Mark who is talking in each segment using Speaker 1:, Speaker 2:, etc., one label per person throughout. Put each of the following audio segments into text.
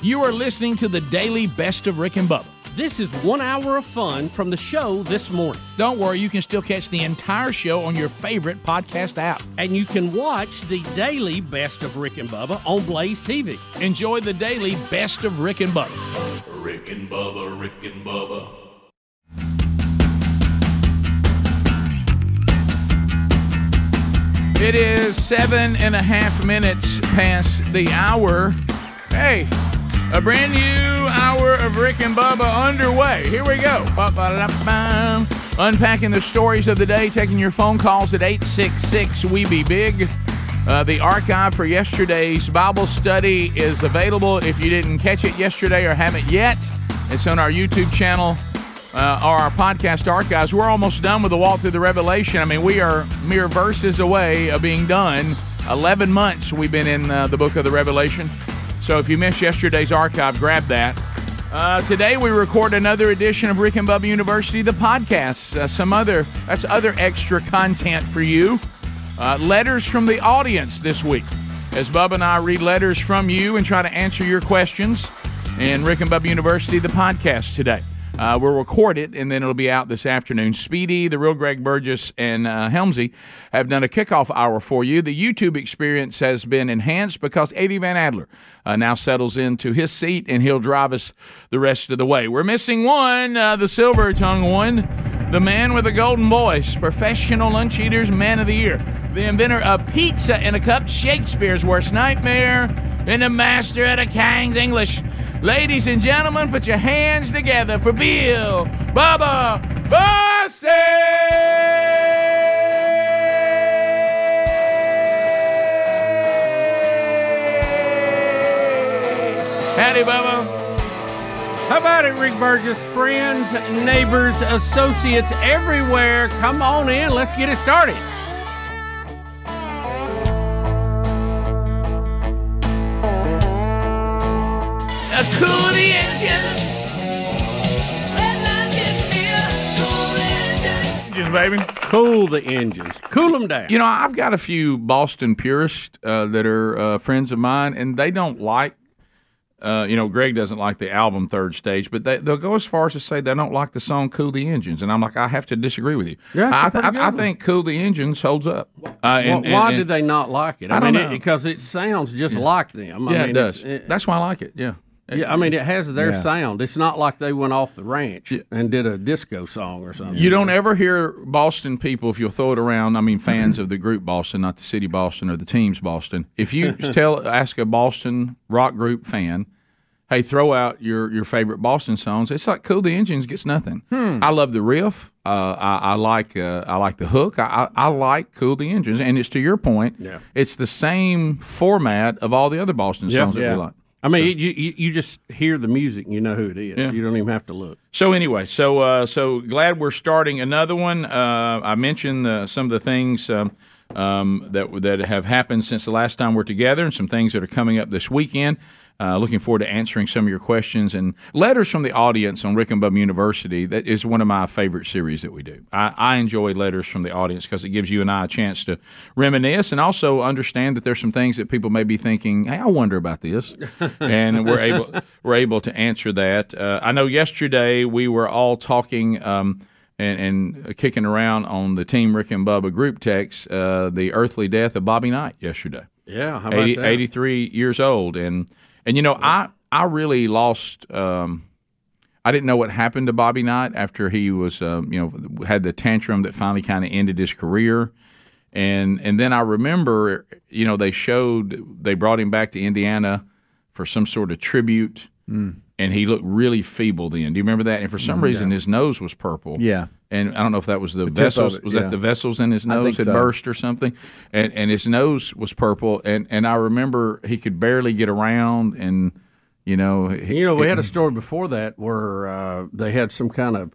Speaker 1: You are listening to the daily best of Rick and Bubba.
Speaker 2: This is one hour of fun from the show this morning.
Speaker 1: Don't worry, you can still catch the entire show on your favorite podcast app.
Speaker 2: And you can watch the daily best of Rick and Bubba on Blaze TV.
Speaker 1: Enjoy the daily best of Rick and Bubba.
Speaker 3: Rick and Bubba, Rick and Bubba.
Speaker 1: It is seven and a half minutes past the hour. Hey, a brand new hour of Rick and Bubba underway. Here we go. Ba-ba-da-bam. Unpacking the stories of the day, taking your phone calls at 866 We Be Big. Uh, the archive for yesterday's Bible study is available if you didn't catch it yesterday or haven't yet. It's on our YouTube channel uh, or our podcast archives. We're almost done with the walk through the Revelation. I mean, we are mere verses away of being done. 11 months we've been in uh, the book of the Revelation. So if you missed yesterday's archive, grab that. Uh, today we record another edition of Rick and Bubba University, the podcast. Uh, some other that's other extra content for you. Uh, letters from the audience this week, as Bubba and I read letters from you and try to answer your questions. And Rick and Bubba University, the podcast today. Uh, we'll record it and then it'll be out this afternoon. Speedy, the real Greg Burgess, and uh, Helmsy have done a kickoff hour for you. The YouTube experience has been enhanced because Eddie Van Adler uh, now settles into his seat and he'll drive us the rest of the way. We're missing one, uh, the silver tongue one, the man with the golden voice, professional lunch eaters, man of the year, the inventor of pizza in a cup, Shakespeare's worst nightmare, and the master of the King's English. Ladies and gentlemen, put your hands together for Bill Bubba Bussey! Howdy, Bubba.
Speaker 2: How about it, Rick Burgess? Friends, neighbors, associates everywhere, come on in. Let's get it started.
Speaker 1: A cool Indians. Indians, baby.
Speaker 2: Cool the engines. Cool them down.
Speaker 1: You know, I've got a few Boston purists uh, that are uh, friends of mine, and they don't like. Uh, you know, Greg doesn't like the album Third Stage, but they, they'll go as far as to say they don't like the song "Cool the Engines," and I'm like, I have to disagree with you.
Speaker 2: Yeah, it's a
Speaker 1: I,
Speaker 2: pretty good
Speaker 1: I, I
Speaker 2: one.
Speaker 1: think "Cool the Engines" holds up. Uh, and-
Speaker 2: Why- why
Speaker 1: and-
Speaker 2: did they not like it? I,
Speaker 1: I don't
Speaker 2: mean,
Speaker 1: know.
Speaker 2: It, because it sounds just like them. I
Speaker 1: Yeah,
Speaker 2: mean,
Speaker 1: it
Speaker 2: it's-
Speaker 1: does.
Speaker 2: it-
Speaker 1: That's why I like it. Yeah.
Speaker 2: yeah, I mean, it has their sound. It's not like they went off the ranch and did a disco song or something.
Speaker 1: You don't ever hear Boston people, if you'll throw it around, I mean, fans of the group Boston, not the city Boston or the teams Boston. If you tell, ask a Boston rock group fan, hey, throw out your, your favorite Boston songs, it's like Cool the Engines gets nothing.
Speaker 2: Hmm.
Speaker 1: I love the riff. Uh, I, I like uh, I like the hook. I, I, I like Cool the Engines. And it's to your point,
Speaker 2: Yeah.
Speaker 1: it's the same format of all the other Boston songs that
Speaker 2: Yeah.
Speaker 1: we like.
Speaker 2: I mean, you, you you just hear the music and you know who it is. You don't even have to look.
Speaker 1: So anyway, so uh, so glad we're starting another one. Uh, I mentioned uh, some of the things um, um, that that have happened since the last time we're together, and some things that are coming up this weekend. Uh, looking forward to answering some of your questions and letters from the audience on Rick and Bubba University. That is one of my favorite series that we do. I, I enjoy letters from the audience because it gives you and I a chance to reminisce and also understand that there's some things that people may be thinking, "Hey, I wonder about this," and we're able we're able to answer that. Uh, I know yesterday we were all talking um, and, and kicking around on the Team Rick and Bubba group text uh, the earthly death of Bobby Knight yesterday.
Speaker 2: Yeah, how about
Speaker 1: 80,
Speaker 2: that?
Speaker 1: 83 years old, and and you know I I really lost. Um, I didn't know what happened to Bobby Knight after he was um, you know had the tantrum that finally kind of ended his career and and then I remember, you
Speaker 4: Hmm.
Speaker 1: know, they showed they brought him back to Indiana for some sort of tribute, and he looked really feeble then. Do you remember that? And for some reason, his nose was purple.
Speaker 5: Yeah.
Speaker 1: And I don't know if that was the,
Speaker 5: tip of
Speaker 1: vessels.
Speaker 5: it,
Speaker 1: was
Speaker 5: yeah.
Speaker 1: that the vessels in his
Speaker 5: I
Speaker 1: nose
Speaker 5: think
Speaker 1: had
Speaker 5: so.
Speaker 1: burst or something? And and his nose was purple. And and I remember he could barely get around. And you know, he,
Speaker 2: You know, we had a story before that where uh, they had some kind of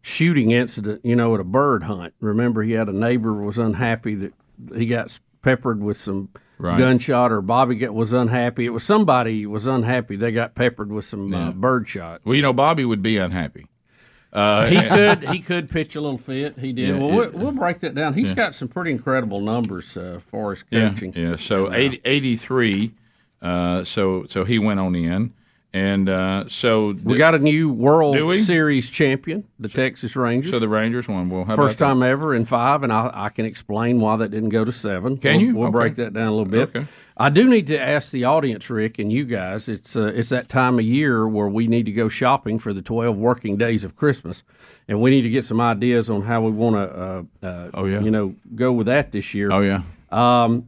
Speaker 2: shooting incident. You know, at a bird hunt. Remember, he had a neighbor was unhappy that he got peppered with some
Speaker 1: Right.
Speaker 2: gunshot, or Bobby got, was unhappy. It was somebody was unhappy. They got peppered with some uh, bird shot.
Speaker 1: well, you know, Bobby would be unhappy.
Speaker 2: He could he could pitch a little fit. He did.
Speaker 1: Uh, Yeah,
Speaker 2: well,
Speaker 1: yeah.
Speaker 2: we'll, we'll break that down. He's got some pretty incredible numbers uh, for his coaching.
Speaker 1: Yeah, yeah. So 80, 83, uh, so so he went on in, and uh, so
Speaker 2: We
Speaker 1: th-
Speaker 2: got a new World
Speaker 1: Do we?
Speaker 2: Series champion, the Texas Rangers.
Speaker 1: so the Rangers won. Well, how
Speaker 2: First
Speaker 1: about
Speaker 2: time ever in five, and I, I can explain why that didn't go to seven.
Speaker 1: Can
Speaker 2: We'll-
Speaker 1: you?
Speaker 2: We'll
Speaker 1: Okay.
Speaker 2: break that down a little bit.
Speaker 1: Okay.
Speaker 2: I do need to ask the audience, Rick, and you guys. It's uh, it's that time of year where we need to go shopping for the twelve working days of Christmas, and we need to get some ideas on how we want to, uh, uh,
Speaker 1: Oh, yeah.
Speaker 2: you know, go with that this year. Um,
Speaker 1: That? Oh yeah,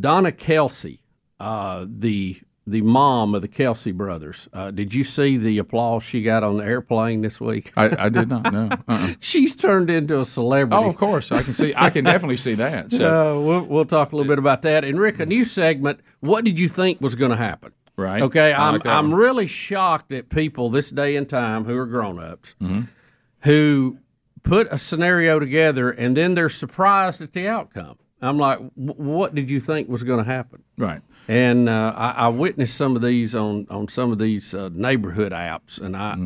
Speaker 2: Donna Kelsey, uh, the the mom of the Kelsey brothers. Uh, did you see the applause she got on the airplane this week?
Speaker 1: I, I did not know. Uh-uh.
Speaker 2: She's turned into a celebrity.
Speaker 1: Oh, of course, I can see. I can definitely see that. So
Speaker 2: Uh, we'll, we'll talk a little bit about that. And Rick, a new segment. What did you think was going to happen?
Speaker 1: right.
Speaker 2: Okay,
Speaker 1: I
Speaker 2: I'm
Speaker 1: like that
Speaker 2: I'm
Speaker 1: one.
Speaker 2: really shocked at people this day and time who are grown ups
Speaker 1: Mm-hmm.
Speaker 2: who put a scenario together and then they're surprised at the outcome. I'm like, "Wh- what did you think was going to happen?
Speaker 1: right.
Speaker 2: And uh, I, I witnessed some of these on, on some of these uh, neighborhood apps, and I,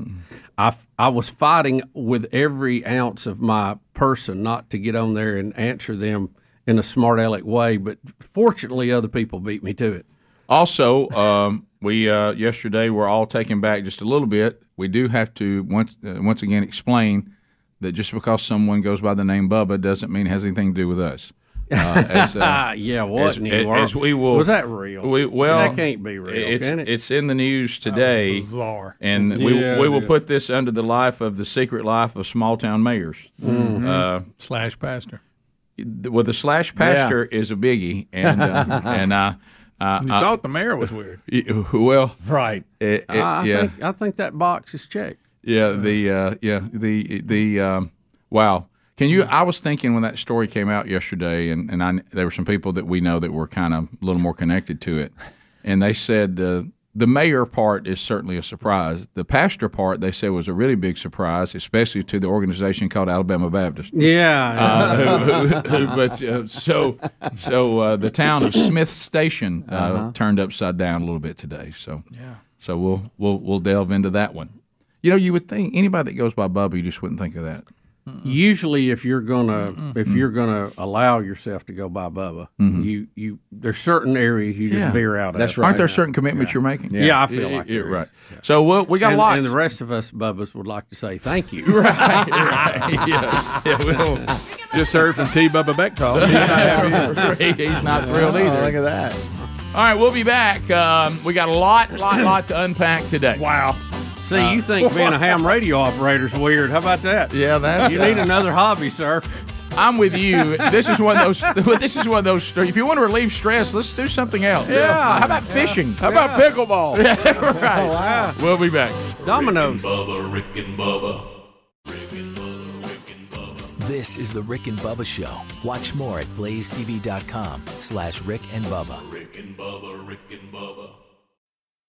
Speaker 2: I, I was fighting with every ounce of my person not to get on there and answer them in a smart aleck way. But fortunately, other people beat me to it.
Speaker 1: Also, um, we uh, yesterday were all taken back just a little bit. We do have to once uh, once again explain that just because someone goes by the name Bubba doesn't mean it has anything to do with us. Uh, as, uh,
Speaker 2: Ah, yeah, what
Speaker 1: as,
Speaker 2: in the
Speaker 1: as-
Speaker 2: world?
Speaker 1: as we will,
Speaker 2: was that real?
Speaker 1: We, well,
Speaker 2: that can't be real,
Speaker 1: It's
Speaker 2: can it?
Speaker 1: it's in the news today,
Speaker 6: bizarre.
Speaker 1: and we
Speaker 2: Yeah,
Speaker 1: we will
Speaker 2: yeah.
Speaker 1: put this under the life of the secret life of small town mayors.
Speaker 6: Mm-hmm.
Speaker 2: Mm-hmm.
Speaker 1: Uh,
Speaker 6: Slash pastor.
Speaker 1: th- well, the slash pastor is a biggie, and uh, and uh, uh,
Speaker 6: You
Speaker 1: uh,
Speaker 6: thought the mayor was weird.
Speaker 1: y- well,
Speaker 2: right. Uh,
Speaker 1: it, it-
Speaker 2: I, I
Speaker 1: yeah,
Speaker 2: think I think that box is checked.
Speaker 1: yeah, the uh, yeah the the um, wow. Can you? I was thinking when that story came out yesterday, and and I kn- there were some people that we know that were kind of a little more connected to it, and they said uh, the mayor part is certainly a surprise. The pastor part they said was a really big surprise, especially to the organization called Alabama Baptist.
Speaker 2: Yeah,
Speaker 1: Uh, who- who- who- but uh, so so uh, the town of Smith Station uh,
Speaker 2: Uh-huh.
Speaker 1: turned upside down a little bit today. So yeah. So we'll we'll we'll delve into that one. You know, you would think anybody that goes by Bubba, you just wouldn't think of that.
Speaker 2: usually if you're gonna if you're gonna allow yourself to go by Bubba,
Speaker 1: Mm-hmm.
Speaker 2: you you there's certain areas you just veer out of.
Speaker 1: Aren't there certain commitments you're making?
Speaker 2: Yeah, I feel like
Speaker 1: you're
Speaker 2: there
Speaker 1: right.
Speaker 2: is.
Speaker 1: So well, we got
Speaker 2: And,
Speaker 1: lots.
Speaker 2: and the rest of us Bubbas would like to say thank you.
Speaker 1: yeah, yeah, we'll-
Speaker 6: Just heard from T. Bubba Beckton.
Speaker 1: he's not thrilled either.
Speaker 5: Look at that.
Speaker 1: All right, we'll be back. Um, we got a lot, lot, lot to unpack today.
Speaker 2: wow. See, you think being a ham radio operator's weird? How about that?
Speaker 1: Uh, Yeah, that's
Speaker 2: You need another hobby, sir.
Speaker 1: I'm with you. This is one of those. This is one of those. st- If you want to relieve stress, let's do something else. Yeah. How about fishing?
Speaker 6: How about
Speaker 2: Oh.
Speaker 6: pickleball?
Speaker 1: Right. We'll be back.
Speaker 2: Dominoes.
Speaker 3: Bubba, Rick and Bubba. Rick and Bubba, Rick and Bubba.
Speaker 7: This is the Rick and Bubba Show. Watch more at blazetv.com slash Rick and Bubba.
Speaker 3: Rick and Bubba, Rick and Bubba.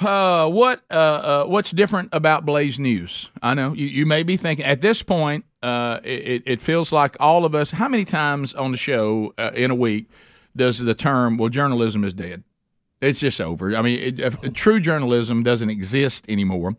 Speaker 1: Uh, what uh, uh, what's different about Blaze News? I know you, you may be thinking at this point, uh, it, it feels like all of us. How many times on the show uh, in a week does the term "well, journalism is dead"? It's just over. I mean, it, if, true journalism doesn't exist anymore,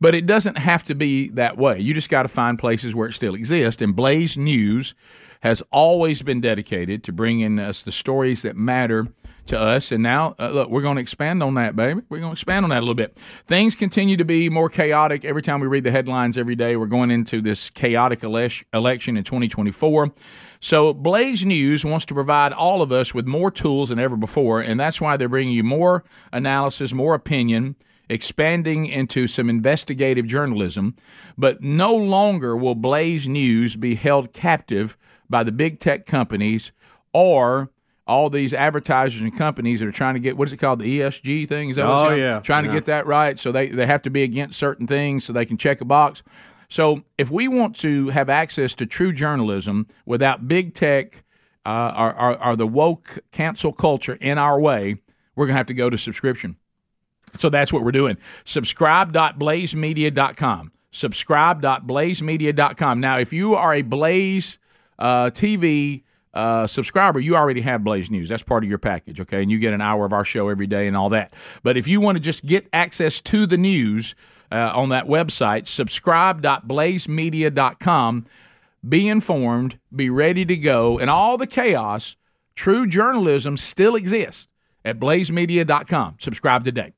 Speaker 1: but it doesn't have to be that way. You just got to find places where it still exists. And Blaze News has always been dedicated to bringing us the stories that matter to us. And now, uh, look, we're going to expand on that, baby. We're going to expand on that a little bit. Things continue to be more chaotic every time we read the headlines every day. We're going into this chaotic elesh- election in 2024. So, Blaze News wants to provide all of us with more tools than ever before, and that's why they're bringing you more analysis, more opinion, expanding into some investigative journalism. But no longer will Blaze News be held captive by the big tech companies or all these advertisers and companies that are trying to get what is it called the ESG thing? Is that what it's
Speaker 2: Oh,
Speaker 1: called?
Speaker 2: yeah.
Speaker 1: trying to
Speaker 2: Yeah.
Speaker 1: get that right. So they they have to be against certain things so they can check a box. So if we want to have access to true journalism without big tech uh, or, or, or the woke cancel culture in our way, we're gonna have to go to subscription. So that's what we're doing. Subscribe.blazemedia.com. Subscribe.blazemedia.com. Now, if you are a Blaze uh, TV uh, subscriber, you already have Blaze News. That's part of your package, okay? And you get an hour of our show every day and all that. But if you want to just get access to the news uh, on that website, subscribe.blazemedia.com. Be informed, be ready to go, and all the chaos. True journalism still exists at blazemedia.com. Subscribe today.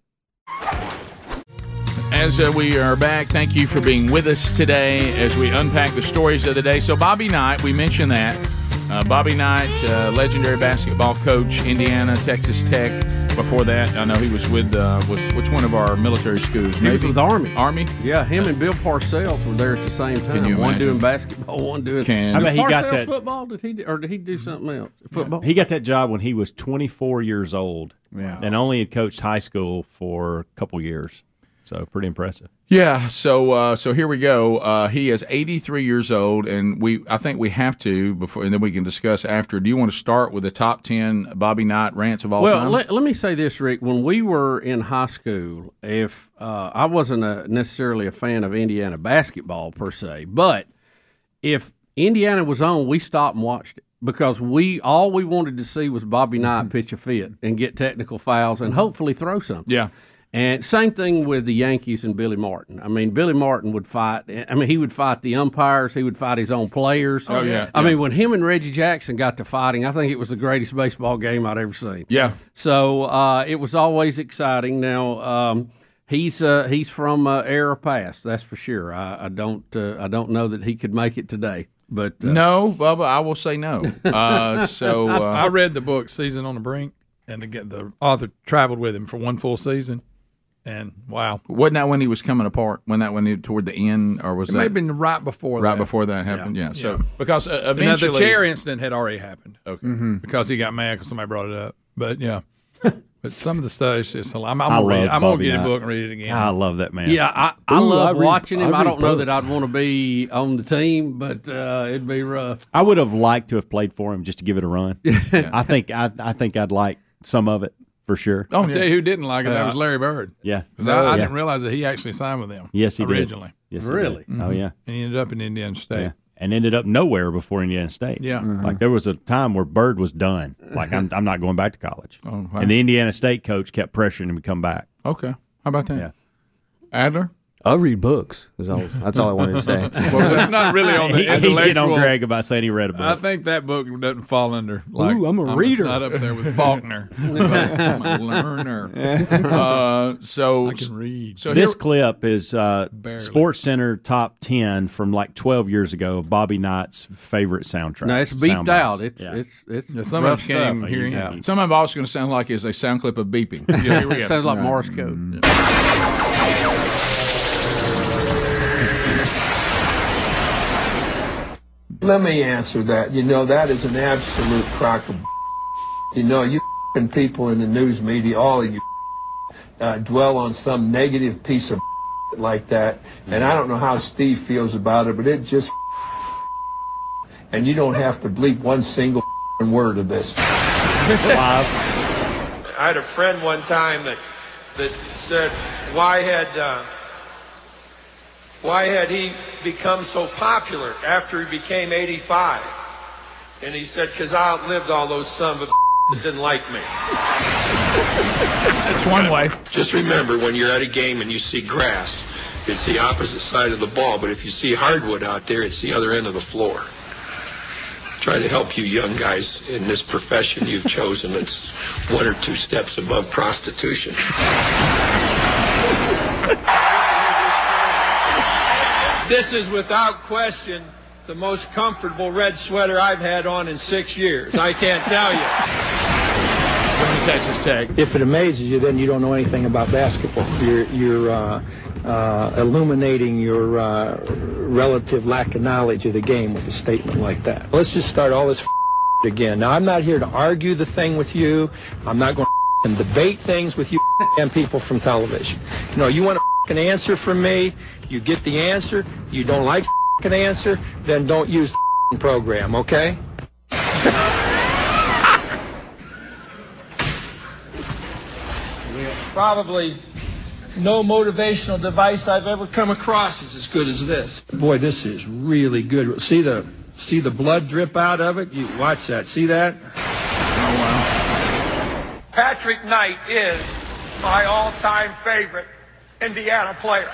Speaker 1: As uh, we are back, thank you for being with us today as we unpack the stories of the day. So, Bobby Knight, we mentioned that. Uh, Bobby Knight, uh, legendary basketball coach, Indiana, Texas Tech. Before that, I know he was with uh, with which one of our military schools?
Speaker 2: He was with Army.
Speaker 1: Army.
Speaker 2: Yeah, him and Bill Parcells were there at the same time.
Speaker 1: you
Speaker 2: one
Speaker 1: imagine?
Speaker 2: doing basketball, one doing.
Speaker 1: Can- Mm-hmm. I
Speaker 5: bet
Speaker 2: Did
Speaker 5: he got
Speaker 2: Parcells
Speaker 5: that-
Speaker 2: football? Did he do- or did he do something else? Football.
Speaker 5: He got that job when he was 24 years old
Speaker 6: Yeah.
Speaker 5: and only had coached high school for a couple years. So pretty impressive.
Speaker 1: Yeah, so uh, so here we go. Uh, he is 83 years old, and we I think we have to before, and then we can discuss after. Do you want to start with the top 10 Bobby Knight rants of all
Speaker 2: well,
Speaker 1: time?
Speaker 2: let, let me say this, Rick. When we were in high school, if uh, I wasn't a, necessarily a fan of Indiana basketball per se, but if Indiana was on, we stopped and watched it because we all we wanted to see was Bobby
Speaker 1: Mm-hmm.
Speaker 2: Knight pitch a fit and get technical fouls and hopefully throw something.
Speaker 1: yeah,
Speaker 2: And same thing with the Yankees and Billy Martin. I mean, Billy Martin would fight. I mean, he would fight the umpires. He would fight his own players. Oh
Speaker 1: yeah,
Speaker 2: I
Speaker 1: yeah.
Speaker 2: mean, when him and Reggie Jackson got to fighting, I think it was the greatest baseball game I'd ever seen.
Speaker 1: yeah,
Speaker 2: So uh, it was always exciting. Now um, he's uh, he's from uh, era past, that's for sure. I, I don't uh, I don't know that he could make it today, but uh,
Speaker 1: no, Bubba, I will say no. Uh, so
Speaker 6: I
Speaker 1: uh,
Speaker 6: read the book Season on the Brink, and the, the author traveled with him for one full season, and wow,
Speaker 1: wasn't that when he was coming apart? When that when he toward the end, or was
Speaker 6: it
Speaker 1: that
Speaker 6: may have been right before
Speaker 1: right
Speaker 6: that.
Speaker 1: before that happened? Yeah. So
Speaker 6: Yeah.
Speaker 1: because uh,
Speaker 6: And now
Speaker 1: eventually,
Speaker 6: the chair incident had already happened.
Speaker 1: Okay.
Speaker 6: Mm-hmm. because he got mad because somebody brought it up. But yeah, but some of the stuff is just. I'm, I'm
Speaker 5: I
Speaker 6: gonna read.
Speaker 5: love
Speaker 6: it. I'm gonna
Speaker 5: Bobby
Speaker 6: get a
Speaker 5: Knight.
Speaker 6: book and read it again.
Speaker 5: I love that man.
Speaker 2: yeah, I, I
Speaker 5: Ooh,
Speaker 2: love
Speaker 5: I read-
Speaker 2: watching him.
Speaker 5: I
Speaker 2: I,
Speaker 5: read
Speaker 2: don't know that
Speaker 5: books.
Speaker 2: I'd want to be on the team, but uh, it'd be rough.
Speaker 5: I would have liked to have played for him just to give it a run. I think I, I think I'd like some of it for sure.
Speaker 1: oh
Speaker 6: I'll tell
Speaker 1: yeah.
Speaker 6: you who didn't like it. That was Larry Bird.
Speaker 5: Yeah.
Speaker 6: 'Cause I, I
Speaker 5: Yeah.
Speaker 6: didn't realize that he actually signed with them.
Speaker 5: Yes, he did.
Speaker 6: originally,
Speaker 5: Yes, he did.
Speaker 2: Really?
Speaker 5: Oh yeah.
Speaker 6: Mm-hmm. and he ended up in Indiana State.
Speaker 5: Yeah. And ended up nowhere before Indiana State.
Speaker 6: Yeah. Mhm.
Speaker 5: Like there was a time where Bird was done. Like I'm, I'm not going back to college.
Speaker 1: Oh, wow.
Speaker 5: And the Indiana State coach kept pressuring him to come back.
Speaker 1: Okay. How about that?
Speaker 5: Yeah.
Speaker 1: Adler.
Speaker 8: I read books. Is all, that's all I wanted to say.
Speaker 6: It's not really on the
Speaker 5: He, he's getting on
Speaker 6: intellectual.
Speaker 5: Greg about saying he read a book.
Speaker 6: I think that book doesn't fall under. Like,
Speaker 8: Ooh, I'm a
Speaker 6: it's
Speaker 8: reader.
Speaker 6: Not up there with Faulkner.
Speaker 1: I'm a learner. uh, so
Speaker 6: read.
Speaker 1: so
Speaker 5: this
Speaker 1: here-
Speaker 5: clip is uh,
Speaker 6: Barely.
Speaker 5: Sports Center top ten from like twelve years ago of Bobby Knight's favorite soundtrack.
Speaker 2: No, it's beeped
Speaker 5: soundbites.
Speaker 2: out. It's
Speaker 5: Yeah.
Speaker 2: it's it's
Speaker 6: Yeah, some of
Speaker 2: rough
Speaker 6: them came
Speaker 2: stuff.
Speaker 6: hearing.
Speaker 5: Yeah.
Speaker 1: Some of them also going to sound like is a sound clip of beeping. Yeah, here we go.
Speaker 2: Sounds like Morse code.
Speaker 9: Let me answer that. You know, that is an absolute crock of You know, you and people in the news media, all of you uh, dwell on some negative piece of like that. And I don't know how Steve feels about it, but it just. And you don't have to bleep one single word of this.
Speaker 10: I had a friend one time that that said, "Why had uh, why had he become so popular after he became 85?" And he said, "Cause I outlived all those sons of that didn't like me."
Speaker 1: It's one way.
Speaker 10: Just remember, when you're at a game and you see grass, it's the opposite side of the ball. But if you see hardwood out there, it's the other end of the floor. try to help you young guys in this profession you've chosen that's one or two steps above prostitution. This is without question the most comfortable red sweater I've had on in six years. I can't tell you.
Speaker 1: Texas Tech.
Speaker 11: If it amazes you, then you don't know anything about basketball. You're, you're uh, uh, illuminating your uh, relative lack of knowledge of the game with a statement like that. Let's just start all this again. Now, I'm not here to argue the thing with you. I'm not going to and debate things with you and people from television. You know, you want an answer from me, you get the answer. You don't like an answer, then don't use the program, okay?
Speaker 10: Probably no motivational device I've ever come across is as good as this.
Speaker 11: Boy, this is really good. See the see the blood drip out of it? You watch that. See that?
Speaker 10: Patrick Knight is my all-time favorite Indiana player.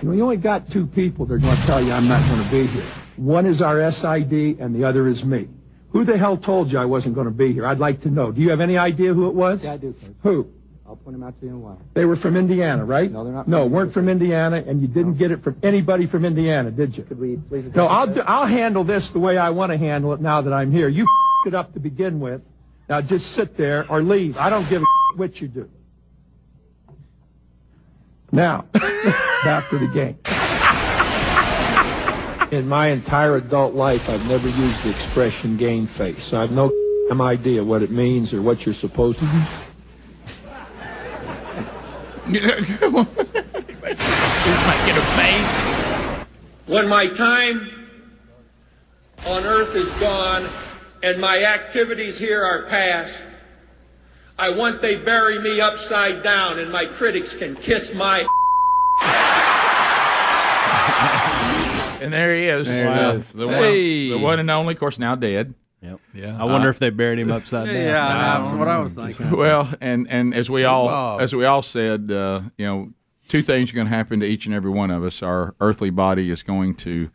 Speaker 11: We only got two people that are going to tell you I'm not going to be here. One is our SID and the other is me. Who the hell told you I wasn't going to be here? I'd like to know. Do you have any idea who it was?
Speaker 12: Yeah, I do, Coach.
Speaker 11: Who?
Speaker 12: I'll point him out to you in a while.
Speaker 11: They were from Indiana, right?
Speaker 12: No, they're not.
Speaker 11: No, weren't from Indiana, and you didn't get it from anybody from Indiana, did you? Could we
Speaker 12: please
Speaker 11: No, I'll do, I'll handle this the way I want to handle it now that I'm here. You it up to begin with. Now just sit there or leave. I don't give a what you do. Now, back to the game. In my entire adult life, I've never used the expression game face. So I've no damn idea what it means or what you're supposed to do.
Speaker 10: When my time on earth is gone and my activities here are past, I want they bury me upside down and my critics can kiss my
Speaker 1: And there he is.
Speaker 5: There it
Speaker 1: Uh,
Speaker 5: is.
Speaker 1: The,
Speaker 5: Hey.
Speaker 1: one, the one and only, of course, now dead.
Speaker 5: Yep.
Speaker 1: Yeah.
Speaker 5: I wonder
Speaker 1: Uh,
Speaker 5: if they buried him upside down.
Speaker 2: Yeah, that's what I was thinking.
Speaker 1: Well, and and as we all
Speaker 2: Bob.
Speaker 1: as we all said, uh, you know, two things are going to happen to each and every one of us. Our earthly body is going to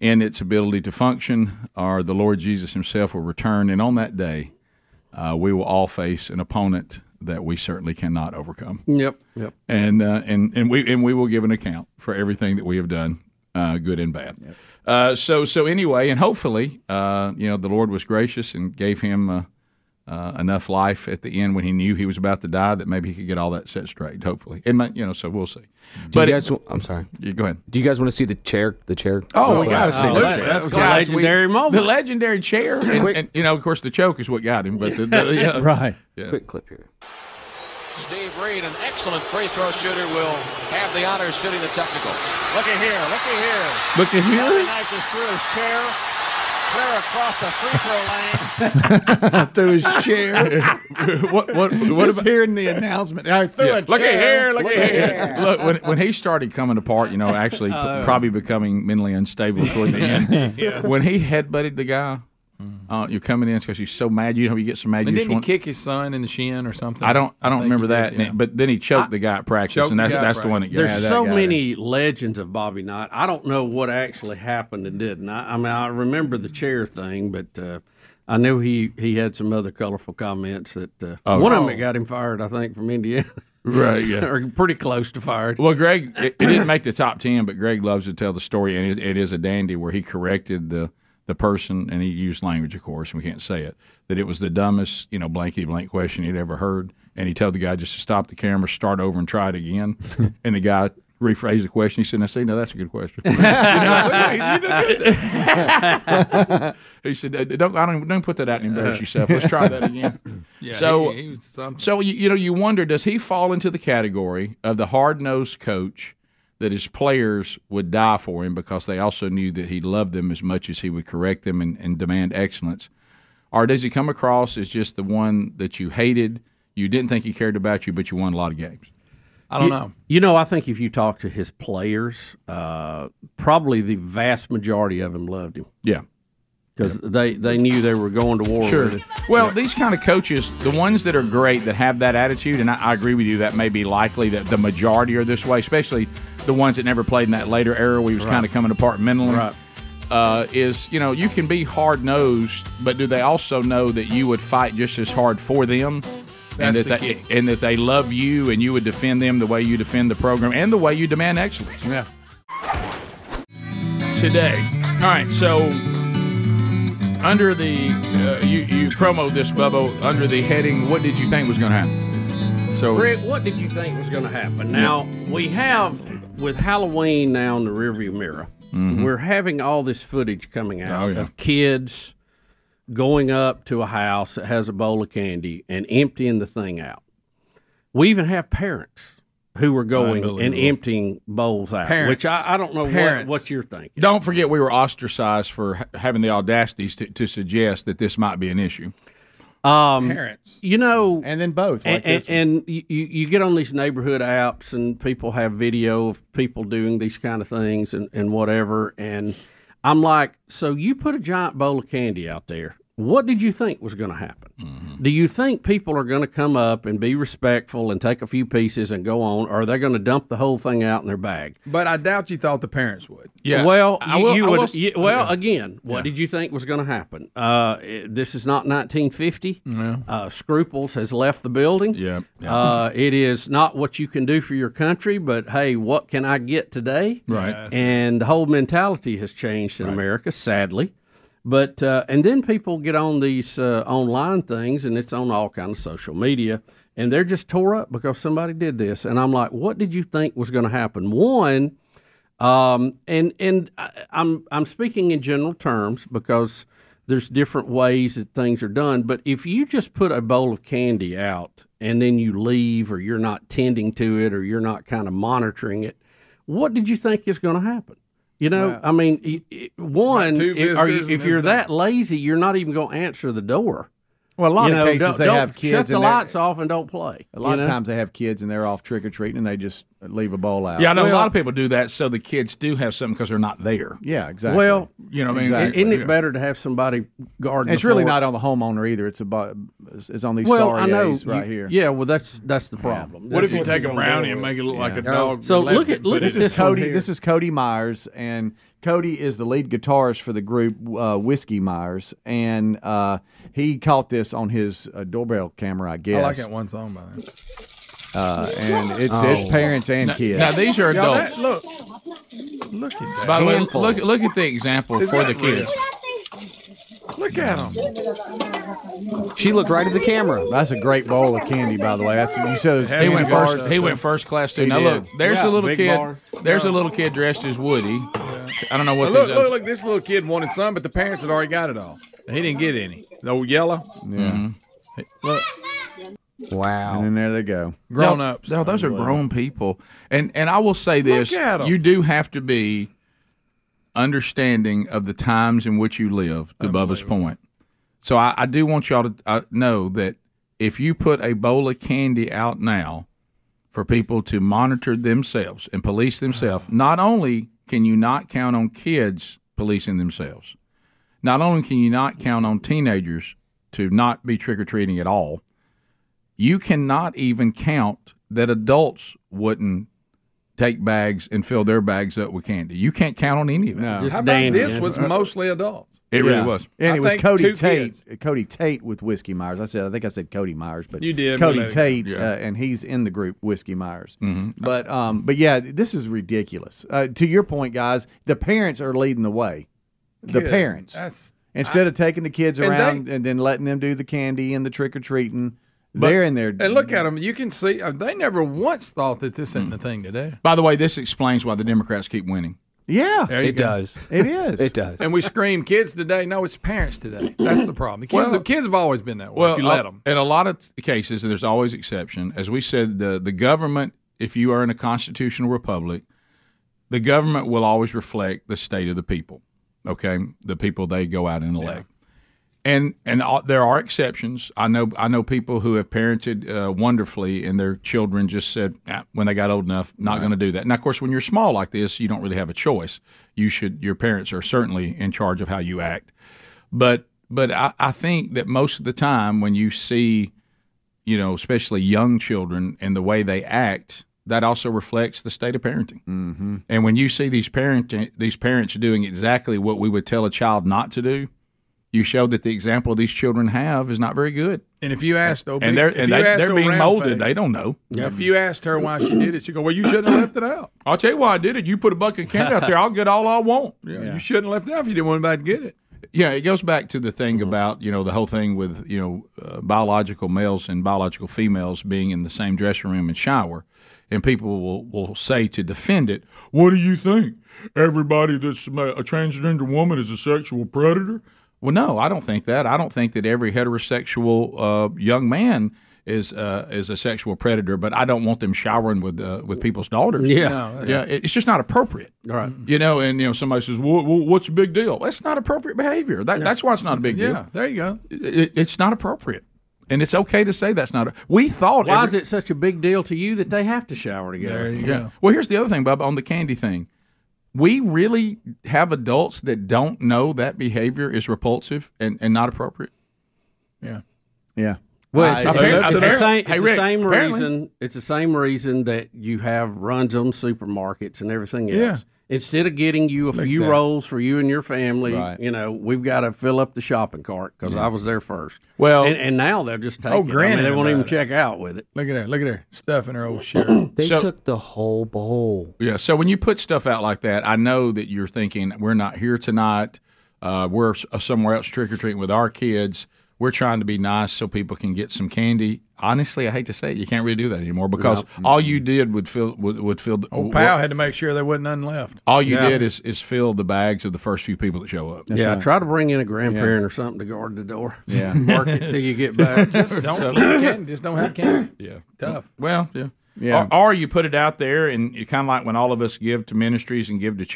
Speaker 1: end its ability to function, or the Lord Jesus Himself will return, and on that day, uh, we will all face an opponent that we certainly cannot overcome.
Speaker 2: Yep. Yep.
Speaker 1: and uh, and and we and we will give an account for everything that we have done, uh, good and bad. Uh, so so anyway, and hopefully, uh, you know, the Lord was gracious and gave him uh, uh, enough life at the end when he knew he was about to die that maybe he could get all that set straight. Hopefully, and might, you know, so we'll see.
Speaker 13: Do you
Speaker 1: it-
Speaker 13: guys, I'm sorry.
Speaker 1: You go ahead.
Speaker 13: Do you guys want to see the chair? The chair.
Speaker 1: Oh, we got to see that.
Speaker 13: That's
Speaker 1: Guys, we- The legendary chair, and, and, you know, of course, the choke is what got him. But the, the, yeah.
Speaker 13: Right.
Speaker 1: Yeah.
Speaker 13: Quick clip here.
Speaker 14: Steve Reed, an excellent free throw shooter, will have the honor shooting the technicals. Looky here, looky here.
Speaker 1: Looky here?
Speaker 14: Kelly Knights is through his chair, clear across the free throw lane.
Speaker 1: through his chair. what? What? What
Speaker 6: Just
Speaker 1: about
Speaker 6: hearing the announcement? I threw
Speaker 1: Yeah.
Speaker 6: a chair.
Speaker 1: Look, when, when he started coming apart, you know, actually p-
Speaker 6: Oh.
Speaker 1: probably becoming mentally unstable toward the end.
Speaker 6: Yeah. Mm-hmm.
Speaker 1: When he headbutted the guy, uh, you're coming in because you're so mad. You know, you get so mad.
Speaker 6: And
Speaker 1: you
Speaker 6: didn't
Speaker 1: just
Speaker 6: he
Speaker 1: want.
Speaker 6: kick his son in the shin or something?
Speaker 1: I don't. I don't
Speaker 6: think
Speaker 1: remember
Speaker 6: he
Speaker 1: that.
Speaker 6: did,
Speaker 1: and it-
Speaker 6: yeah.
Speaker 1: but then he choked the guy at practice,
Speaker 6: Choked
Speaker 1: and
Speaker 6: the
Speaker 1: that,
Speaker 6: guy at
Speaker 1: that's the one that.
Speaker 6: practice.
Speaker 1: yeah,
Speaker 2: There's
Speaker 1: that
Speaker 2: so
Speaker 1: guy.
Speaker 2: many legends of Bobby Knight. I don't know what actually happened and didn't. I, I mean, I remember the chair thing, but uh, I knew he, he had some other colorful comments that uh,
Speaker 1: Oh,
Speaker 2: one of them
Speaker 1: yeah.
Speaker 2: that got him fired, I think, from Indiana.
Speaker 1: Right, yeah.
Speaker 2: or pretty close to fired.
Speaker 1: Well, Greg, it, it didn't make the top ten, but Greg loves to tell the story, and it, it is a dandy where he corrected the the person, and he used language, of course, and we can't say it that it was the dumbest, you know, blankety blank question he'd ever heard, and he told the guy just to stop the camera, start over, and try it again, and the guy. rephrased the question. He said, "Now see, now that's a good question." You know? he said, "Uh, "Don't, I don't, even- don't put that out and embarrass yourself. Let's try that again."
Speaker 6: Uh-huh. Yeah,
Speaker 1: so,
Speaker 6: he- he was something.
Speaker 1: so you, you know, you wonder, does he fall into the category of the hard nosed coach that his players would die for him because they also knew that he loved them as much as he would correct them and, and demand excellence? Or does he come across as just the one that you hated, you didn't think he cared about you, but you won a lot of games?
Speaker 6: I don't
Speaker 2: You-
Speaker 6: know.
Speaker 2: You know, I think if you talk to his players, uh, probably the vast majority of them loved him.
Speaker 1: Yeah.
Speaker 2: because they, they knew they were going to war
Speaker 1: Sure.
Speaker 2: with it.
Speaker 1: Well, these kind of coaches, the ones that are great that have that attitude, and I, I agree with you, that may be likely that the majority are this way, especially the ones that never played in that later era where he was
Speaker 12: Right.
Speaker 1: kind of coming apart mentally. Uh, is you know you can be hard nosed, but do they also know that you would fight just as hard for them, and
Speaker 6: That's
Speaker 1: that
Speaker 6: the
Speaker 1: they, and that they love you, and you would defend them the way you defend the program and the way you demand excellence. Yeah. Today, all right. So under the uh, you you promo this Bubba under the heading what did you think was going to happen so
Speaker 2: Rick, what did you think was going to happen? Now we have with Halloween now in the rearview mirror.
Speaker 1: Mhm.
Speaker 2: We're having all this footage coming out
Speaker 1: Oh, yeah.
Speaker 2: of kids going up to a house that has a bowl of candy and emptying the thing out. We even have parents who were going and
Speaker 1: Unbelievable.
Speaker 2: emptying bowls out,
Speaker 1: Parents.
Speaker 2: which I, I don't know what,
Speaker 1: Parents.
Speaker 2: what you're thinking.
Speaker 1: don't forget we were ostracized for ha- having the audacities to, to suggest that this might be an issue
Speaker 2: Um,
Speaker 1: Parents.
Speaker 2: you know,
Speaker 5: and then both,
Speaker 1: like
Speaker 2: and,
Speaker 1: this one.
Speaker 2: and you, you you get on these neighborhood apps, and people have video of people doing these kind of things and, and whatever. And I'm like, so you put a giant bowl of candy out there. What did you think was going to happen?
Speaker 1: Mm-hmm.
Speaker 2: Do you think people are going to come up and be respectful and take a few pieces and go on, or are they going to dump the whole thing out in their bag?
Speaker 12: But I doubt you thought the parents would.
Speaker 2: Well,
Speaker 12: I
Speaker 2: you,
Speaker 12: will-
Speaker 2: you
Speaker 12: I
Speaker 2: would.
Speaker 12: will s-
Speaker 2: you- well,
Speaker 12: Yeah.
Speaker 2: again, what
Speaker 12: Yeah.
Speaker 2: did you think was going to happen? Uh, it- this is not 1950. Uh, Scruples has left the building. Yeah. Uh, it is not what you can do for your country, but hey, what can I get today?
Speaker 1: Right. Yes.
Speaker 2: And the whole mentality has changed in America, sadly. But uh, and then people get on these uh, online things, and it's on all kind of social media, and they're just tore up because somebody did this. And I'm like, what did you think was going to happen? One, um, and and I, I'm I'm speaking in general terms because there's different ways that things are done. But if you just put a bowl of candy out and then you leave, or you're not tending to it, or you're not kind of monitoring it, what did you think is going to happen? You know, I mean, y- y- one,
Speaker 12: two
Speaker 2: if, are you,
Speaker 12: visitors and
Speaker 2: if
Speaker 12: it's
Speaker 2: you're
Speaker 12: done.
Speaker 2: that lazy, you're not even going to answer the door.
Speaker 12: Well, a lot
Speaker 2: You
Speaker 12: of
Speaker 2: know,
Speaker 12: cases
Speaker 2: don't-
Speaker 12: they
Speaker 2: don't
Speaker 12: have kids.
Speaker 2: Shut the
Speaker 12: and they're-
Speaker 2: lights off and don't play.
Speaker 12: A lot
Speaker 2: you
Speaker 12: of
Speaker 2: know?
Speaker 12: times they have kids and they're off trick or treating and they just leave a bowl
Speaker 2: Uh,
Speaker 12: out.
Speaker 1: yeah i know a lot of people do that so the kids do have something because they're not there
Speaker 12: Yeah, exactly.
Speaker 2: Well,
Speaker 1: you know what i mean
Speaker 12: Exactly.
Speaker 2: Isn't it better to have somebody guard?
Speaker 12: It's
Speaker 2: the
Speaker 12: really
Speaker 2: fort?
Speaker 12: not on the homeowner either. It's about it's on these
Speaker 2: well,
Speaker 12: sorry
Speaker 2: I know
Speaker 12: A's right
Speaker 2: you-
Speaker 12: here.
Speaker 2: Yeah, well, that's that's the problem.
Speaker 12: What
Speaker 2: That's
Speaker 12: if you take
Speaker 2: we're gonna
Speaker 12: a brownie
Speaker 2: deal
Speaker 12: and
Speaker 2: with.
Speaker 12: make it look like a
Speaker 2: Yeah.
Speaker 12: dog
Speaker 2: Oh, So
Speaker 12: that
Speaker 2: look
Speaker 12: left
Speaker 2: at
Speaker 12: it,
Speaker 2: look
Speaker 12: but
Speaker 2: at
Speaker 12: this is Cody.
Speaker 2: One
Speaker 12: This is Cody Myers, and Cody is the lead guitarist for the group uh, Whiskey Myers, and uh, he caught this on his uh, doorbell camera, I guess.
Speaker 6: I like that one song by them.
Speaker 12: Uh, and it's
Speaker 6: Oh.
Speaker 12: it's parents and
Speaker 1: Now-
Speaker 12: kids.
Speaker 1: now these are
Speaker 6: Y'all,
Speaker 1: adults.
Speaker 6: that- look, look at that.
Speaker 1: by the way
Speaker 12: Handfuls.
Speaker 1: look, look at the example
Speaker 6: Is
Speaker 1: for
Speaker 6: that
Speaker 1: the kids
Speaker 6: look at them.
Speaker 12: She looked right at the camera. That's a great bowl of candy, by the way. That's you said
Speaker 1: He went first. He went first class too.
Speaker 12: He
Speaker 1: Now
Speaker 12: did.
Speaker 1: look, there's a
Speaker 12: Yeah,
Speaker 1: little
Speaker 12: big
Speaker 1: kid.
Speaker 12: bar.
Speaker 1: There's a little kid dressed as Woody. I don't know what.
Speaker 6: Now look,
Speaker 1: these
Speaker 6: look, look, this little kid wanted some, but the parents had already got it all. He didn't get any. No yellow.
Speaker 12: Yeah.
Speaker 6: Hey, Look,
Speaker 12: Wow. Mm-hmm. And then there they go.
Speaker 1: grown ups. No, those are grown people. And and I will say this:
Speaker 6: at 'em.
Speaker 1: you do have to be understanding of the times in which you live. To Bubba's point, so I, I do want y'all to uh, know that if you put a bowl of candy out now for people to monitor themselves and police themselves, not only can you not count on kids policing themselves, not only can you not count on teenagers to not be trick or treating at all, you cannot even count that adults wouldn't take bags and fill their bags up with candy. You can't count on any of that. Uh,
Speaker 6: how about this was mostly adults.
Speaker 1: It really was.
Speaker 12: And
Speaker 6: I
Speaker 12: it was
Speaker 6: think
Speaker 12: Cody
Speaker 6: two
Speaker 12: Tate.
Speaker 6: kids.
Speaker 12: Cody Tate with Whiskey Myers. I said I think I said Cody Myers, but
Speaker 6: You did,
Speaker 12: Cody
Speaker 6: but-
Speaker 12: Tate,
Speaker 6: Yeah.
Speaker 12: uh, and he's in the group Whiskey Myers.
Speaker 1: Mm-hmm.
Speaker 12: But um, but yeah, this is ridiculous. Uh, to your point, guys, the parents are leading the way. The
Speaker 6: Good.
Speaker 12: parents
Speaker 6: That's-
Speaker 12: instead of taking the kids
Speaker 6: And they-
Speaker 12: around and then letting them do the candy and the trick or treating, they're in there.
Speaker 6: And look at them. You can see uh, they never once thought that this
Speaker 1: Hmm.
Speaker 6: ain't the thing to do.
Speaker 1: By the way, this explains why the Democrats keep winning.
Speaker 12: Yeah,
Speaker 6: There you It go. does.
Speaker 12: It is.
Speaker 1: It does.
Speaker 6: And we scream kids today. No, it's parents today. That's the problem. The kids,
Speaker 1: Well-
Speaker 6: kids have always been that way.
Speaker 1: Well,
Speaker 6: if you let
Speaker 1: uh,
Speaker 6: them.
Speaker 1: in a lot of th- cases, there's always exception. As we said, the the government, if you are in a constitutional republic, the government will always reflect the state of the people. Okay, the people they go out and elect. And and all, there are exceptions. I know I know people who have parented uh, wonderfully, and their children just said "Ah, when they got old enough, not going to do that. Now, of course, when you're small like this, you don't really have a choice. You should your parents are certainly in charge of how you act. But but I, I think that most of the time when you see, you know, especially young children and the way they act, that also reflects the state of parenting.
Speaker 12: Mm-hmm.
Speaker 1: And when you see these parent these parents doing exactly what we would tell a child not to do, you show that the example these children have is not very good.
Speaker 6: And if you asked, OB,
Speaker 1: And they're
Speaker 6: if
Speaker 1: and
Speaker 6: you
Speaker 1: they,
Speaker 6: asked
Speaker 1: they're
Speaker 6: old
Speaker 1: being
Speaker 6: Roundface-
Speaker 1: molded. They don't know.
Speaker 6: If you asked her why she did it, she go, "Well, you shouldn't have left it out.
Speaker 1: I'll tell you why I did it. You put a bucket of candy out there. I'll get all I want.
Speaker 6: Yeah, you shouldn't have left it out if you didn't want anybody to get it."
Speaker 1: Yeah, it goes back to the thing
Speaker 2: Mm-hmm.
Speaker 1: about you know the whole thing with you know uh, biological males and biological females being in the same dressing room and shower, and people will will say to defend it, "What do you think? Everybody that's ma- a transgender woman is a sexual predator." Well, no, I don't think that. I don't think that every heterosexual uh, young man is uh, is a sexual predator. But I don't want them showering with uh, with people's daughters.
Speaker 2: Yeah. No, that's-
Speaker 1: yeah, it- it's just not appropriate. All right, you know, and you know, somebody says, well, well, "What's the big deal?" That's not appropriate behavior. That, That's why it's not a big deal.
Speaker 6: Yeah, there you go.
Speaker 1: It, it- it's not appropriate, and it's okay to say that's not. A, we thought.
Speaker 2: Why is it such a big deal to you that they have to shower together?
Speaker 1: Well, here's the other thing, Bob, on the candy thing. We really have adults that don't know that behavior is repulsive and, and not appropriate.
Speaker 12: Yeah.
Speaker 2: Well, it's, apparent-
Speaker 1: Uh,
Speaker 2: it's
Speaker 1: it's-
Speaker 2: the
Speaker 1: apparently-
Speaker 2: same, it's
Speaker 1: hey,
Speaker 2: the
Speaker 1: Rick,
Speaker 2: same
Speaker 1: apparently.
Speaker 2: reason. It's the same reason that you have runs on supermarkets and everything else.
Speaker 1: Yeah.
Speaker 2: Instead of getting you a
Speaker 1: Like
Speaker 2: few
Speaker 1: that.
Speaker 2: rolls for you and your family,
Speaker 1: Right.
Speaker 2: you know, we've got to fill up the shopping cart because
Speaker 1: Yeah.
Speaker 2: I was there first.
Speaker 1: Well-
Speaker 2: and, and now they'll just take
Speaker 6: Oh,
Speaker 2: it. I mean,
Speaker 6: granted
Speaker 2: they won't even
Speaker 6: about
Speaker 2: check out with it.
Speaker 6: Look at her. Look at her stuffing her old shirt.
Speaker 1: They So-
Speaker 13: took the whole bowl.
Speaker 1: Yeah. So when you put stuff out like that, I know that you're thinking we're not here tonight. Uh, we're s- somewhere else trick or treating with our kids. We're trying to be nice so people can get some candy. Honestly, I hate to say it, you can't really do that anymore because all you did would fill would, would fill the
Speaker 6: Old pal had to make sure there wasn't nothing left.
Speaker 1: all you
Speaker 6: Yeah.
Speaker 1: did is is fill the bags of the first few people that show up.
Speaker 2: yeah, try to bring in a grandparent or something to guard the door.
Speaker 1: Yeah.
Speaker 2: mark it till you get back.
Speaker 6: Just don't leave candy. Just don't have candy.
Speaker 1: Yeah.
Speaker 6: Tough.
Speaker 1: Well, yeah.
Speaker 6: Yeah.
Speaker 1: Or, or you put it out there, and you kind of like when all of us give to ministries and give to charity.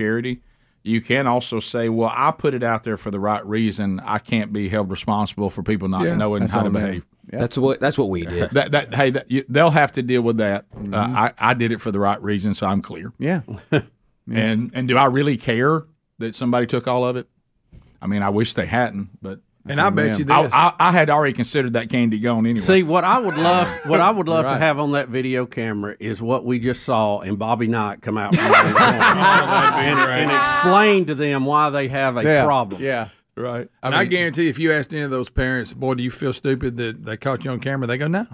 Speaker 1: You can also say, "Well, I put it out there for the right reason. I can't be held responsible for people not
Speaker 13: Yeah,
Speaker 1: knowing
Speaker 13: that's
Speaker 1: how to
Speaker 13: all, man.
Speaker 1: behave."
Speaker 13: Yeah. That's what- that's what we did.
Speaker 1: that, that, hey, that, you, they'll have to deal with that. Uh, I, I did it for the right reason, so I'm clear.
Speaker 12: Yeah.
Speaker 1: And and do I really care that somebody took all of it? I mean, I wish they hadn't, but
Speaker 6: And I bet you
Speaker 1: I,
Speaker 6: this.
Speaker 1: I, I had already considered that candy gone anyway.
Speaker 2: See what I would love, what I would love
Speaker 1: Right.
Speaker 2: to have on that video camera is what we just saw and Bobby Knight come out from around the corner and, and explain to them why they have a
Speaker 6: Yeah.
Speaker 2: problem.
Speaker 12: Yeah,
Speaker 1: right.
Speaker 6: I,
Speaker 2: I mean-
Speaker 6: guarantee if you asked any of those parents, boy, do you feel stupid that they caught you on camera? They go, no,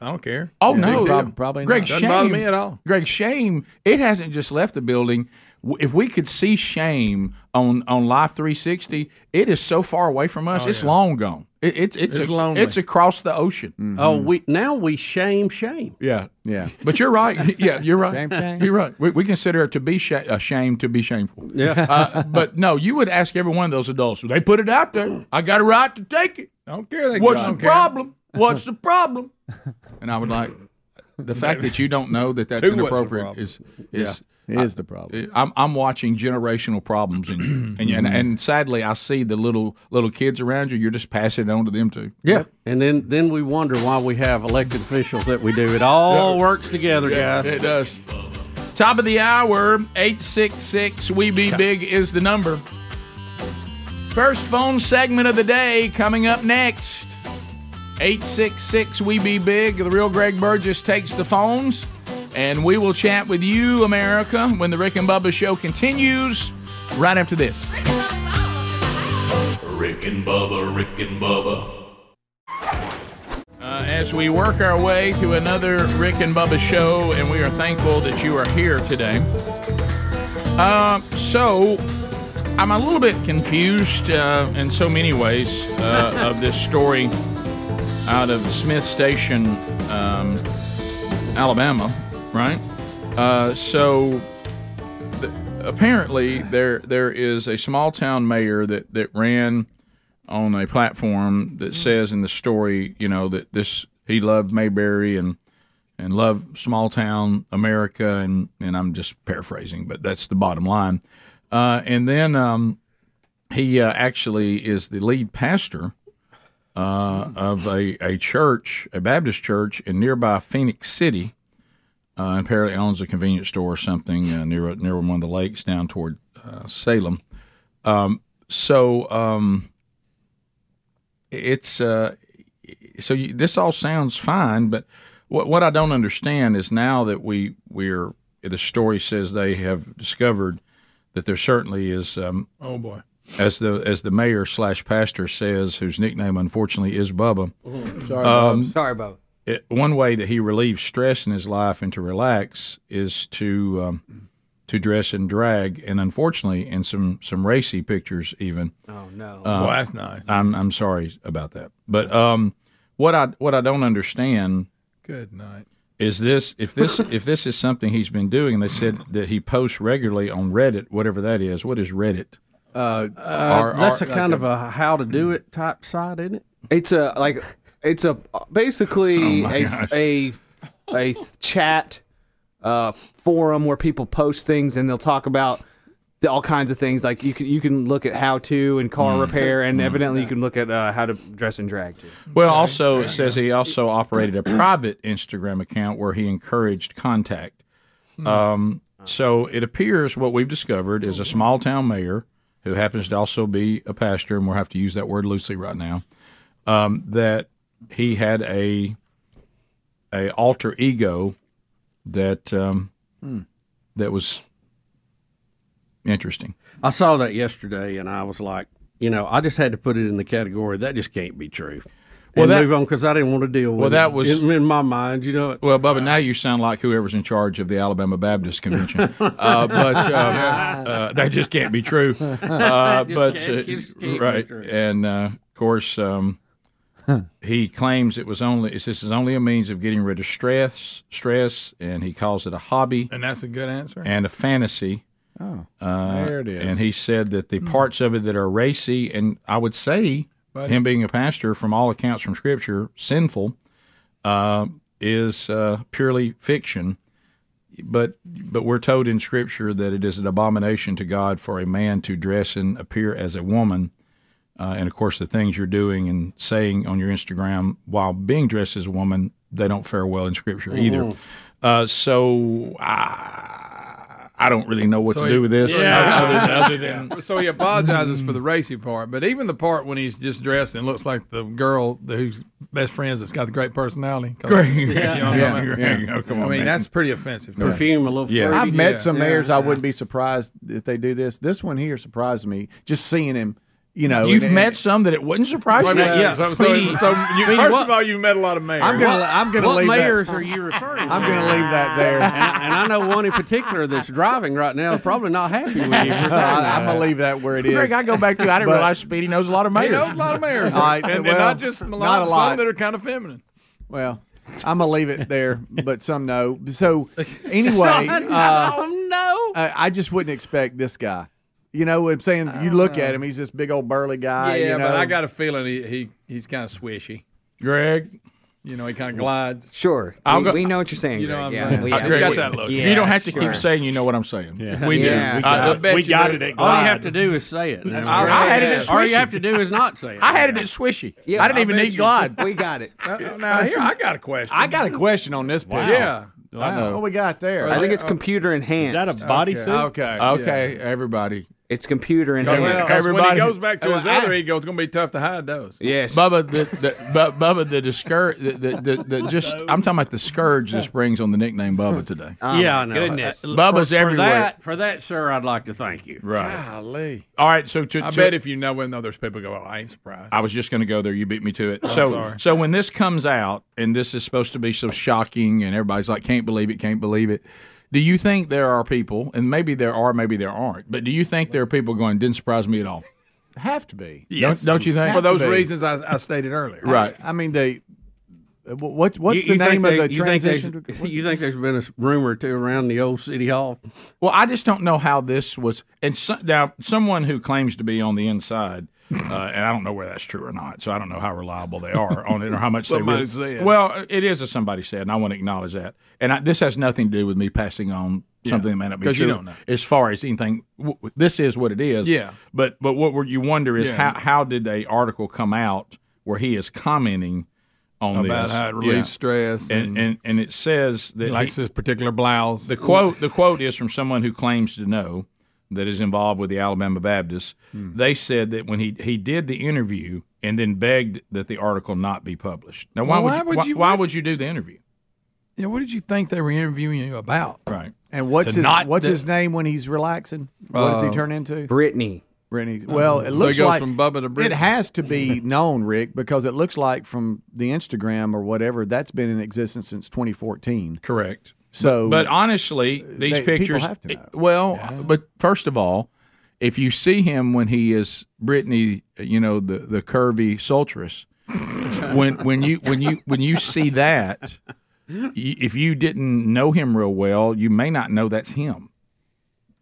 Speaker 6: I don't care.
Speaker 1: Oh
Speaker 6: Big
Speaker 1: no,
Speaker 6: deal.
Speaker 1: Greg,
Speaker 6: Doesn't
Speaker 1: shame,
Speaker 6: bother me at all.
Speaker 1: Greg, shame. It hasn't just left the building. W- If we could see shame on on Life 360, it is so far away from us. it's long gone. It, it, it's
Speaker 6: Oh, It's
Speaker 1: a-
Speaker 6: lonely.
Speaker 1: It's across the ocean.
Speaker 12: Mm-hmm.
Speaker 2: Oh, we now we shame shame.
Speaker 1: Yeah,
Speaker 12: yeah.
Speaker 1: But you're right. Yeah, you're right.
Speaker 2: Shame, shame.
Speaker 1: You're right. We, we consider it to be sh- a shame to be shameful.
Speaker 2: Yeah.
Speaker 1: Uh, but no, you would ask every one of those adults. They put it out there. I got a right to take it.
Speaker 6: I don't care. They
Speaker 1: What's
Speaker 6: I
Speaker 1: the
Speaker 6: don't care.
Speaker 1: problem? What's the problem? And I would like the fact that you don't know that that's
Speaker 6: Two, what's the
Speaker 1: inappropriate
Speaker 6: problem?
Speaker 1: is is
Speaker 12: It is the problem. Mm-hmm.
Speaker 1: I'm I'm watching generational problems in you, and, and and sadly, I see the little little kids around you. You're just passing it on to them too.
Speaker 2: Yeah. And then then we wonder why we have elected officials that we do. It all
Speaker 1: Yeah.
Speaker 2: works together,
Speaker 1: Yeah,
Speaker 2: guys.
Speaker 1: it does. Top of the hour, 866 We Be Big is the number. First phone segment of the day coming up next. 866 We Be Big. The real Greg Burgess takes the phones, and we will chat with you, America, when the Rick and Bubba show continues right after this.
Speaker 3: Rick and Bubba, Rick and Bubba,
Speaker 1: Uh, as we work our way to another Rick and Bubba show, and we are thankful that you are here today. Uh, so, I'm a little bit confused uh, in so many ways uh, of this story out of Smith Station, um, Alabama, right? Uh, so, th- apparently, there there is a small town mayor that that ran on a platform that says in the story, you know, that this he loved Mayberry and and loved small town America, and and I'm just paraphrasing, but that's the bottom line. Uh, and then um, he uh, actually is the lead pastor uh, of a, a church, a Baptist church in nearby Phoenix City. Uh, and apparently owns a convenience store or something uh, near near one of the lakes down toward uh, Salem. Um, so um, it's uh, so you, this all sounds fine, but what what I don't understand is now that we we're the story says they have discovered that there certainly is um,
Speaker 6: Oh boy.
Speaker 1: as the as the mayor slash pastor says, whose nickname unfortunately is Bubba.
Speaker 6: Sorry, Bubs.
Speaker 1: sorry, Bubba. Um, It, one way that he relieves stress in his life and to relax is to um, to dress in drag, and unfortunately, in some some racy pictures, even.
Speaker 6: Oh, no.
Speaker 1: Uh,
Speaker 6: Well, that's nice.
Speaker 1: I'm I'm sorry about that, but um, what I what I don't understand
Speaker 6: Good night.
Speaker 1: is this if this if this is something he's been doing and they said that he posts regularly on reddit whatever that is what is reddit
Speaker 12: uh,
Speaker 2: Uh, that's a kind
Speaker 1: like
Speaker 2: of a how to do it type site, isn't it?
Speaker 8: It's a like it's a basically
Speaker 2: Oh, my gosh.
Speaker 8: a, a a chat uh, forum where people post things and they'll talk about the, all kinds of things. Like you can you can look at how to and car
Speaker 1: Mm.
Speaker 8: repair, and
Speaker 1: Mm.
Speaker 8: evidently you can look at uh, how to dress and drag too.
Speaker 1: well also it says he also operated a private instagram account where he encouraged contact
Speaker 15: Hmm.
Speaker 1: um, so it appears what we've discovered is a small town mayor who happens to also be a pastor and we'll have to use that word loosely right now um, that he had a a alter ego that um,
Speaker 2: Hmm.
Speaker 1: that was interesting.
Speaker 2: I saw that yesterday, and I was like, you know, I just had to put it in the category that just can't be true.
Speaker 1: Well,
Speaker 2: and
Speaker 1: that-
Speaker 2: move on because I didn't want to deal with.
Speaker 1: Well, that
Speaker 2: it.
Speaker 1: was
Speaker 2: It- in my mind, you know.
Speaker 1: Well, Bubba, now you sound like whoever's in charge of the Alabama Baptist Convention, uh, but uh, uh, that just can't be true. Uh,
Speaker 2: Just
Speaker 1: but
Speaker 2: can't- just can't be
Speaker 1: right,
Speaker 2: true.
Speaker 1: and uh, of course, um, he claims it was only it's, this is only a means of getting rid of stress, stress, and he calls it a hobby
Speaker 6: And that's a good answer.
Speaker 1: and a fantasy.
Speaker 6: Oh.
Speaker 1: Uh,
Speaker 6: There it is.
Speaker 1: And he said that
Speaker 2: Hmm.
Speaker 1: the parts of it that are racy, and I would say
Speaker 6: Buddy.
Speaker 1: him being a pastor, from all accounts from Scripture, sinful, uh, is uh, purely fiction. But but we're told in Scripture that it is an abomination to God for a man to dress and appear as a woman. Uh, and of course, the things you're doing and saying on your Instagram while being dressed as a woman, they don't fare well in Scripture
Speaker 6: Mm-hmm.
Speaker 1: either.
Speaker 2: Mhm.
Speaker 1: Uh, so I, I don't really know what
Speaker 6: So
Speaker 1: to
Speaker 6: he-
Speaker 1: do with this. Other than- other than-
Speaker 6: so he apologizes for the racy part, but even the part when he's just dressed and looks like the girl that- who's best friends that's got the great personality.
Speaker 1: Great.
Speaker 6: You know what I'm
Speaker 1: Yeah.
Speaker 6: talking about?
Speaker 1: Yeah.
Speaker 12: Oh,
Speaker 1: Yeah. Come on,
Speaker 6: I mean,
Speaker 1: man.
Speaker 6: that's pretty offensive. to me.
Speaker 2: Perfume, a little
Speaker 12: I've met some
Speaker 6: Yeah.
Speaker 12: mayors. I wouldn't be surprised if they do this. This one here surprised me. Just seeing him, you know.
Speaker 1: You've
Speaker 12: and-
Speaker 1: met some that it wouldn't surprise
Speaker 12: Wait a
Speaker 1: you.
Speaker 12: minute, Yeah. so- so-
Speaker 1: Speed.
Speaker 12: so you-
Speaker 1: Speed,
Speaker 12: first
Speaker 1: what-
Speaker 6: First of all, you met a lot of mayors.
Speaker 12: I'm gonna. I'm gonna
Speaker 2: what
Speaker 12: leave
Speaker 2: mayors
Speaker 12: that.
Speaker 2: are you referring to?
Speaker 12: I'm gonna leave that there.
Speaker 2: and, I, and I know one in particular that's driving right now, probably not happy with you. for saying
Speaker 12: I, am
Speaker 2: that.
Speaker 12: gonna leave that where it is.
Speaker 1: Greg, I go back to I didn't
Speaker 12: But-
Speaker 1: realize Speedy knows a lot of
Speaker 6: He
Speaker 1: mayors.
Speaker 6: knows a lot of mayors,
Speaker 12: All right,
Speaker 6: and, and
Speaker 12: well,
Speaker 6: not just a
Speaker 12: not
Speaker 6: lot,
Speaker 12: a lot.
Speaker 6: Some that are kind of feminine.
Speaker 12: Well, I'm gonna leave it there, but some know. So anyway, uh,
Speaker 2: no.
Speaker 12: I I just wouldn't expect this guy. You know what I'm saying? You look at him; he's this big old burly guy.
Speaker 6: Uh, yeah,
Speaker 12: uh, you know?
Speaker 6: but I got a feeling he, he he's kind of swishy.
Speaker 1: Greg,
Speaker 6: you know, he kind of glides.
Speaker 13: Sure,
Speaker 6: I'll
Speaker 13: we,
Speaker 6: go-
Speaker 13: we know what you're saying.
Speaker 6: You know
Speaker 13: Greg.
Speaker 6: what
Speaker 13: yeah,
Speaker 6: I'm saying?
Speaker 13: we-
Speaker 6: I-
Speaker 13: yeah,
Speaker 6: Greg,
Speaker 13: we-
Speaker 6: we- that look.
Speaker 13: yeah,
Speaker 1: you don't have to
Speaker 13: sure.
Speaker 1: keep saying you know what I'm saying.
Speaker 13: Yeah.
Speaker 1: We
Speaker 13: Yeah.
Speaker 1: do.
Speaker 13: We
Speaker 1: I-
Speaker 13: got
Speaker 1: I
Speaker 13: it.
Speaker 1: bet
Speaker 13: We
Speaker 1: you
Speaker 13: got
Speaker 1: do.
Speaker 13: it at
Speaker 2: All you
Speaker 1: I-
Speaker 2: have to do is say it. That's
Speaker 1: I-
Speaker 2: all
Speaker 1: I had it at
Speaker 2: All you
Speaker 1: Swishy.
Speaker 2: have to do is not say it.
Speaker 1: I had it at Swishy.
Speaker 2: Yeah,
Speaker 1: I didn't
Speaker 2: I
Speaker 1: even
Speaker 2: bet
Speaker 1: need
Speaker 2: you-
Speaker 1: God.
Speaker 13: We got it.
Speaker 6: now here I got a question.
Speaker 12: I got a question on this picture.
Speaker 6: Yeah.
Speaker 12: Wow. What we got there?
Speaker 8: I think it's
Speaker 6: Uh,
Speaker 8: computer enhanced.
Speaker 12: that a body Okay. suit? Okay.
Speaker 1: Okay, everybody.
Speaker 8: It's computer enhanced.
Speaker 6: when he goes back to his other ego, it's going to be tough to hide those.
Speaker 8: Yes.
Speaker 1: Bubba, the, the, Bu- Bubba, the, discour- the, the, the, the just, I'm talking about the scourge this brings on the nickname Bubba today.
Speaker 13: Oh,
Speaker 2: yeah, I know. Uh,
Speaker 1: Bubba's
Speaker 2: for,
Speaker 1: everywhere.
Speaker 2: For that, for that, sir, I'd like to thank you.
Speaker 1: Right.
Speaker 6: Golly.
Speaker 1: All right, so to,
Speaker 6: I
Speaker 1: to-
Speaker 6: bet if you know him, though, there's people go, oh, I ain't surprised.
Speaker 1: I was just going to go there. You beat me to it.
Speaker 6: I'm
Speaker 1: so,
Speaker 6: sorry.
Speaker 1: so when this comes out, and this is supposed to be so shocking, and everybody's like, "Can't believe it! Can't believe it!" Do you think there are people, and maybe there are, maybe there aren't, but do you think there are people going, "Didn't surprise me at all"?
Speaker 12: have to be.
Speaker 1: Don't, don't you think?
Speaker 6: For those reasons I, I stated earlier.
Speaker 1: right?
Speaker 12: I mean, they. uh, wh- What, what's
Speaker 2: You- you
Speaker 12: the
Speaker 2: think
Speaker 12: name of
Speaker 2: they-
Speaker 12: the
Speaker 2: you think there's-
Speaker 12: transition? to-
Speaker 2: you think there's been a s- rumor or two around the old city hall?
Speaker 1: Well, I just don't know how this was. And so, now, someone who claims to be on the inside, uh, and I don't know whether that's true or not, so I don't know how reliable they are on it or how much they
Speaker 6: Somebody
Speaker 1: really.
Speaker 6: said.
Speaker 1: Well, it is as somebody said, and I want to acknowledge that. And I, this has nothing to do with me passing on something that may not be true.
Speaker 6: 'cause you don't know.
Speaker 1: As far as anything, w- w- this is what it is.
Speaker 6: Yeah.
Speaker 1: But but what were you wonder is
Speaker 6: Yeah.
Speaker 1: how how did a article come out where he is commenting on
Speaker 6: About
Speaker 1: this?
Speaker 6: how it relieves
Speaker 1: Yeah.
Speaker 6: stress
Speaker 1: and,
Speaker 6: and-
Speaker 1: and and it says that
Speaker 6: He likes
Speaker 1: this
Speaker 6: particular blouse.
Speaker 1: The quote the quote is from someone who claims to know
Speaker 6: Hmm.
Speaker 1: that is involved with the Alabama Baptists. They said that when he he did the interview and then begged that the article not be published. Now, why,
Speaker 6: Well,
Speaker 1: would, you, why, why would you do the interview?
Speaker 6: Yeah, what did you think they were interviewing you about?
Speaker 1: Right.
Speaker 12: And what's
Speaker 6: To
Speaker 12: his
Speaker 6: not
Speaker 12: what's
Speaker 6: the-
Speaker 12: his name when he's relaxing? What does he
Speaker 6: Uh,
Speaker 12: turn into?
Speaker 8: Brittany.
Speaker 12: Brittany. Well,
Speaker 6: So
Speaker 12: it
Speaker 6: he
Speaker 12: looks
Speaker 6: goes
Speaker 12: like
Speaker 6: from Bubba to
Speaker 12: it
Speaker 6: Brittany.
Speaker 12: has to be known, Rick, because it looks like from the Instagram or whatever that's been in existence since 2014.
Speaker 1: Correct.
Speaker 12: So,
Speaker 6: Oh.
Speaker 1: but honestly, these
Speaker 12: they- people
Speaker 1: pictures.
Speaker 12: have to know.
Speaker 1: Well, but first of all, if you see him when he is Brittany, you know the the curvy sultress. when when you when you when you see that, y- if you didn't know him real well, you may not know that's him.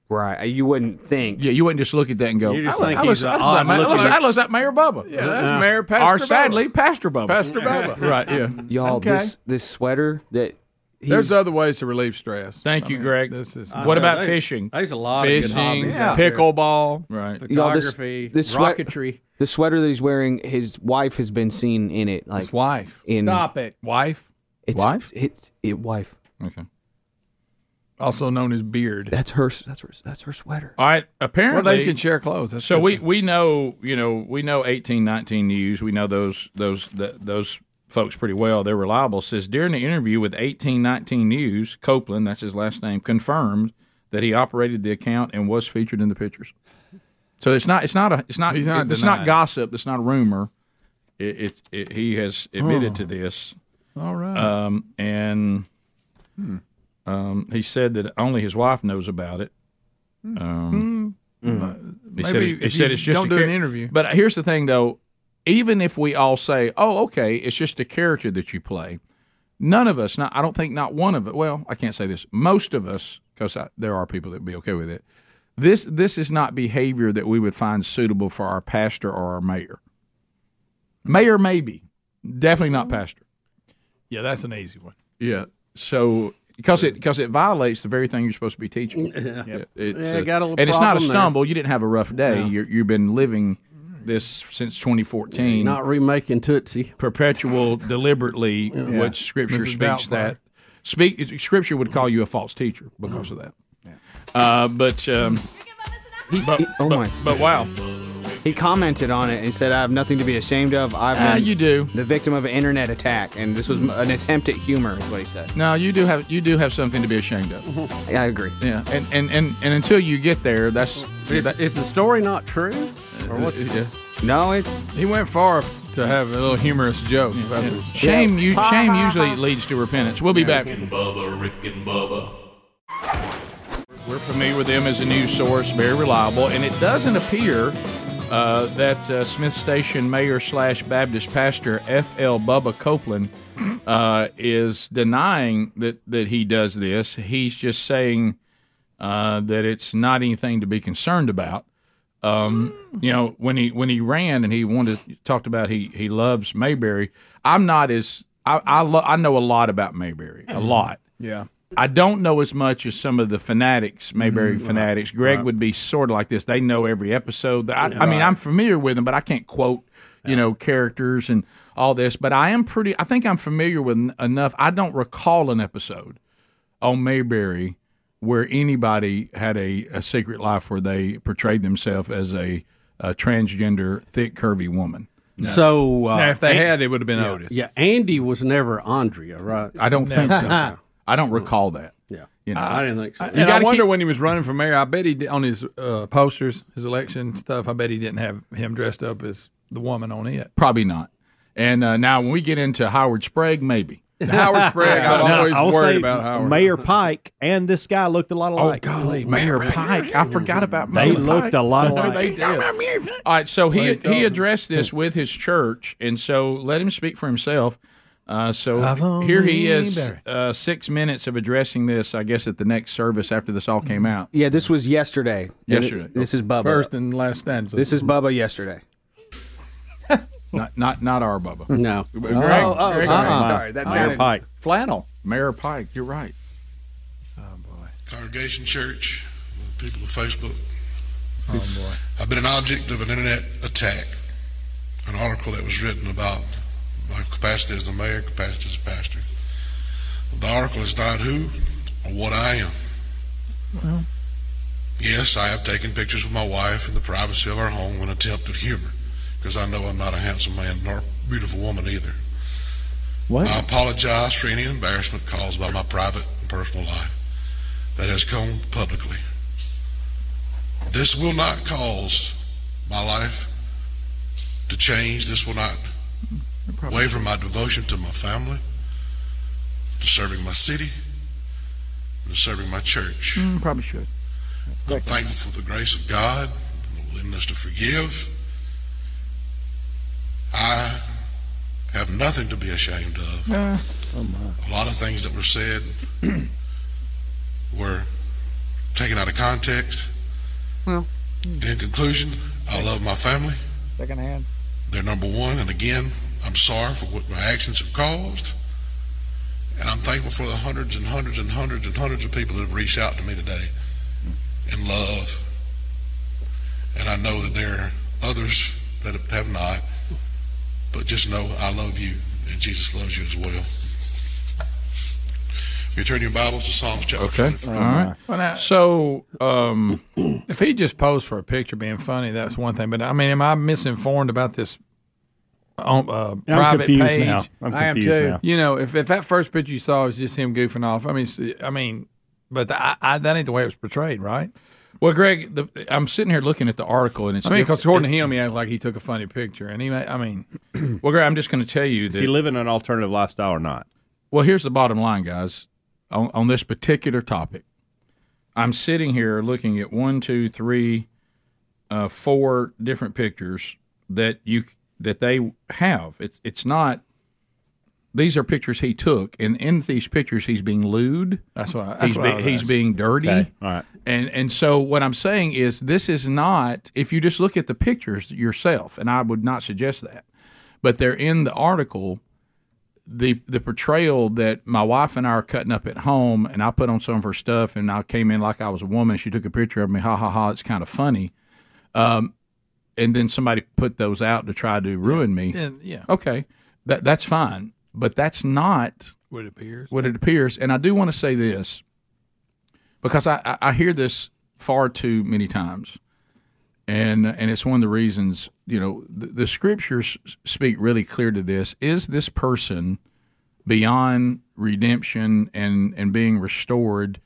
Speaker 8: Right, you wouldn't think.
Speaker 1: Yeah, you wouldn't just look at that and go.
Speaker 6: You just
Speaker 1: I,
Speaker 6: think
Speaker 1: I looks,
Speaker 6: he's an
Speaker 1: I looks like, Ma- I looks-
Speaker 6: odd-looking-
Speaker 1: I looks like Mayor Bubba.
Speaker 6: Yeah, that's Mayor
Speaker 1: Or
Speaker 6: Pastor Bubba.
Speaker 1: sadly, Pastor Bubba.
Speaker 6: Pastor Bubba.
Speaker 1: right. Yeah.
Speaker 8: Y'all,
Speaker 6: Okay.
Speaker 8: this this sweater that he
Speaker 6: There's
Speaker 8: was-
Speaker 6: other ways to relieve stress.
Speaker 1: Thank
Speaker 6: I
Speaker 1: you,
Speaker 6: mean,
Speaker 1: Greg.
Speaker 6: This is
Speaker 1: what about fishing?
Speaker 6: fishing, pickleball,
Speaker 1: Right.
Speaker 8: Y'all, this-
Speaker 2: Photography,
Speaker 8: this sweat-
Speaker 2: rocketry.
Speaker 8: The sweater that he's wearing, his wife has been seen in it. Like his
Speaker 6: wife.
Speaker 8: In,
Speaker 2: Stop it.
Speaker 6: Wife,
Speaker 8: It's,
Speaker 6: Wife?
Speaker 8: It's it. Wife.
Speaker 1: Okay.
Speaker 6: also known as beard.
Speaker 8: That's her. That's her. That's her sweater.
Speaker 1: All right. Apparently,
Speaker 6: Well, they can share clothes. That's
Speaker 1: so
Speaker 6: good.
Speaker 1: we we know you know we know eighteen nineteen news. We know those those th those folks pretty well. They're reliable. Says during the interview with eighteen nineteen news, Copeland, that's his last name, confirmed that he operated the account and was featured in the pictures. So it's not it's not a it's not,
Speaker 6: He's not
Speaker 1: it's not
Speaker 6: denying.
Speaker 1: gossip. It's not a rumor. It, it, it he has admitted
Speaker 6: Huh.
Speaker 1: to this.
Speaker 6: All right.
Speaker 1: Um, and
Speaker 6: Hmm.
Speaker 1: um, he said that only his wife knows about it. Um,
Speaker 6: Hmm.
Speaker 1: uh, He said,
Speaker 6: Maybe
Speaker 1: it's- he
Speaker 6: if
Speaker 1: said
Speaker 6: you
Speaker 1: it's just
Speaker 6: don't
Speaker 1: a
Speaker 6: do
Speaker 1: char-
Speaker 6: an interview.
Speaker 1: But here's the thing, though. Even if we all say, "Oh, okay, it's just a character that you play," none of us, not I don't think, not one of us. Well, I can't say this. Most of us, because there are people that would be okay with it. This this is not behavior that we would find suitable for our pastor or our mayor. Mayor maybe, definitely not
Speaker 6: Hmm.
Speaker 1: pastor.
Speaker 6: yeah, that's an easy one.
Speaker 1: Yeah. So because it because it violates the very thing you're supposed to be teaching.
Speaker 6: Yeah.
Speaker 1: It- It's
Speaker 6: Yeah, got a little
Speaker 1: and it's not a
Speaker 6: problem there.
Speaker 1: stumble. You didn't have a rough day.
Speaker 2: No.
Speaker 1: You're, you've been living this since 2014.
Speaker 2: Not remaking Tootsie.
Speaker 1: Perpetual deliberately, which Scripture
Speaker 2: Mrs.
Speaker 1: speaks
Speaker 2: Doubtfire.
Speaker 1: that. Speak Scripture would call you a false teacher because of that. Uh, but um, but,
Speaker 8: oh
Speaker 1: but-
Speaker 8: my.
Speaker 1: But wow.
Speaker 8: He commented on it and said, "I have nothing to be ashamed of. I've
Speaker 1: Ah,
Speaker 8: been
Speaker 1: you do.
Speaker 8: the victim of an internet attack, and this was m- an attempt at humor." Is what he said.
Speaker 1: No, you do have you do have something to be ashamed of.
Speaker 8: Yeah, I agree.
Speaker 1: Yeah, and and and, and until you get there, that's
Speaker 2: Is,
Speaker 1: that-
Speaker 2: is the story not true? Or what's-
Speaker 8: No, it's
Speaker 6: he went far to have a little humorous joke. about this.
Speaker 1: Shame you shame usually leads to repentance. We'll be back.
Speaker 3: Rick and Bubba, Rick and Bubba.
Speaker 1: We're familiar with them as a news source, very reliable, and it doesn't appear uh, that uh, Smith Station Mayor slash Baptist Pastor F. L. Bubba Copeland uh, is denying that that he does this. He's just saying uh, that it's not anything to be concerned about. Um, you know, when he when he ran and he wanted talked about he he loves Mayberry. I'm not as I I, lo- I know a lot about Mayberry, a lot.
Speaker 6: Yeah.
Speaker 1: I don't know as much as some of the fanatics, Mayberry
Speaker 6: Mhm.
Speaker 1: fanatics. Greg
Speaker 6: Right.
Speaker 1: would be sort of like this. They know every episode. I, I mean,
Speaker 6: Right.
Speaker 1: I'm familiar with them, but I can't quote, you know, characters and all this. But I am pretty. I think I'm familiar with en- enough. I don't recall an episode on Mayberry where anybody had a, a secret life where they portrayed themselves as a, a transgender, thick, curvy woman.
Speaker 2: So uh, An- yeah,
Speaker 1: Otis.
Speaker 2: Yeah, Andy was never Andrea, right?
Speaker 1: I don't think so. I don't recall that.
Speaker 2: Yeah,
Speaker 1: you
Speaker 2: know, I didn't think so.
Speaker 6: I,
Speaker 2: You
Speaker 6: and I
Speaker 2: gotta
Speaker 6: wonder
Speaker 2: keep-
Speaker 6: when he was running for mayor. I bet he did, on his uh, posters, his election stuff. I bet he didn't have him dressed up as the woman on it.
Speaker 1: Probably not. And uh, now when we get into Howard Sprague, maybe.
Speaker 6: Howard Sprague, I'm
Speaker 1: But, uh,
Speaker 6: always
Speaker 1: I'll
Speaker 6: worried
Speaker 1: say
Speaker 6: about Howard.
Speaker 5: Mayor Pike and this guy looked a lot alike.
Speaker 1: Oh golly, Mayor Pike! I forgot about
Speaker 5: They
Speaker 1: Mayor
Speaker 5: looked
Speaker 1: Pike.
Speaker 5: a lot
Speaker 1: No,
Speaker 5: alike.
Speaker 1: they did. All right, so he
Speaker 5: Wait, don't-
Speaker 1: he addressed this with his church, and so let him speak for himself. Uh,
Speaker 6: I've
Speaker 1: so
Speaker 6: only
Speaker 1: here he is,
Speaker 6: buried.
Speaker 1: uh, six minutes of addressing this. I guess at the next service after this all
Speaker 5: Mm-hmm.
Speaker 1: came out.
Speaker 8: Yeah, this was yesterday. And it-
Speaker 1: Yesterday.
Speaker 8: this is Bubba.
Speaker 6: First and last stanza.
Speaker 8: This is Bubba yesterday.
Speaker 1: Not not not our Bubba.
Speaker 2: No.
Speaker 1: Greg,
Speaker 8: Oh, oh,
Speaker 1: Greg-
Speaker 8: sorry, Uh-uh. sorry, that sounded-
Speaker 1: Flannel. Mayor Pike. You're right.
Speaker 15: Congregation Church, with the people of Facebook.
Speaker 6: Oh boy.
Speaker 15: I've been an object of an internet attack, an article that was written about my capacity as the mayor, capacity as a pastor. The article is not who or what I am.
Speaker 6: Well.
Speaker 15: Yes, I have taken pictures with my wife in the privacy of our home in an attempt of humor, because I know I'm not a handsome man nor a beautiful woman either.
Speaker 12: What?
Speaker 15: I apologize for any embarrassment caused by my private and personal life that has come publicly. This will not cause my life to change. This will not waver my devotion to my family, to serving my city, and to serving my church.
Speaker 1: Mm, probably should.
Speaker 15: I'm thankful for the grace of God, the willingness to forgive. I have nothing to be ashamed of.
Speaker 1: Uh,
Speaker 15: A lot of things that were said were taken out of context.
Speaker 1: Well.
Speaker 15: In conclusion, I love my family.
Speaker 1: Second hand.
Speaker 15: They're number one, and again, I'm sorry for what my actions have caused. And I'm thankful for the hundreds and hundreds and hundreds and hundreds of people that have reached out to me today in love. And I know that there are others that have not, but just know I love you, and Jesus loves you as well. If you turn your Bibles to Psalms chapter
Speaker 6: Okay.
Speaker 15: 24.
Speaker 5: Uh-huh.
Speaker 6: All right. so, um, if he just posed for a picture being funny, that's one thing. But I mean, am I misinformed about this um, uh,
Speaker 5: I'm
Speaker 6: private
Speaker 5: confused
Speaker 6: page?
Speaker 5: now. I'm I am confused too. now.
Speaker 6: You know, if, if that first picture you saw was just him goofing off, I mean, s- I mean, but I, I, that ain't the way it was portrayed, right?
Speaker 1: Well, Greg, the, I'm sitting here looking at the article, and it's.
Speaker 6: I mean,
Speaker 1: diff-
Speaker 6: because according to him, he acted like he took a funny picture, and he, ma- I mean,
Speaker 1: well, Greg, I'm just going to tell you that.
Speaker 6: he
Speaker 1: living an alternative lifestyle or not? Well, here's the bottom line, guys. On, on this particular topic, I'm sitting here looking at one, two, three, uh, four different pictures that you that they have. It's it's not. These are pictures he took, and in these pictures, he's being lewd.
Speaker 6: That's what I- that's
Speaker 1: he's
Speaker 6: what I
Speaker 1: be,
Speaker 6: was
Speaker 1: he's
Speaker 6: asking.
Speaker 1: being dirty.
Speaker 6: Okay.
Speaker 1: All right. And and so what I'm saying is this is not if you just look at the pictures yourself, and I would not suggest that, but they're in the article. The the portrayal that my wife and I are cutting up at home, and I put on some of her stuff, and I came in like I was a woman. She took a picture of me. Ha ha ha! It's kind of funny. Um, and then somebody put those out to try to ruin me.
Speaker 6: Yeah, yeah.
Speaker 1: Okay, that that's fine, but that's not
Speaker 6: what it appears.
Speaker 1: what it appears. And I do want to say this because I, I, I hear this far too many times, and and it's one of the reasons you know the, the scriptures speak really clear to this. Is this person beyond redemption and and being restored?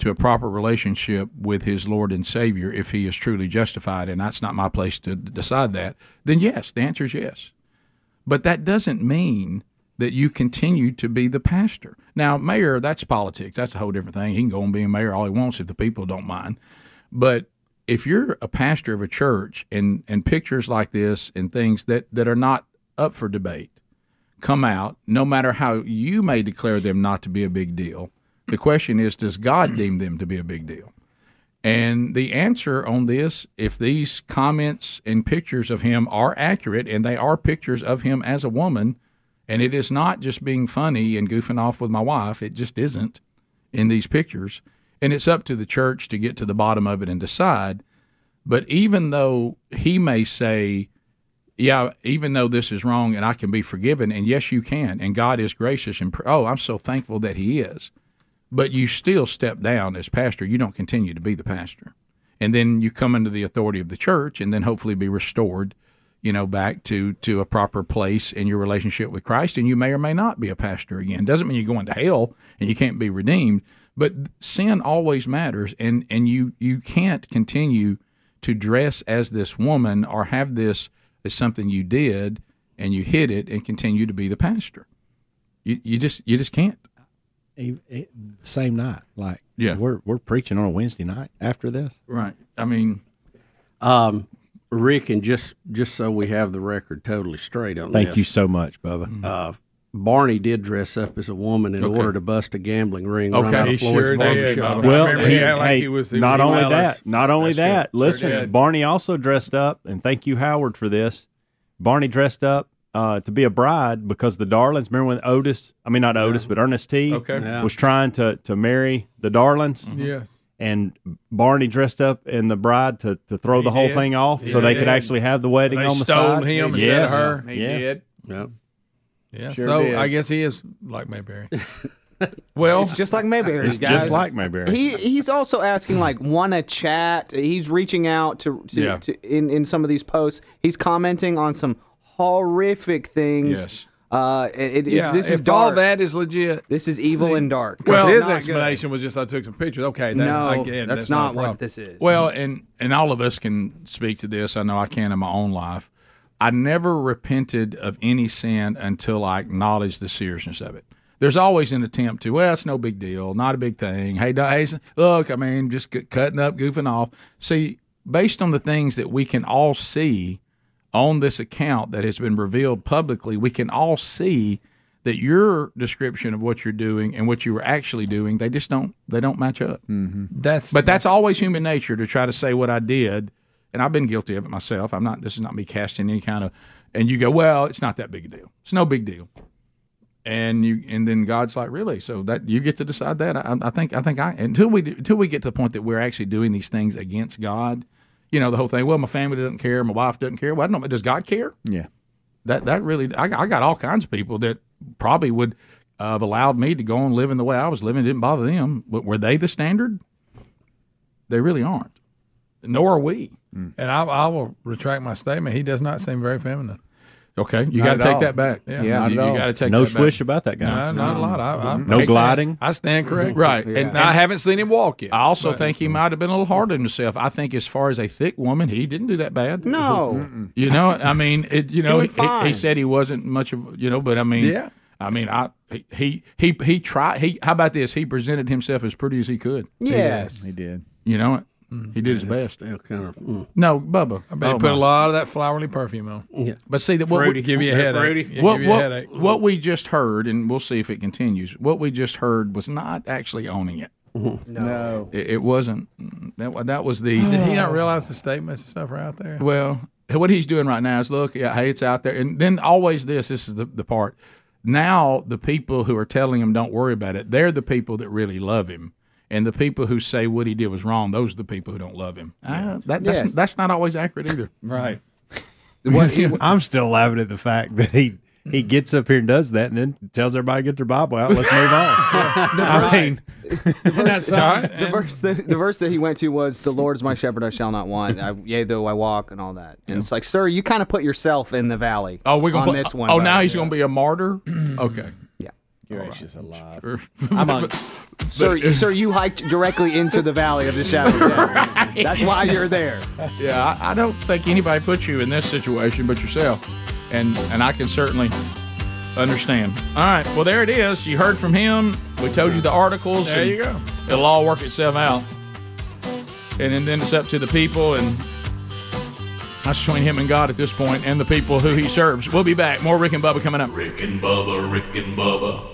Speaker 1: To a proper relationship with his Lord and Savior, if he is truly justified, and that's not my place to d- decide that, then yes, the answer is yes. But that doesn't mean that you continue to be the pastor. Now, mayor, that's politics. That's a whole different thing. He can go and be a mayor all he wants if the people don't mind. But if you're a pastor of a church and and pictures like this and things that that are not up for debate come out, no matter how you may declare them not to be a big deal, the question is, does God deem them to be a big deal? And the answer on this, if these comments and pictures of him are accurate, and they are pictures of him as a woman, and it is not just being funny and goofing off with my wife, it just isn't in these pictures. And it's up to the church to get to the bottom of it and decide. But even though he may say, yeah, even though this is wrong and I can be forgiven, and yes, you can, and God is gracious, and pr- oh, I'm so thankful that He is but you still step down as pastor. You don't continue to be the pastor. And then you come into the authority of the church and then hopefully be restored, you know, back to to a proper place in your relationship with Christ and you may or may not be a pastor again. Doesn't mean you're going to hell and you can't be redeemed, but sin always matters and and you you can't continue to dress as this woman or have this as something you did and you hid it and continue to be the pastor. You you just you just can't.
Speaker 13: E- e- Same night, like
Speaker 1: Yeah.
Speaker 13: we're we're preaching on a Wednesday night after this.
Speaker 1: Right. I mean,
Speaker 2: um, Rick, and just just so we have the record totally straight on
Speaker 5: Thank
Speaker 2: this.
Speaker 5: you so much, Bubba.
Speaker 1: Mm-hmm.
Speaker 2: Uh, Barney did dress up as a woman in
Speaker 5: Okay.
Speaker 2: order to bust a gambling ring.
Speaker 5: Okay.
Speaker 2: run out
Speaker 5: He
Speaker 2: of Floyd's
Speaker 5: sure
Speaker 6: did,
Speaker 2: barbershop.
Speaker 6: Bubba.
Speaker 5: Well,
Speaker 6: Remember,
Speaker 5: he-
Speaker 6: he acted like
Speaker 5: hey,
Speaker 6: he was- he
Speaker 5: not
Speaker 6: was
Speaker 5: only
Speaker 6: well,
Speaker 5: that, not only
Speaker 6: that's
Speaker 5: that.
Speaker 6: good.
Speaker 5: Listen,
Speaker 6: Sure did.
Speaker 5: Barney also dressed up, and thank you, Howard, for this. Barney dressed up uh, to be a bride because the Darlings. Remember when Otis? I mean, not Otis, but Ernest T.
Speaker 6: Okay. Yeah.
Speaker 5: was trying to to marry the Darlings.
Speaker 6: Yes.
Speaker 5: And Barney dressed up and the bride to, to throw the whole
Speaker 6: did.
Speaker 5: thing off
Speaker 6: He
Speaker 5: so they could
Speaker 6: did.
Speaker 5: actually have the wedding
Speaker 6: They
Speaker 5: on the
Speaker 6: stole
Speaker 5: side.
Speaker 6: him instead of
Speaker 5: Yes.
Speaker 6: her.
Speaker 5: Yes.
Speaker 6: Yeah.
Speaker 2: Sure
Speaker 6: so
Speaker 5: did.
Speaker 6: I guess he is like Mayberry. Well,
Speaker 8: it's just like Mayberry.
Speaker 5: It's
Speaker 8: guys.
Speaker 5: just like Mayberry.
Speaker 8: He he's also asking like want to chat. He's reaching out to, to,
Speaker 5: Yeah.
Speaker 8: to in in some of these posts. He's commenting on some horrific things.
Speaker 6: Yes.
Speaker 8: Uh, it, it-
Speaker 6: Yeah,
Speaker 8: this is
Speaker 6: if all
Speaker 8: dark.
Speaker 6: that is legit.
Speaker 8: This is evil
Speaker 6: See,
Speaker 8: and dark.
Speaker 6: Well,
Speaker 8: It's
Speaker 6: his
Speaker 8: not
Speaker 6: explanation was just I took some pictures. Okay, that,
Speaker 8: No,
Speaker 6: I get,
Speaker 8: that's
Speaker 6: not, a
Speaker 8: not what
Speaker 6: problem.
Speaker 8: this is.
Speaker 1: Well, and and all of us can speak to this. I know I can in my own life. I never repented of any sin until I acknowledged the seriousness of it. There's always an attempt to, well, it's no big deal, not a big thing. Hey, don't- hey look, I mean, just get cutting up, goofing off. See, based on the things that we can all see on this account that has been revealed publicly, we can all see that your description of what you're doing and what you were actually doing, they just don't they don't match up. Mm-hmm.
Speaker 6: That's
Speaker 1: but that's, always human nature to try to say what I did, and I've been guilty of it myself. I'm not. This is not me casting any kind of. And you go, well, it's not that big a deal. It's no big deal. And you, and then God's like, really? So that you get to decide that. I, I think. I think I until we do- until we get to the point that we're actually doing these things against God. You know the whole thing. Well, my family doesn't care. My wife doesn't care. Well, I don't. Does God care?
Speaker 12: Yeah.
Speaker 1: That that really. I, I got all kinds of people that probably would uh, have allowed me to go on living the way I was living. It didn't bother them. But were they the standard? They really aren't. Nor are we.
Speaker 8: Hmm.
Speaker 6: And I, I will retract my statement. He does not seem very feminine.
Speaker 1: Okay, you
Speaker 6: Not
Speaker 1: got
Speaker 6: at
Speaker 1: to take
Speaker 6: all.
Speaker 1: that back.
Speaker 6: Yeah, not
Speaker 1: you,
Speaker 6: at all.
Speaker 1: got to take
Speaker 5: No
Speaker 1: that
Speaker 5: swish
Speaker 1: back.
Speaker 5: about that guy. Mm.
Speaker 6: No, not a lot. I, I,
Speaker 5: No
Speaker 6: I-
Speaker 5: gliding.
Speaker 6: I stand corrected.
Speaker 1: Right, and,
Speaker 6: And I haven't seen him walk yet.
Speaker 1: I also
Speaker 6: But-
Speaker 1: think he might have been a little hard on himself. I think as far as a thick woman, he didn't do that bad.
Speaker 8: No.
Speaker 1: you know, I mean, it, you know,
Speaker 8: Doing
Speaker 1: he, he- he
Speaker 8: fine.
Speaker 1: said he wasn't much of you know, but I mean,
Speaker 8: Yeah.
Speaker 1: I mean, I he he he, he tried. He how about this? He presented himself as pretty as he could.
Speaker 8: Yes.
Speaker 12: He did.
Speaker 1: You know it. He did his best.
Speaker 2: Still kind of. mm.
Speaker 1: No, Bubba.
Speaker 6: I bet
Speaker 1: Oh,
Speaker 6: he put
Speaker 1: my.
Speaker 6: a lot of that flowery perfume on.
Speaker 1: Yeah. But see that what
Speaker 6: Fruity.
Speaker 1: we,
Speaker 6: give you a headache. Yeah,
Speaker 1: What,
Speaker 6: give you a
Speaker 1: what-
Speaker 6: headache.
Speaker 1: what we just heard, and we'll see if it continues. What we just heard was not actually owning it.
Speaker 6: No.
Speaker 1: It, it wasn't. That wa- that was the.
Speaker 6: Did he not realize the statements and stuff were out there?
Speaker 1: Oh. Well, what he's doing right now is look, yeah, hey, it's out there, and then always this. This is the the part. Now the people who are telling him don't worry about it, they're the people that really love him, and the people who say what he did was wrong, those are the people who don't love him. Ah, that, that's
Speaker 6: Yes.
Speaker 1: that's not always accurate either.
Speaker 6: right.
Speaker 5: I'm still laughing at the fact that he he gets up here and does that, and then tells everybody to get their Bible out. Let's move on. I mean,
Speaker 8: The verse,
Speaker 5: Isn't that something?
Speaker 8: the, verse that, the verse that he went to was, "The Lord is my shepherd; I shall not want. I, yea, though I walk, and all that." And it's like, sir, you kind of put yourself in the valley.
Speaker 1: Oh, we're gonna
Speaker 8: on
Speaker 1: put-
Speaker 8: this one.
Speaker 1: Oh,
Speaker 8: buddy.
Speaker 1: now he's gonna be a martyr. okay.
Speaker 8: Yeah.
Speaker 1: Gracious alive.
Speaker 8: I'm on. sir, sir, you hiked directly into the valley of the shadow. of death. That's why you're there.
Speaker 1: Yeah, I, I don't think anybody put you in this situation but yourself, and and I can certainly understand. All right, well there it is. You heard from him. We told you the articles.
Speaker 6: There
Speaker 1: and
Speaker 6: you go.
Speaker 1: It'll all work itself out, and, and then it's up to the people and. That's between him and God at this point, and the people who he serves. We'll be back. More Rick and Bubba coming up.
Speaker 3: Rick and Bubba, Rick and Bubba.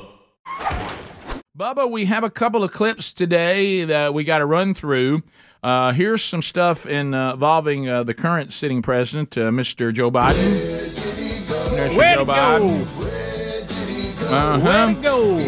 Speaker 1: Bubba, we have a couple of clips today that we got to run through. Uh, here's some stuff in, uh, involving uh, the current sitting president, uh, Mr. Joe Biden. There's your
Speaker 3: Way
Speaker 1: Joe
Speaker 3: to go.
Speaker 1: Biden. Uh-huh.
Speaker 3: go.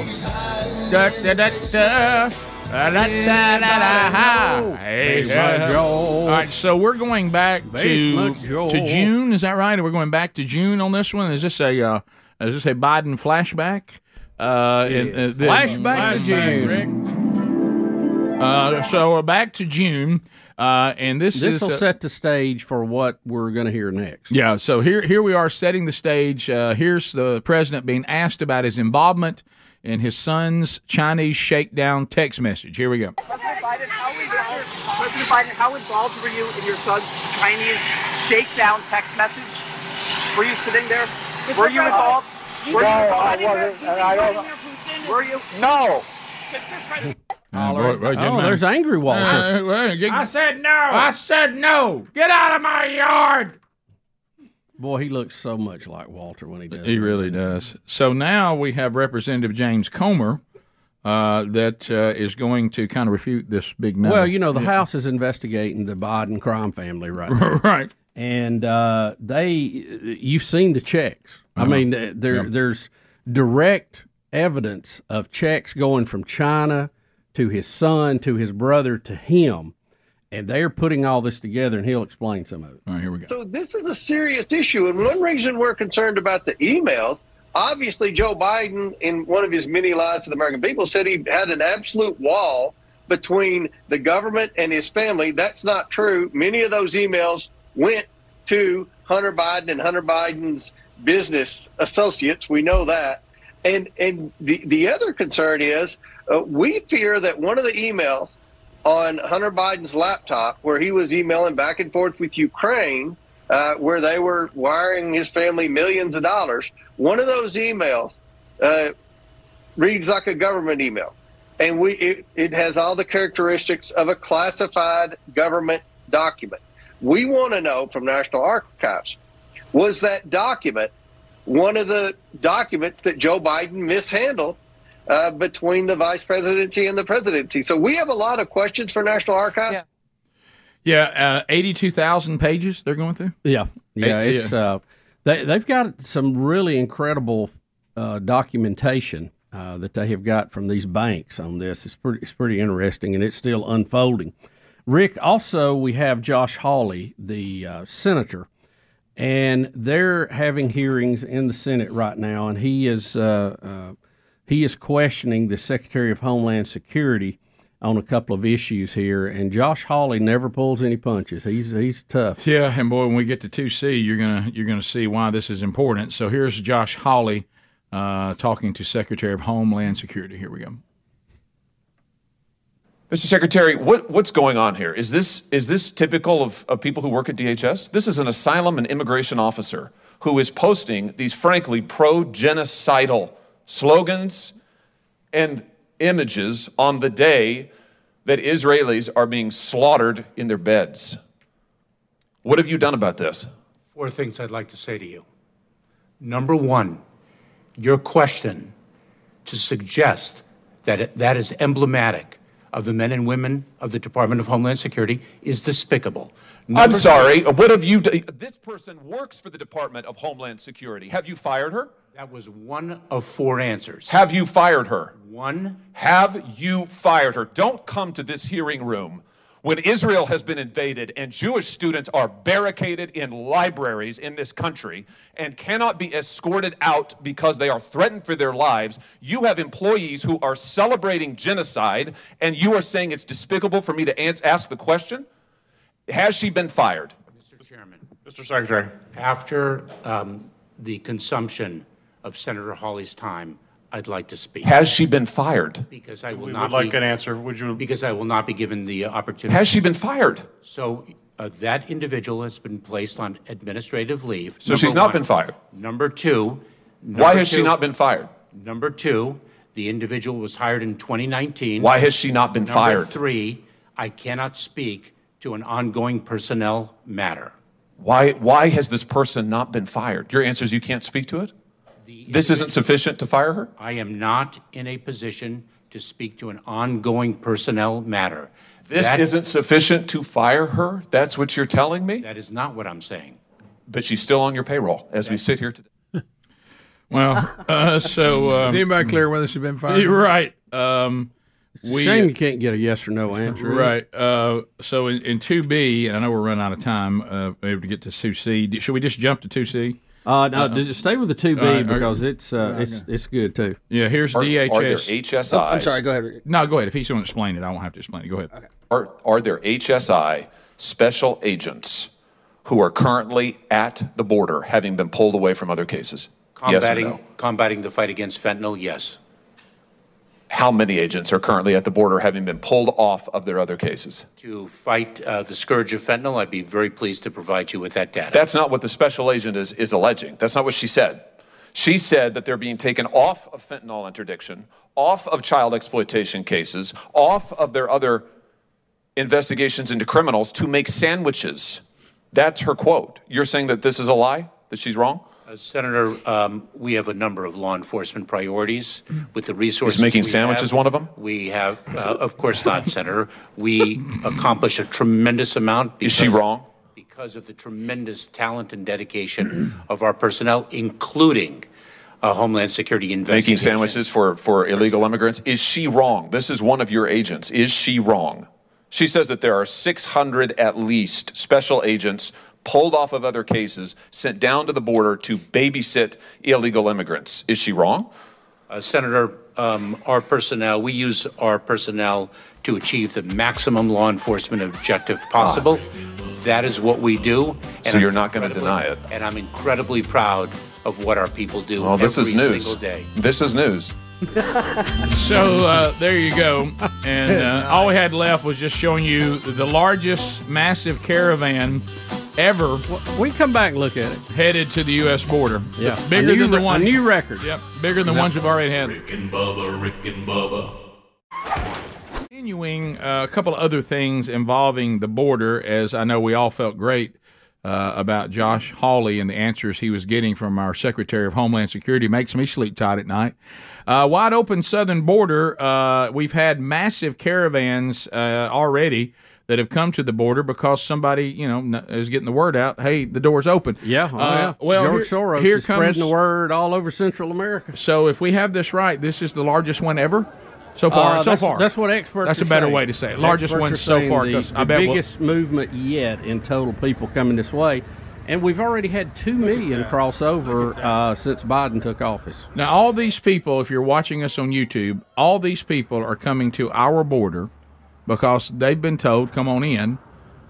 Speaker 1: Da, da, da, da. Da, da, da, da, da, ha. Hey,
Speaker 3: Basement
Speaker 1: uh,
Speaker 3: Joe.
Speaker 1: All right, so we're going back to,
Speaker 3: Basement Joe.
Speaker 1: to June. Is that right? We're going back to June on this one. Is this a uh, is this a Biden flashback? Uh, in, uh, the-
Speaker 3: Flashback to June.
Speaker 1: Uh, so we're back to June, uh, and this,
Speaker 2: This
Speaker 1: is
Speaker 2: will
Speaker 1: uh,
Speaker 2: set the stage for what we're going to hear next.
Speaker 1: yeah, so here here we are setting the stage. Uh, here's the president being asked about his involvement in his son's Chinese shakedown text message. Here we go.
Speaker 16: President Biden, how involved, President Biden, how involved were you in your son's Chinese shakedown text message? Were you sitting there? were you involved?
Speaker 3: You
Speaker 16: Were you
Speaker 3: know, I
Speaker 16: inviting her-
Speaker 3: wasn't, and I don't-
Speaker 16: inviting her, Putin? Were you?
Speaker 3: No.
Speaker 2: Oh, there's angry Walter.
Speaker 6: Uh,
Speaker 1: I said no. I said no. Get out of my yard.
Speaker 2: Boy, he looks so much like Walter when he does.
Speaker 1: He really does. So now we have Representative James Comer uh, that uh, is going to kind of refute this big no.
Speaker 2: Well, you know, the
Speaker 1: Yeah.
Speaker 2: House is investigating the Biden crime family right now.
Speaker 1: right.
Speaker 2: And uh, they, you've seen the checks. I
Speaker 1: Uh-huh.
Speaker 2: mean, there,
Speaker 1: Yeah.
Speaker 2: there's direct evidence of checks going from China to his son, to his brother, to him. And they're putting all this together, and he'll explain some of it.
Speaker 1: All right, here we go.
Speaker 17: So this is a serious issue, and one reason we're concerned about the emails obviously Joe Biden, in one of his many lies to the American people, said he had an absolute wall between the government and his family. That's not true. Many of those emails went to Hunter Biden and Hunter Biden's business associates. We know that. And and the the other concern is uh, we fear that one of the emails on Hunter Biden's laptop, where he was emailing back and forth with Ukraine, uh, where they were wiring his family millions of dollars. One of those emails uh, reads like a government email, and we it, it has all the characteristics of a classified government document. We want to know from National Archives was that document one of the documents that Joe Biden mishandled uh, between the vice presidency and the presidency. So we have a lot of questions for National Archives.
Speaker 1: Yeah, uh, eighty-two thousand pages they're going through.
Speaker 2: Yeah, yeah.
Speaker 1: Eight-
Speaker 2: It's uh, they they've got some really incredible uh, documentation uh, that they have got from these banks on this. It's pretty it's pretty interesting, and it's still unfolding. Rick, also we have Josh Hawley, the uh, senator, and they're having hearings in the Senate right now, and he is uh, uh, he is questioning the Secretary of Homeland Security on a couple of issues here, and Josh Hawley never pulls any punches. He's he's tough.
Speaker 1: Yeah, and boy, when we get to two C, you're gonna you're gonna see why this is important. So here's Josh Hawley uh, talking to Secretary of Homeland Security. Here we go.
Speaker 18: Mr. Secretary, what, what's going on here? Is this, is this typical of, of people who work at DHS? This is an asylum and immigration officer who is posting these, frankly, pro genocidal slogans and images on the day that Israelis are being slaughtered in their beds. What have you done about this?
Speaker 4: Four things I'd like to say to you. Number one, your question to suggest that it, that is emblematic of the men and women of the Department of Homeland Security is despicable.
Speaker 18: I'm
Speaker 4: Number-
Speaker 18: sorry, what have you done? This person works for the Department of Homeland Security. Have you fired her?
Speaker 4: That was one of four answers.
Speaker 18: Have you fired her?
Speaker 4: One.
Speaker 18: Have you fired her? Don't come to this hearing room when Israel has been invaded and Jewish students are barricaded in libraries in this country and cannot be escorted out because they are threatened for their lives. You have employees who are celebrating genocide, and you are saying it's despicable for me to ans- ask the question? Has she been fired?
Speaker 4: Mr. Secretary. After um, the consumption of Senator Hawley's time, I'd like to speak.
Speaker 18: Has she been fired?
Speaker 4: Because I will
Speaker 18: We
Speaker 4: not.
Speaker 18: would like
Speaker 4: an answer. Would you? Because I will not be given the opportunity.
Speaker 18: Has she been fired?
Speaker 4: So uh, that individual has been placed on administrative leave.
Speaker 18: So she's
Speaker 4: number
Speaker 18: not
Speaker 4: one.
Speaker 18: been fired.
Speaker 4: Number two.
Speaker 18: Why has she not been fired?
Speaker 4: Number two, the individual was hired in 2019.
Speaker 18: Why has she not been
Speaker 4: Number
Speaker 18: fired?
Speaker 4: Three, I cannot speak to an ongoing personnel matter.
Speaker 18: Why, why has this person not been fired? Your answer is you can't speak to it? This isn't sufficient to fire her?
Speaker 4: I am not in a position to speak to an ongoing personnel matter.
Speaker 18: This
Speaker 4: That-
Speaker 18: isn't sufficient to fire her? That's what you're telling me?
Speaker 4: That is not what I'm saying.
Speaker 18: But she's still on your payroll as we sit here today.
Speaker 1: Well, uh, so um,
Speaker 6: Is anybody clear whether she's been fired?
Speaker 1: You're right. Um, we
Speaker 2: Shame you can't get a yes or no answer.
Speaker 1: right. Uh, so in, in two B, and I know we're running out of time. Uh, able to get to two C. D- Should we just jump to two C?
Speaker 2: Uh, no, d- stay with the two
Speaker 1: All
Speaker 2: B
Speaker 1: right,
Speaker 2: because
Speaker 1: okay.
Speaker 2: it's uh, it's it's good too.
Speaker 1: Yeah, here's DHS.
Speaker 2: Oh,
Speaker 18: HSI? Oh, I'm sorry,
Speaker 1: Go ahead. No, go ahead. If he's going to explain it, I won't have to explain it. Go ahead.
Speaker 18: Are, are there HSI special agents who are currently at the border having been pulled away from other cases? Yes or
Speaker 4: Combating,
Speaker 18: no?
Speaker 4: combating the fight against fentanyl, yes.
Speaker 18: How many agents are currently at the border having been pulled off of their other cases?
Speaker 4: To fight uh, the scourge of fentanyl, I'd be very pleased to provide you with that data.
Speaker 18: That's not what the special agent is, is alleging. That's not what she said. She said that they're being taken off of fentanyl interdiction, off of child exploitation cases, off of their other investigations into criminals to make sandwiches. That's her quote. You're saying that this is a lie? That she's wrong?
Speaker 4: Uh, Senator, um, we have a number of law enforcement priorities with the resources.
Speaker 18: Is making
Speaker 4: we
Speaker 18: sandwiches
Speaker 4: have,
Speaker 18: one of them?
Speaker 4: We have, uh, of course not, Senator. We accomplish a tremendous amount.
Speaker 18: Is she
Speaker 4: because-
Speaker 18: wrong?
Speaker 4: Because of the tremendous talent and dedication of our personnel, including uh, Homeland Security
Speaker 18: Making
Speaker 4: investigation.
Speaker 18: sandwiches for, for illegal immigrants? Is she wrong? This is one of your agents. Is she wrong? She says that there are 600 at least special agents pulled off of other cases, sent down to the border to babysit illegal immigrants. Is she wrong?
Speaker 4: Uh, Senator, um, our personnel, we use our personnel to achieve the maximum law enforcement objective possible. That is what we do. and
Speaker 18: So
Speaker 4: I'm
Speaker 18: you're not gonna
Speaker 4: incredibly-
Speaker 18: deny it?
Speaker 4: And I'm incredibly proud of what our people do
Speaker 18: Well, this is
Speaker 4: every
Speaker 18: news.
Speaker 4: single day.
Speaker 18: This is news.
Speaker 1: So uh, there you go. And uh, all we had left was just showing you the largest massive caravan ever. We come back and look at it. Headed to the U.S. border.
Speaker 2: Yeah.
Speaker 1: Bigger
Speaker 2: A new
Speaker 1: than the
Speaker 2: re- a
Speaker 1: one.
Speaker 2: new record.
Speaker 1: Yep. Bigger than the
Speaker 2: Yeah.
Speaker 1: ones we've already had.
Speaker 3: Rick and Bubba, Rick and Bubba.
Speaker 1: Continuing uh, a couple of other things involving the border, as I know we all felt great uh, about Josh Hawley and the answers he was getting from our Secretary of Homeland Security makes me sleep tight at night. Uh, wide open southern border, uh, we've had massive caravans uh, already that have come to the border because somebody, you know, n- is getting the word out. Hey, the door's open. Yeah.
Speaker 2: Oh,
Speaker 1: Uh,
Speaker 2: yeah.
Speaker 1: Well,
Speaker 2: George
Speaker 1: here,
Speaker 2: Soros
Speaker 1: here
Speaker 2: is
Speaker 1: comes
Speaker 2: spreading the word all over Central America.
Speaker 1: So if we have this right, this is the largest one ever. So far,
Speaker 2: Uh,
Speaker 1: so
Speaker 2: that's-
Speaker 1: far.
Speaker 2: That's what experts.
Speaker 1: That's a
Speaker 2: are
Speaker 1: better
Speaker 2: saying.
Speaker 1: way to say it. Largest
Speaker 2: Experts
Speaker 1: one
Speaker 2: are
Speaker 1: so
Speaker 2: saying
Speaker 1: far,
Speaker 2: The,
Speaker 1: 'cause I
Speaker 2: the
Speaker 1: bet we'll-
Speaker 2: biggest movement yet in total people coming this way, and we've already had two million cross over uh, since Biden took office.
Speaker 1: Now, all these people, if you're watching us on YouTube, all these people are coming to our border because they've been told, come on in.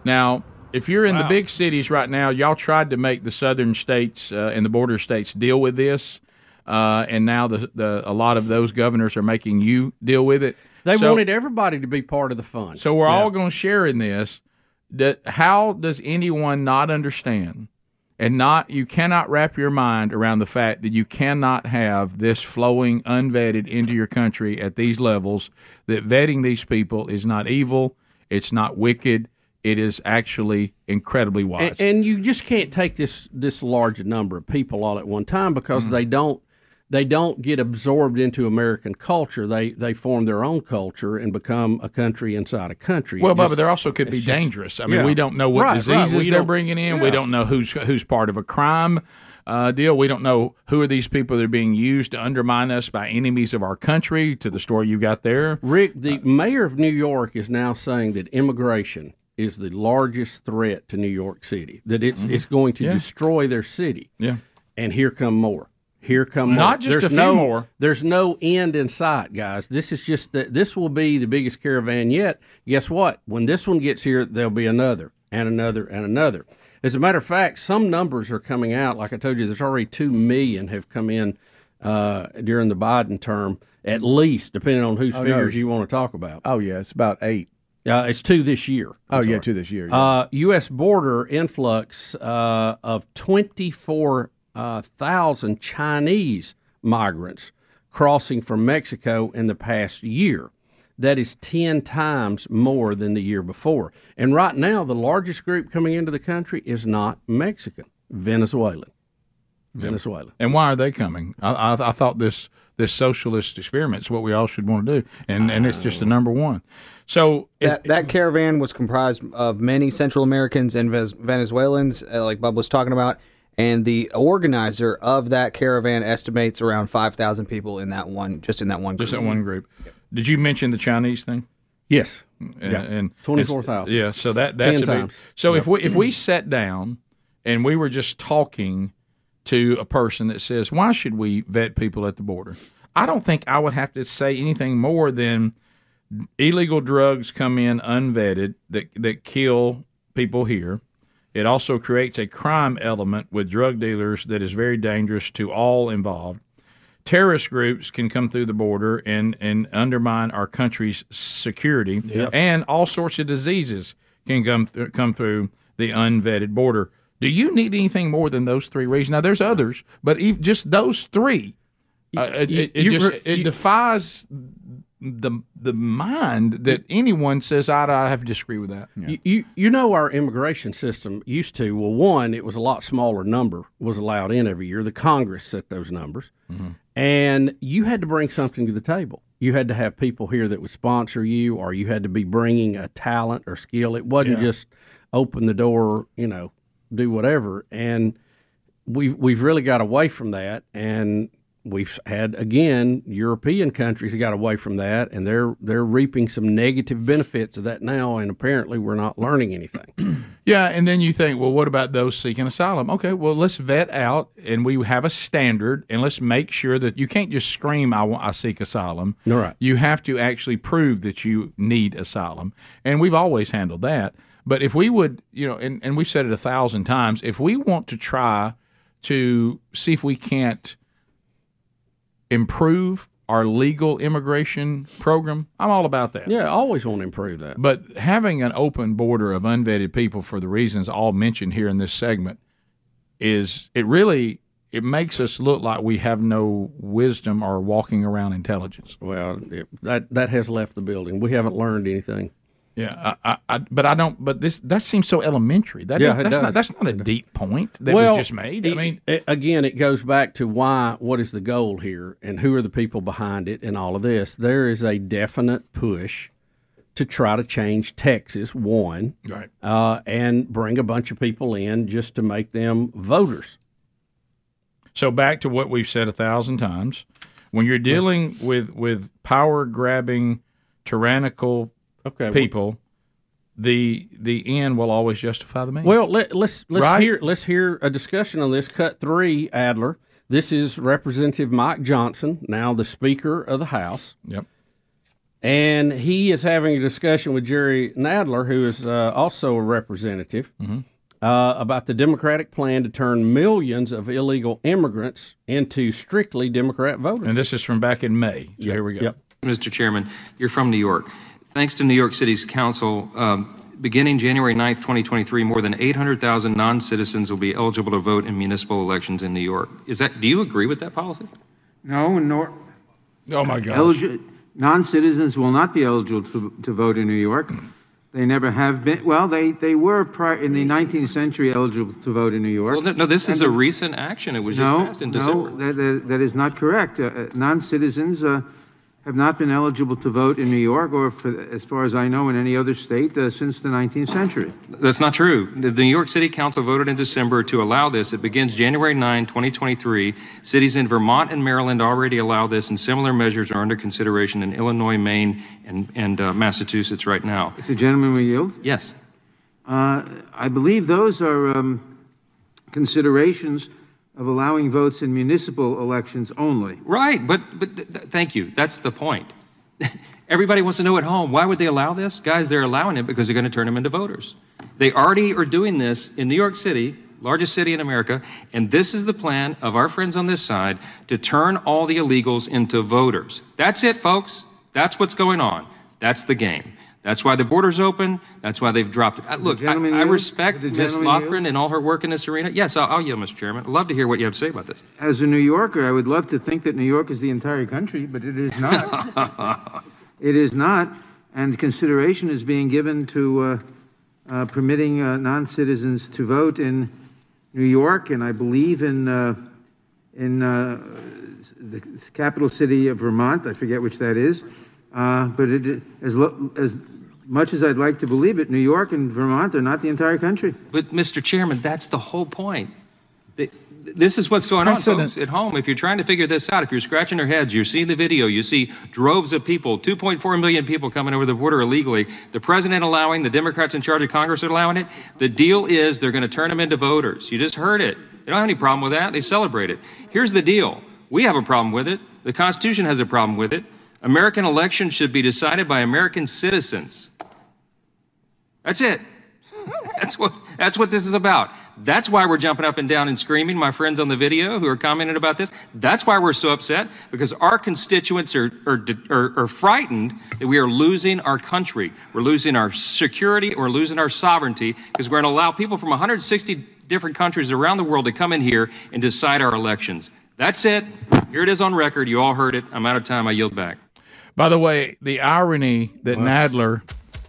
Speaker 1: Now, if you're in the
Speaker 6: Wow.
Speaker 1: big cities right now, y'all tried to make the southern states uh, and the border states deal with this. Uh, and now the, the a lot of those governors are making you deal with it.
Speaker 2: They
Speaker 1: So-
Speaker 2: wanted everybody to be part of the fun.
Speaker 1: So we're
Speaker 2: Yeah.
Speaker 1: all going to share in this. That how does anyone not understand and not you cannot wrap your mind around the fact that you cannot have this flowing unvetted into your country at these levels that vetting these people is not evil, it's not wicked, it is actually incredibly wise.
Speaker 2: And, and you just can't take this this large number of people all at one time because
Speaker 1: Mm-hmm.
Speaker 2: they don't they don't get absorbed into American culture. They they form their own culture and become a country inside a country.
Speaker 1: Well,
Speaker 2: It just-
Speaker 1: Bubba, there also could
Speaker 2: it's
Speaker 1: be
Speaker 2: just-
Speaker 1: dangerous. I mean,
Speaker 2: yeah.
Speaker 1: we don't know what
Speaker 2: Right, right.
Speaker 1: diseases
Speaker 2: Well, you
Speaker 1: they're
Speaker 2: don't-
Speaker 1: bringing in. We
Speaker 2: yeah.
Speaker 1: don't know who's who's part of a crime uh, deal. We don't know who are these people that are being used to undermine us by enemies of our country. To the story you got there, Uh,
Speaker 2: Rick, the mayor of New York is now saying that immigration is the largest threat to New York City. That it's
Speaker 1: Mhm.
Speaker 2: it's going to
Speaker 1: Yeah.
Speaker 2: destroy their city.
Speaker 1: Yeah.
Speaker 2: And here come more. Here come more.
Speaker 1: Not just a few
Speaker 2: no,
Speaker 1: more.
Speaker 2: There's no end in sight, guys. This is just that this will be the biggest caravan yet. Guess what? When this one gets here, there'll be another and another and another. As a matter of fact, some numbers are coming out. Like I told you, there's already two million have come in uh, during the Biden term, at least, depending on whose
Speaker 13: Oh, no.
Speaker 2: figures you want to talk about.
Speaker 13: Oh yeah, it's about eight.
Speaker 2: Uh, it's two this year.
Speaker 13: Oh yeah, two this year.
Speaker 2: Uh, U.S. border influx uh, of 24,000 Chinese migrants crossing from Mexico in the past year. That is 10 times more than the year before. And right now, the largest group coming into the country is not Mexican, Venezuelan. Venezuela.
Speaker 1: And why are they coming? I, I, I thought this this socialist experiment is what we all should want to do, and and it's just the number one. So
Speaker 8: That, that caravan was comprised of many Central Americans and Vez- Venezuelans, uh, like Bub was talking about, and the organizer of that caravan estimates around five thousand people in that one, just in that one,
Speaker 1: Just that one group. Did you mention the Chinese thing?
Speaker 2: Yes.
Speaker 1: And,
Speaker 2: Yeah.
Speaker 1: and it's-
Speaker 2: 24,000.
Speaker 1: Yeah. So that that's
Speaker 2: 10
Speaker 1: a big-
Speaker 2: times.
Speaker 1: So if we if we sat down and we were just talking to a person that says, "Why should we vet people at the border?" I don't think I would have to say anything more than illegal drugs come in unvetted that that kill people here. It also creates a crime element with drug dealers that is very dangerous to all involved terrorist groups can come through the border and, and undermine our country's security,
Speaker 6: Yep.
Speaker 1: and all sorts of diseases can come th- come through the unvetted border. Do you need anything more than those three reasons? Now, there's others, but ev just those three, uh, it,
Speaker 2: You-
Speaker 1: it, it
Speaker 2: you-
Speaker 1: just it
Speaker 2: you-
Speaker 1: defies the the mind that anyone says I I have to disagree with that.
Speaker 2: You, you you know our immigration system used to well one it was a lot smaller number was allowed in every year the Congress set those numbers and you had to bring something to the table you had to have people here that would sponsor you or you had to be bringing a talent or skill it wasn't
Speaker 1: Yeah.
Speaker 2: just open the door you know do whatever and we've we've really got away from that, and we've had again European countries got away from that, and they're they're reaping some negative benefits of that now, and apparently we're not learning anything.
Speaker 1: Yeah, and then you think, well, what about those seeking asylum? Okay, well, let's vet out, and we have a standard, and let's make sure that you can't just scream, "I, wa- I seek asylum."
Speaker 2: All right.
Speaker 1: You have to actually prove that you need asylum, and we've always handled that. But if we would, you know, and, and we've said it a thousand times, if we want to try to see if we can't improve our legal immigration program, I'm all about that.
Speaker 2: Yeah, I always want to improve that.
Speaker 1: But having an open border of unvetted people for the reasons all mentioned here in this segment is it really it makes us look like we have no wisdom or walking around intelligence.
Speaker 2: Well, it, that that has left the building. We haven't learned anything.
Speaker 1: Yeah, I, I, I, but I don't. But this that seems so elementary. That
Speaker 2: Yeah,
Speaker 1: is-
Speaker 2: it
Speaker 1: that's
Speaker 2: does.
Speaker 1: not that's not a deep point that
Speaker 2: well,
Speaker 1: was just made. I
Speaker 2: it-
Speaker 1: mean,
Speaker 2: it- again, it goes back to why, what is the goal here, and who are the people behind it, and all of this. There is a definite push to try to change Texas, one,
Speaker 1: Right.
Speaker 2: uh, and bring a bunch of people in just to make them voters.
Speaker 1: So back to what we've said a thousand times, when you're dealing with with power grabbing, tyrannical
Speaker 2: well-
Speaker 1: people, the the end will always justify the means.
Speaker 2: Well, let, let's let's
Speaker 1: Right.
Speaker 2: hear let's hear a discussion on this. Cut three, Adler. This is Representative Mike Johnson, now the Speaker of the House.
Speaker 1: Yep.
Speaker 2: And he is having a discussion with Jerry Nadler, who is uh, also a representative,
Speaker 1: Mm-hmm.
Speaker 2: uh, about the Democratic plan to turn millions of illegal immigrants into strictly Democrat voters.
Speaker 1: and this is from back in May. So here we go.
Speaker 19: Mr. Chairman, you're from New York. Thanks to New York City's council, um, beginning January 9th, 2023, more than 800,000 non-citizens will be eligible to vote in municipal elections in New York. Is that, do you agree with that policy?
Speaker 20: No, nor.
Speaker 1: Oh, my gosh.
Speaker 20: Non-citizens will not be eligible to, to vote in New York. They never have been, well, they, they were prior, in the 19th century eligible to vote in New York.
Speaker 19: Well, no, no, this is
Speaker 20: And
Speaker 19: a
Speaker 20: the-
Speaker 19: recent action. It was just
Speaker 20: No,
Speaker 19: passed in
Speaker 20: no,
Speaker 19: December.
Speaker 20: that- that- that is not correct. Uh, uh, Non-citizens uh, have not been eligible to vote in New York or, for- as far as I know, in any other state uh, since the 19th century.
Speaker 19: That's not true. The the New York City Council voted in December to allow this. It begins January 9, 2023. Cities in Vermont and Maryland already allow this, and similar measures are under consideration in Illinois, Maine, and, and uh, Massachusetts right now.
Speaker 20: If the gentleman will yield?
Speaker 19: Yes.
Speaker 20: Uh, I believe those are um, considerations of allowing votes in municipal elections only.
Speaker 19: Right, but, but th- th- thank you. That's the point. Everybody wants to know at home why would they allow this? Guys, they're allowing it because they're going to turn them into voters. They already are doing this in New York City, largest city in America, and this is the plan of our friends on this side to turn all the illegals into voters. That's it, folks. That's what's going on. That's the game. That's why the border's open. That's why they've dropped it. Uh, Look, I, I respect Ms.
Speaker 20: gentleman
Speaker 19: Lofgren and all her work in this arena. Yes, I'll, I'll yield, Mr. Chairman. I'd love to hear what you have to say about this.
Speaker 20: As a New Yorker, I would love to think that New York is the entire country, but it is not. it is not, and consideration is being given to uh, uh, permitting uh, non-citizens to vote in New York, and I believe in uh, in uh, the capital city of Vermont. I forget which that is, uh, but it, as lo- as much as I'd like to believe it, New York and Vermont are not the entire country.
Speaker 19: But, Mr. Chairman, that's the whole point. Th- This is what's going on, folks, at home. If you're trying to figure this out, if you're scratching your heads, you're seeing the video, you see droves of people, 2.4 million people coming over the border illegally, the president allowing, the Democrats in charge of Congress are allowing it. The deal is they're going to turn them into voters. You just heard it. They don't have any problem with that. They celebrate it. Here's the deal we have a problem with it, the Constitution has a problem with it. American elections should be decided by American citizens. That's it. That's what that's what this is about. That's why we're jumping up and down and screaming, my friends on the video who are commenting about this. That's why we're so upset because our constituents are are, are, are frightened that we are losing our country. We're losing our security, we're losing our sovereignty because we're going to allow people from 160 different countries around the world to come in here and decide our elections. That's it. Here it is on record. You all heard it. I'm out of time. I yield back.
Speaker 1: By the way, the irony that Nadler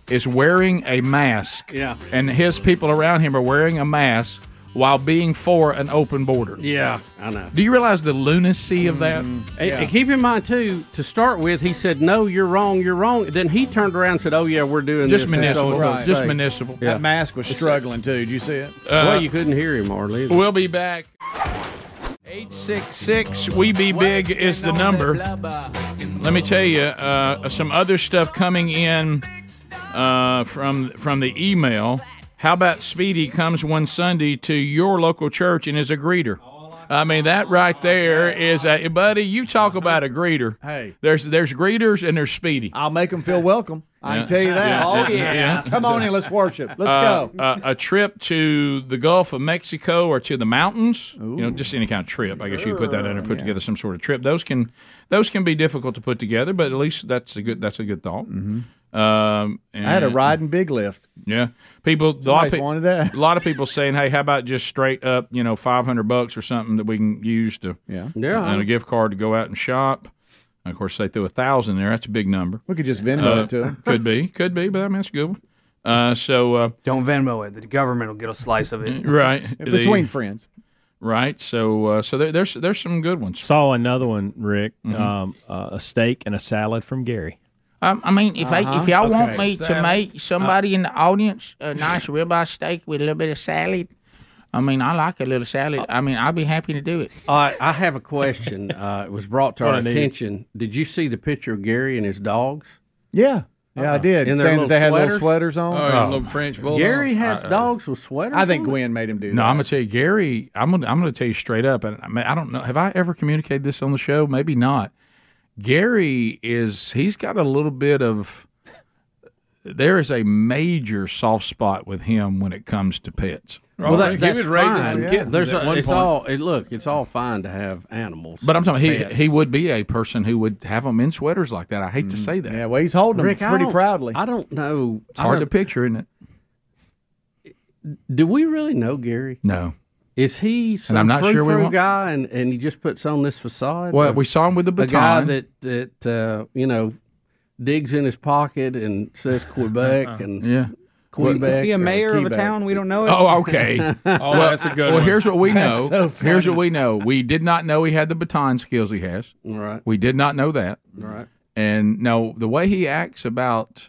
Speaker 1: is wearing a mask,
Speaker 2: Yeah.
Speaker 1: and his people around him are wearing a mask while being for an open border.
Speaker 2: Yeah, Mm-hmm. I know.
Speaker 1: Do you realize the lunacy of that?
Speaker 2: And,
Speaker 1: Yeah.
Speaker 2: and keep in mind too, to start with, he said, "No, you're wrong, you're wrong." Then he turned around and said, "Oh yeah, we're doing
Speaker 1: Just
Speaker 2: this."
Speaker 1: municipal, Right. just municipal. uh,
Speaker 13: That mask was struggling too. Did you see it?
Speaker 2: well, you couldn't hear him, Marley.
Speaker 1: We'll be back. 866 We Be Big is the number. Let me tell you uh, some other stuff coming in uh, from from the email. How about Speedy comes one Sunday to your local church and is a greeter? I mean, that right there is a buddy. You talk about a greeter. Hey, there's there's greeters and there's Speedy. I'll make them feel welcome.
Speaker 12: I can tell you that.
Speaker 2: Oh,
Speaker 12: Come on in, let's worship. Let's
Speaker 1: Uh,
Speaker 12: go.
Speaker 1: Uh, a trip to the Gulf of Mexico or to the mountains. You know, just any kind of trip. I guess you put that in or put together some sort of trip. Those can those can be difficult to put together, but at least that's a good that's a good thought. Um,
Speaker 12: Mm-hmm. I had a
Speaker 1: and-
Speaker 12: riding big lift.
Speaker 1: Yeah, people. A lot, of
Speaker 12: Somebody's
Speaker 1: pe-
Speaker 12: wanted that.
Speaker 1: a lot of people saying, "Hey, how about just straight up, you know, five hundred bucks or something that we can use to
Speaker 12: yeah,
Speaker 2: Yeah.
Speaker 1: and a gift card to go out and shop." And of course, they threw a thousand there. That's a big number.
Speaker 12: We could just Venmo
Speaker 1: Uh,
Speaker 12: it to them.
Speaker 1: Could be, could be, but I mean, that's a good one. Uh, so uh,
Speaker 21: don't Venmo it. The government will get a slice of it.
Speaker 1: right the-
Speaker 12: Between friends.
Speaker 1: Right. So uh, so there, there's there's some good ones.
Speaker 5: Saw another one, Rick.
Speaker 1: Mhm.
Speaker 5: Um, uh, a steak and a salad from Gary.
Speaker 7: Um, I mean, if I, if
Speaker 5: Uh-huh.
Speaker 7: y'all want
Speaker 5: Okay.
Speaker 7: me to
Speaker 5: Salad.
Speaker 7: make somebody in the audience a nice ribeye steak with a little bit of salad, I mean, I like a little salad. I mean, I'll be happy to do it.
Speaker 2: All right, I have a question. Uh, it was brought to
Speaker 7: What
Speaker 2: our
Speaker 7: I need.
Speaker 2: attention. Did you see the picture of Gary and his dogs?
Speaker 12: Yeah. Yeah, I did.
Speaker 2: In their
Speaker 12: Saying that
Speaker 2: little
Speaker 12: they had little
Speaker 2: sweaters?
Speaker 12: sweaters on.
Speaker 2: Oh, yeah, little
Speaker 1: French
Speaker 2: Gary has
Speaker 1: Uh,
Speaker 2: dogs with sweaters.
Speaker 12: I think
Speaker 2: on it?
Speaker 12: Gwen made him do
Speaker 1: No,
Speaker 12: that.
Speaker 1: I'm gonna tell you, Gary. I'm gonna I'm gonna tell you straight up, and I, mean, I don't know. Have I ever communicated this on the show? Maybe not. Gary is he's got a little bit of. There is a major soft spot with him when it comes to pets.
Speaker 2: Well, that, that's fine.
Speaker 6: some kittens
Speaker 2: There's
Speaker 6: at
Speaker 2: a-
Speaker 6: one
Speaker 2: it's
Speaker 6: point.
Speaker 2: all. It, look, it's all fine to have animals,
Speaker 1: But I'm talking. He
Speaker 2: pets.
Speaker 1: he would be a person who would have them in sweaters like that. I hate to say that. Yeah,
Speaker 12: Mm-hmm. well, he's holding
Speaker 2: Rick, I don't- I don't know.
Speaker 1: It's hard to picture, isn't it?
Speaker 2: Do we really know Gary?
Speaker 1: No.
Speaker 2: Is he some
Speaker 1: And I'm not sure we
Speaker 2: frou-frou
Speaker 1: want-
Speaker 2: guy and, and he just puts on this facade?
Speaker 1: Well,
Speaker 2: of
Speaker 1: we saw him with the
Speaker 2: a guy
Speaker 1: baton.
Speaker 2: that that uh, you know digs in his pocket and says Quebec and
Speaker 1: Yeah.
Speaker 2: Quebec.
Speaker 8: Uh-huh. Is he a
Speaker 2: or
Speaker 8: mayor of a
Speaker 2: Quebec.
Speaker 8: town? We don't know it.
Speaker 1: Oh, okay. well, well, here's what we know. here's what we know. We did not know he had the baton skills he has.
Speaker 2: Right.
Speaker 1: We did not know that.
Speaker 2: Right.
Speaker 1: And no, the way he acts about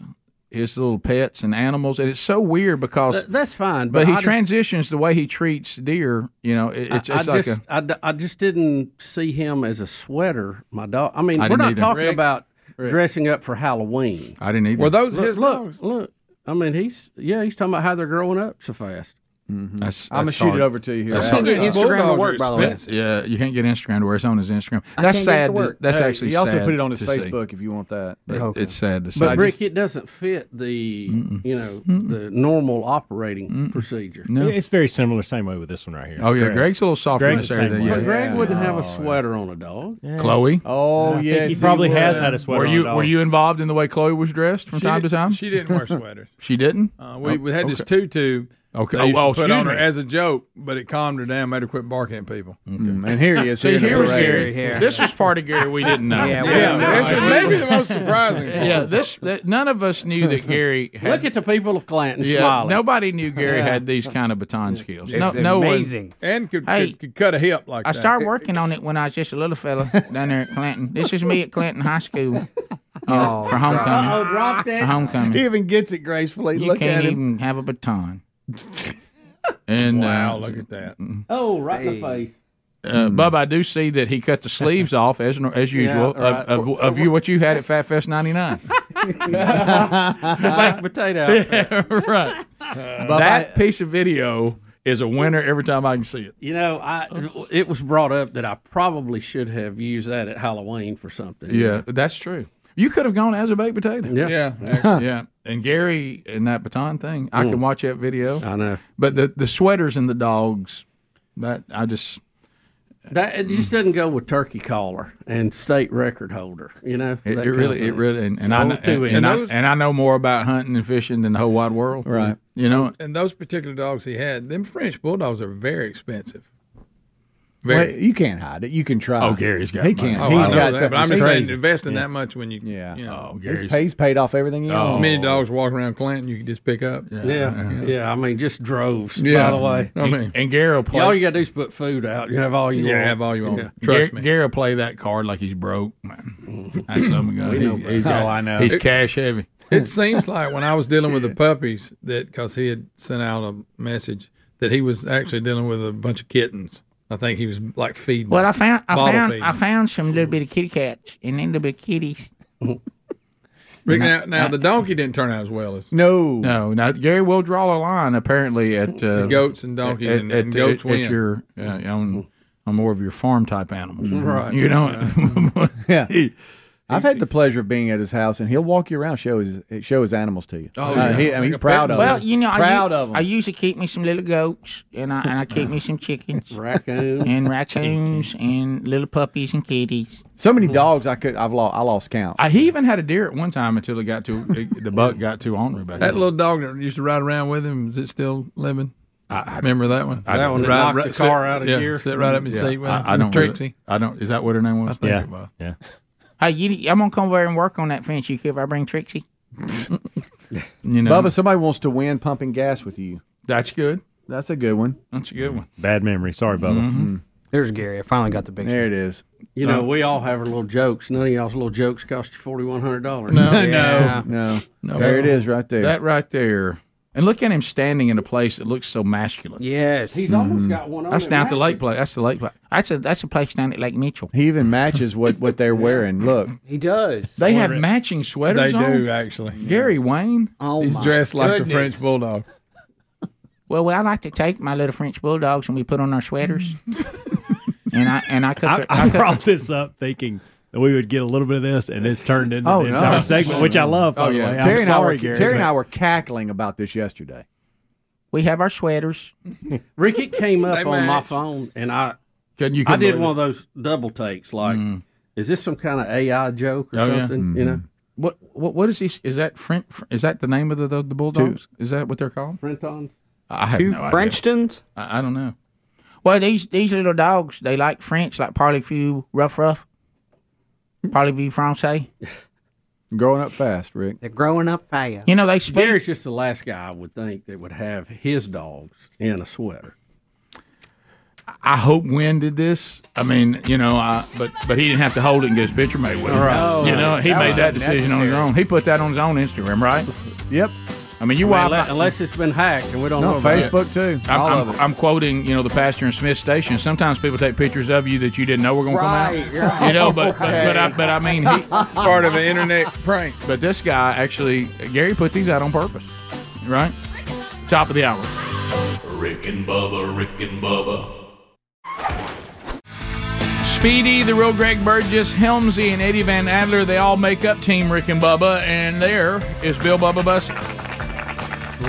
Speaker 1: his little pets and animals, and it's so weird because
Speaker 2: Th- that's fine,
Speaker 1: But,
Speaker 2: but
Speaker 1: he
Speaker 2: I just-
Speaker 1: transitions the way he treats deer. You know, it, it's,
Speaker 2: I,
Speaker 1: it's
Speaker 2: I
Speaker 1: like
Speaker 2: just,
Speaker 1: a
Speaker 2: I d- I just didn't see him as a sweater. My dog. I mean,
Speaker 1: I
Speaker 2: we're
Speaker 1: didn't
Speaker 2: not
Speaker 1: either.
Speaker 2: talking
Speaker 1: Rick,
Speaker 2: about dressing up for Halloween.
Speaker 1: I didn't either.
Speaker 2: look, look, Look, I mean, he's yeah, he's talking about how they're growing up so fast.
Speaker 6: Mm-hmm.
Speaker 1: That's,
Speaker 2: I'ma
Speaker 1: that's
Speaker 2: shoot it
Speaker 1: hard.
Speaker 2: over to you here.
Speaker 1: That's
Speaker 2: I can't
Speaker 1: hard.
Speaker 2: get Instagram to work, by the way.
Speaker 1: Yeah, you can't get Instagram to where it's on his Instagram.
Speaker 2: I can't get
Speaker 1: That's
Speaker 2: it to
Speaker 1: sad.
Speaker 2: work.
Speaker 1: that's
Speaker 2: Hey,
Speaker 1: actually
Speaker 2: he also
Speaker 1: sad
Speaker 2: put it on his
Speaker 1: to see.
Speaker 2: Facebook
Speaker 12: if you want that.
Speaker 1: It- It's sad to see.
Speaker 2: But Rick, it doesn't fit the you know the normal operating procedure.
Speaker 5: Yeah, It's very similar, same way with this one right here.
Speaker 1: Oh, yeah, Greg's a little softer
Speaker 5: Greg's
Speaker 1: in
Speaker 5: the
Speaker 1: this
Speaker 5: same
Speaker 1: area,
Speaker 5: way.
Speaker 1: yeah.
Speaker 2: But Greg
Speaker 1: Yeah.
Speaker 2: wouldn't have a sweater on a dog.
Speaker 1: Chloe.
Speaker 2: Oh,
Speaker 5: I think he probably has had a sweater.
Speaker 1: Were
Speaker 5: on a
Speaker 1: you
Speaker 5: dog.
Speaker 1: were you involved in the way Chloe was dressed from
Speaker 6: She
Speaker 1: time
Speaker 6: did-
Speaker 1: to time?
Speaker 6: she didn't wear sweaters.
Speaker 1: she didn't.
Speaker 6: Uh, we,
Speaker 1: Oh,
Speaker 6: we had this
Speaker 1: okay.
Speaker 6: tutu.
Speaker 1: Okay.
Speaker 6: they
Speaker 1: Oh,
Speaker 6: used to
Speaker 1: oh,
Speaker 6: put on
Speaker 1: excuse
Speaker 6: her
Speaker 1: me.
Speaker 6: as a joke, but it calmed her down, made her quit barking at people.
Speaker 12: and here he is
Speaker 1: Mm-hmm. See,
Speaker 6: here in the
Speaker 1: here was
Speaker 6: parade.
Speaker 1: Gary.
Speaker 6: Here.
Speaker 1: This was part of Gary we didn't know.
Speaker 6: Yeah, we Yeah, didn't this know. is maybe the most surprising part.
Speaker 1: Yeah, this that, none of us knew that Gary. Had,
Speaker 2: Look at the people of Clanton
Speaker 1: yeah,
Speaker 2: smiling.
Speaker 1: Nobody knew Gary
Speaker 2: Yeah.
Speaker 1: had these kind of baton skills.
Speaker 2: It's
Speaker 1: no, no one-
Speaker 2: amazing.
Speaker 6: And could,
Speaker 7: Hey,
Speaker 6: could, could cut a hip like
Speaker 7: I
Speaker 6: that.
Speaker 7: started working on it when I was just a little fella down there at Clinton. This is me at Clinton High School uh,
Speaker 6: Oh,
Speaker 7: for homecoming.
Speaker 6: Uh-oh, drop that.
Speaker 7: For homecoming.
Speaker 6: He
Speaker 12: even gets it gracefully.
Speaker 7: You
Speaker 6: Look
Speaker 7: can't
Speaker 6: at him.
Speaker 7: even have a baton.
Speaker 1: And
Speaker 7: Wow,
Speaker 1: uh,
Speaker 7: look
Speaker 6: at that.
Speaker 2: Oh, right in the face.
Speaker 1: Uh, Bub, I do see that he cut the sleeves off as nor- as
Speaker 2: Yeah,
Speaker 1: usual
Speaker 2: right.
Speaker 1: of, of, of you what you had at Fat Fest '99.
Speaker 2: Baked potato.
Speaker 1: Yeah, right.
Speaker 22: Uh,
Speaker 1: that piece of video is a winner every time I can see it.
Speaker 2: You know, I it was brought up that I probably should have used that at Halloween for something.
Speaker 1: Yeah, that's true. You could have gone as a baked potato.
Speaker 2: Yeah.
Speaker 1: yeah, actually, yeah. And Gary and that baton thing, I can
Speaker 2: Mm.
Speaker 1: watch that video.
Speaker 2: I know.
Speaker 1: But the the sweaters and the dogs, that I just
Speaker 2: That it just doesn't go with turkey caller and state record holder. You know,
Speaker 1: it,
Speaker 2: that
Speaker 1: it really
Speaker 2: kind
Speaker 1: it
Speaker 2: of
Speaker 1: really
Speaker 2: thing.
Speaker 1: and, and I
Speaker 2: Oh,
Speaker 1: know,
Speaker 2: too,
Speaker 1: and, and I, and I know more about hunting and fishing than the whole wide world.
Speaker 12: Right.
Speaker 1: You know.
Speaker 6: And those particular dogs he had, them French bulldogs are very expensive.
Speaker 12: Well, you can't hide it. You can try.
Speaker 1: Oh, Gary's got
Speaker 12: He
Speaker 1: money.
Speaker 12: can't.
Speaker 6: Oh,
Speaker 12: He's
Speaker 6: I know
Speaker 12: got
Speaker 6: that, but I'm
Speaker 12: something
Speaker 6: just saying,
Speaker 12: crazy.
Speaker 6: investing
Speaker 12: Yeah.
Speaker 6: that much when you, yeah, you know,
Speaker 12: He's, he's paid off everything he owns.
Speaker 6: As many dogs walking around Clanton, you could just pick up.
Speaker 2: Yeah, yeah. I mean, just droves.
Speaker 6: Yeah.
Speaker 2: By the way,
Speaker 6: I mean- And
Speaker 1: Gary will
Speaker 6: play-
Speaker 2: All you got to do is put food out. You have all you.
Speaker 1: yeah,
Speaker 2: want.
Speaker 1: have all you want.
Speaker 2: Yeah.
Speaker 1: Trust me. Gary will play that card like he's broke. That's some guy.
Speaker 6: We know
Speaker 1: He's- he's
Speaker 6: Brad.
Speaker 1: got-
Speaker 6: Oh, I know.
Speaker 1: He's
Speaker 6: It-
Speaker 1: cash heavy.
Speaker 6: It seems like when I was dealing with the puppies, that because he had sent out a message that he was actually dealing with a bunch of kittens. I think he was like feeding.
Speaker 7: Well, I found I
Speaker 6: bottle
Speaker 7: found
Speaker 6: feeding.
Speaker 7: I found some little bit of kitty cats and then little bit of kitties.
Speaker 6: Rick,
Speaker 1: And
Speaker 6: now,
Speaker 1: I-
Speaker 6: now
Speaker 1: I-
Speaker 6: the donkey didn't turn out as well as
Speaker 12: No,
Speaker 1: no, no. Gary will draw a line apparently at uh,
Speaker 6: The goats and donkeys and- and goats
Speaker 1: at,
Speaker 6: win.
Speaker 1: your uh, on, on more of your farm type animals,
Speaker 12: Right.
Speaker 1: You know,
Speaker 12: yeah. I've had the pleasure of being at his house, and he'll walk you around, show his show his animals to you.
Speaker 1: Oh,
Speaker 12: Uh,
Speaker 1: yeah.
Speaker 12: he- I mean, he's proud of
Speaker 1: Well,
Speaker 12: them.
Speaker 1: you know,
Speaker 12: proud
Speaker 1: I, u-
Speaker 12: of them.
Speaker 1: I usually keep me some little goats, and I and I keep me some chickens,
Speaker 2: raccoons,
Speaker 1: and raccoons, and little puppies and kitties.
Speaker 12: So many dogs, I could I've lost I lost count.
Speaker 1: I, he even had a deer at one time until it got too the buck got too ornery. back
Speaker 6: That
Speaker 1: then.
Speaker 6: little dog that used to ride around with him, is it still living? I, remember that one.
Speaker 1: I don't- That one that knocked the
Speaker 6: sit-
Speaker 1: car out of
Speaker 6: yeah,
Speaker 1: gear?
Speaker 6: Sit right up in his
Speaker 1: Yeah,
Speaker 6: seat with
Speaker 1: I-
Speaker 6: him.
Speaker 1: I don't really-
Speaker 6: Trixie.
Speaker 1: I don't. Is that what her name was?
Speaker 6: I think
Speaker 1: Yeah.
Speaker 6: it was.
Speaker 5: Yeah.
Speaker 1: Hey, you, I'm gonna come over and work on that fence. You care if I bring Trixie?
Speaker 12: You
Speaker 1: know.
Speaker 12: Bubba, somebody wants to win pumping gas with you.
Speaker 1: That's good.
Speaker 12: That's a good one.
Speaker 1: That's a good one. Mm-hmm.
Speaker 5: Bad memory. Sorry, Bubba.
Speaker 12: Mhm.
Speaker 7: There's Gary. I finally got the picture.
Speaker 12: There it is.
Speaker 2: You know, we all have our little jokes. None of y'all's little jokes cost you forty one hundred dollars.
Speaker 7: Oh,
Speaker 12: no, no. There it is, right there.
Speaker 1: That right there. And look at him standing in a place that looks so masculine.
Speaker 7: Yes,
Speaker 2: He's
Speaker 12: Mm-hmm.
Speaker 2: almost got one on
Speaker 1: That's
Speaker 2: him
Speaker 1: down at the
Speaker 2: now.
Speaker 1: lake place. That's the lake place. That's a that's a place down at Lake Mitchell.
Speaker 12: He even matches what what they're wearing. Look,
Speaker 7: He does.
Speaker 1: They have matching sweaters.
Speaker 6: They do,
Speaker 1: on.
Speaker 6: actually.
Speaker 1: Gary Wayne.
Speaker 7: Oh,
Speaker 6: He's dressed like the French bulldog.
Speaker 1: Well, well, I like to take my little French bulldogs and we put on our sweaters. and I and I cook.
Speaker 5: I,
Speaker 1: it-
Speaker 5: I
Speaker 1: cook it-
Speaker 5: brought this up thinking that we would get a little bit of this, and it's turned into
Speaker 12: Oh,
Speaker 5: the
Speaker 12: no.
Speaker 5: entire segment, which I love. By
Speaker 12: Oh,
Speaker 5: the
Speaker 12: yeah.
Speaker 5: way,
Speaker 12: Terry
Speaker 5: I'm
Speaker 12: and I
Speaker 5: sorry,
Speaker 12: were-
Speaker 5: Gary.
Speaker 12: Terry and
Speaker 5: but-
Speaker 12: I were cackling about this yesterday.
Speaker 1: we have our sweaters.
Speaker 2: Rick, it came up
Speaker 1: They
Speaker 2: on my
Speaker 1: match.
Speaker 2: phone, and I
Speaker 1: Couldn't- you
Speaker 2: I
Speaker 1: couldn't
Speaker 2: did
Speaker 1: believe
Speaker 2: one
Speaker 1: it. Mm.
Speaker 2: of those double takes. Like, is this some kind of AI joke or
Speaker 1: Oh, yeah.
Speaker 2: something? You know,
Speaker 1: What what what is this? Is that French? Is that the name of the the, the bulldogs? Is that what they're called?
Speaker 2: Frentons.
Speaker 1: I have
Speaker 2: Two
Speaker 1: no idea.
Speaker 2: Frenchtons?
Speaker 1: I, I don't know. Well, these these little dogs, they like French, like Parlez-vous rough rough, Parlez-vous français.
Speaker 12: Growing up fast, Rick.
Speaker 7: They're growing up fast.
Speaker 1: You know they speak.
Speaker 2: Gary's just the last guy I would think that would have his dogs in a sweater.
Speaker 1: I hope Wynn did this. I mean, you know, I but but he didn't have to hold it and get his picture made with him.
Speaker 2: All
Speaker 6: Oh,
Speaker 2: right. Oh,
Speaker 1: You know, he
Speaker 2: That
Speaker 1: made
Speaker 2: was
Speaker 1: that decision on his
Speaker 2: unnecessary.
Speaker 1: own. He put that on his own Instagram, right?
Speaker 12: Yep.
Speaker 1: I mean, you
Speaker 2: I mean,
Speaker 1: wild
Speaker 2: unless, unless it's been hacked and we don't know. about it.
Speaker 12: too.
Speaker 1: I'm,
Speaker 2: All
Speaker 1: I'm,
Speaker 2: of
Speaker 1: I'm quoting, you know, the pastor in Smith Station. Sometimes people take pictures of you that you didn't know were going to come
Speaker 6: Right,
Speaker 1: out.
Speaker 6: right.
Speaker 1: You know, but but, but, I, but I mean, he,
Speaker 6: Part of an internet prank.
Speaker 1: But this guy actually, Gary put these out on purpose, right? Top of the hour.
Speaker 3: Rick and Bubba, Rick and Bubba,
Speaker 6: Speedy, the real Greg Burgess,
Speaker 1: Helmsy and Eddie Van Adler, they all make up Team Rick and Bubba, and there is Bill Bubba Bussy.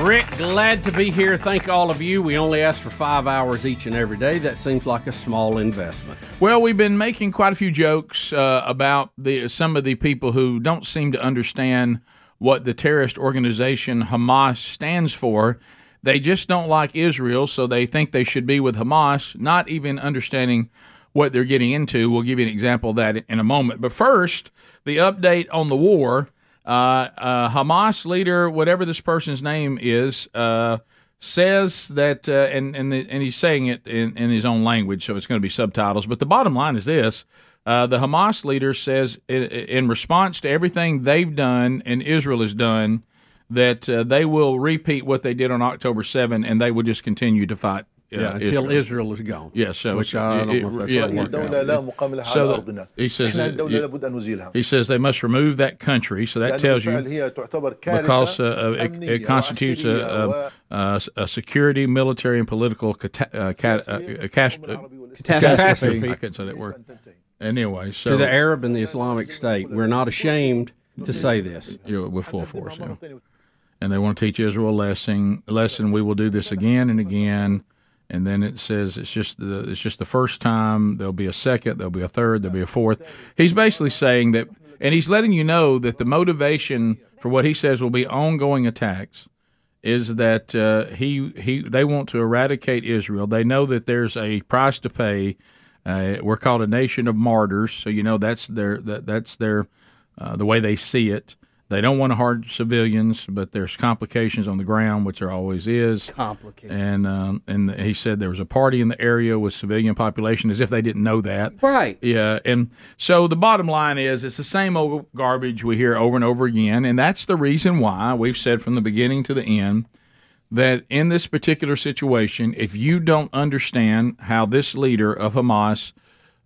Speaker 2: Rick, glad to be here. Thank all of you. We only ask for five hours each and every day. That seems like a small investment.
Speaker 1: Well, we've been making quite a few jokes uh, about the some of the people who don't seem to understand what the terrorist organization Hamas stands for. They just don't like Israel, so they think they should be with Hamas, not even understanding what they're getting into. We'll give you an example of that in a moment. But first, the update on the war. Uh, uh, Hamas leader, whatever this person's name is, uh, says that, uh, and and the, and he's saying it in, in his own language, so it's going to be subtitles. But the bottom line is this: uh, the Hamas leader says, in, in response to everything they've done and Israel has done, that uh, they will repeat what they did on October 7, and they will just continue to fight. uh,
Speaker 2: yeah, until Israel is gone.
Speaker 1: Yeah, so
Speaker 2: which
Speaker 1: it-
Speaker 2: I don't know if
Speaker 1: it-
Speaker 2: that's
Speaker 1: yeah,
Speaker 2: gonna work
Speaker 1: yeah.
Speaker 2: out.
Speaker 15: الدولة لا مقام لها
Speaker 1: So
Speaker 15: على
Speaker 1: the-
Speaker 15: أرضنا.
Speaker 1: he says
Speaker 15: إحنا
Speaker 1: that
Speaker 15: الدولة
Speaker 1: you-
Speaker 15: لابد أن نزيلها.
Speaker 1: He says they must remove that country. So that
Speaker 15: لأن
Speaker 1: tells you
Speaker 15: بالفعل هي تعتبر كارثة
Speaker 1: because uh, uh, it,
Speaker 15: أمنية
Speaker 1: it constitutes a, a, a, a security, military, and political cata- uh, cat, uh, uh, cas- uh,
Speaker 2: Catastrophe.
Speaker 1: I couldn't say that word. Anyway, so
Speaker 2: to the Arab and the Islamic State, we're not ashamed to say this.
Speaker 1: You're with full force. Yeah. and they want to teach Israel a lesson. Lesson. We will do this again and again. And then it says it's just the it's just the first time. There'll be a second. There'll be a third. There'll be a fourth. He's basically saying that, and he's letting you know that the motivation for what he says will be ongoing attacks is that uh, he he they want to eradicate Israel. They know that there's a price to pay. Uh, we're called a nation of martyrs, so you know that's their that, that's their uh, the way they see it. They don't want to harm civilians, but there's complications on the ground, which there always is. Complicated. And um, and he said there was a party in the area with civilian population, as if they didn't know that.
Speaker 7: Right.
Speaker 1: Yeah. And so the bottom line is, it's the same old garbage we hear over and over again, and that's the reason why we've said from the beginning to the end that in this particular situation, if you don't understand how this leader of Hamas,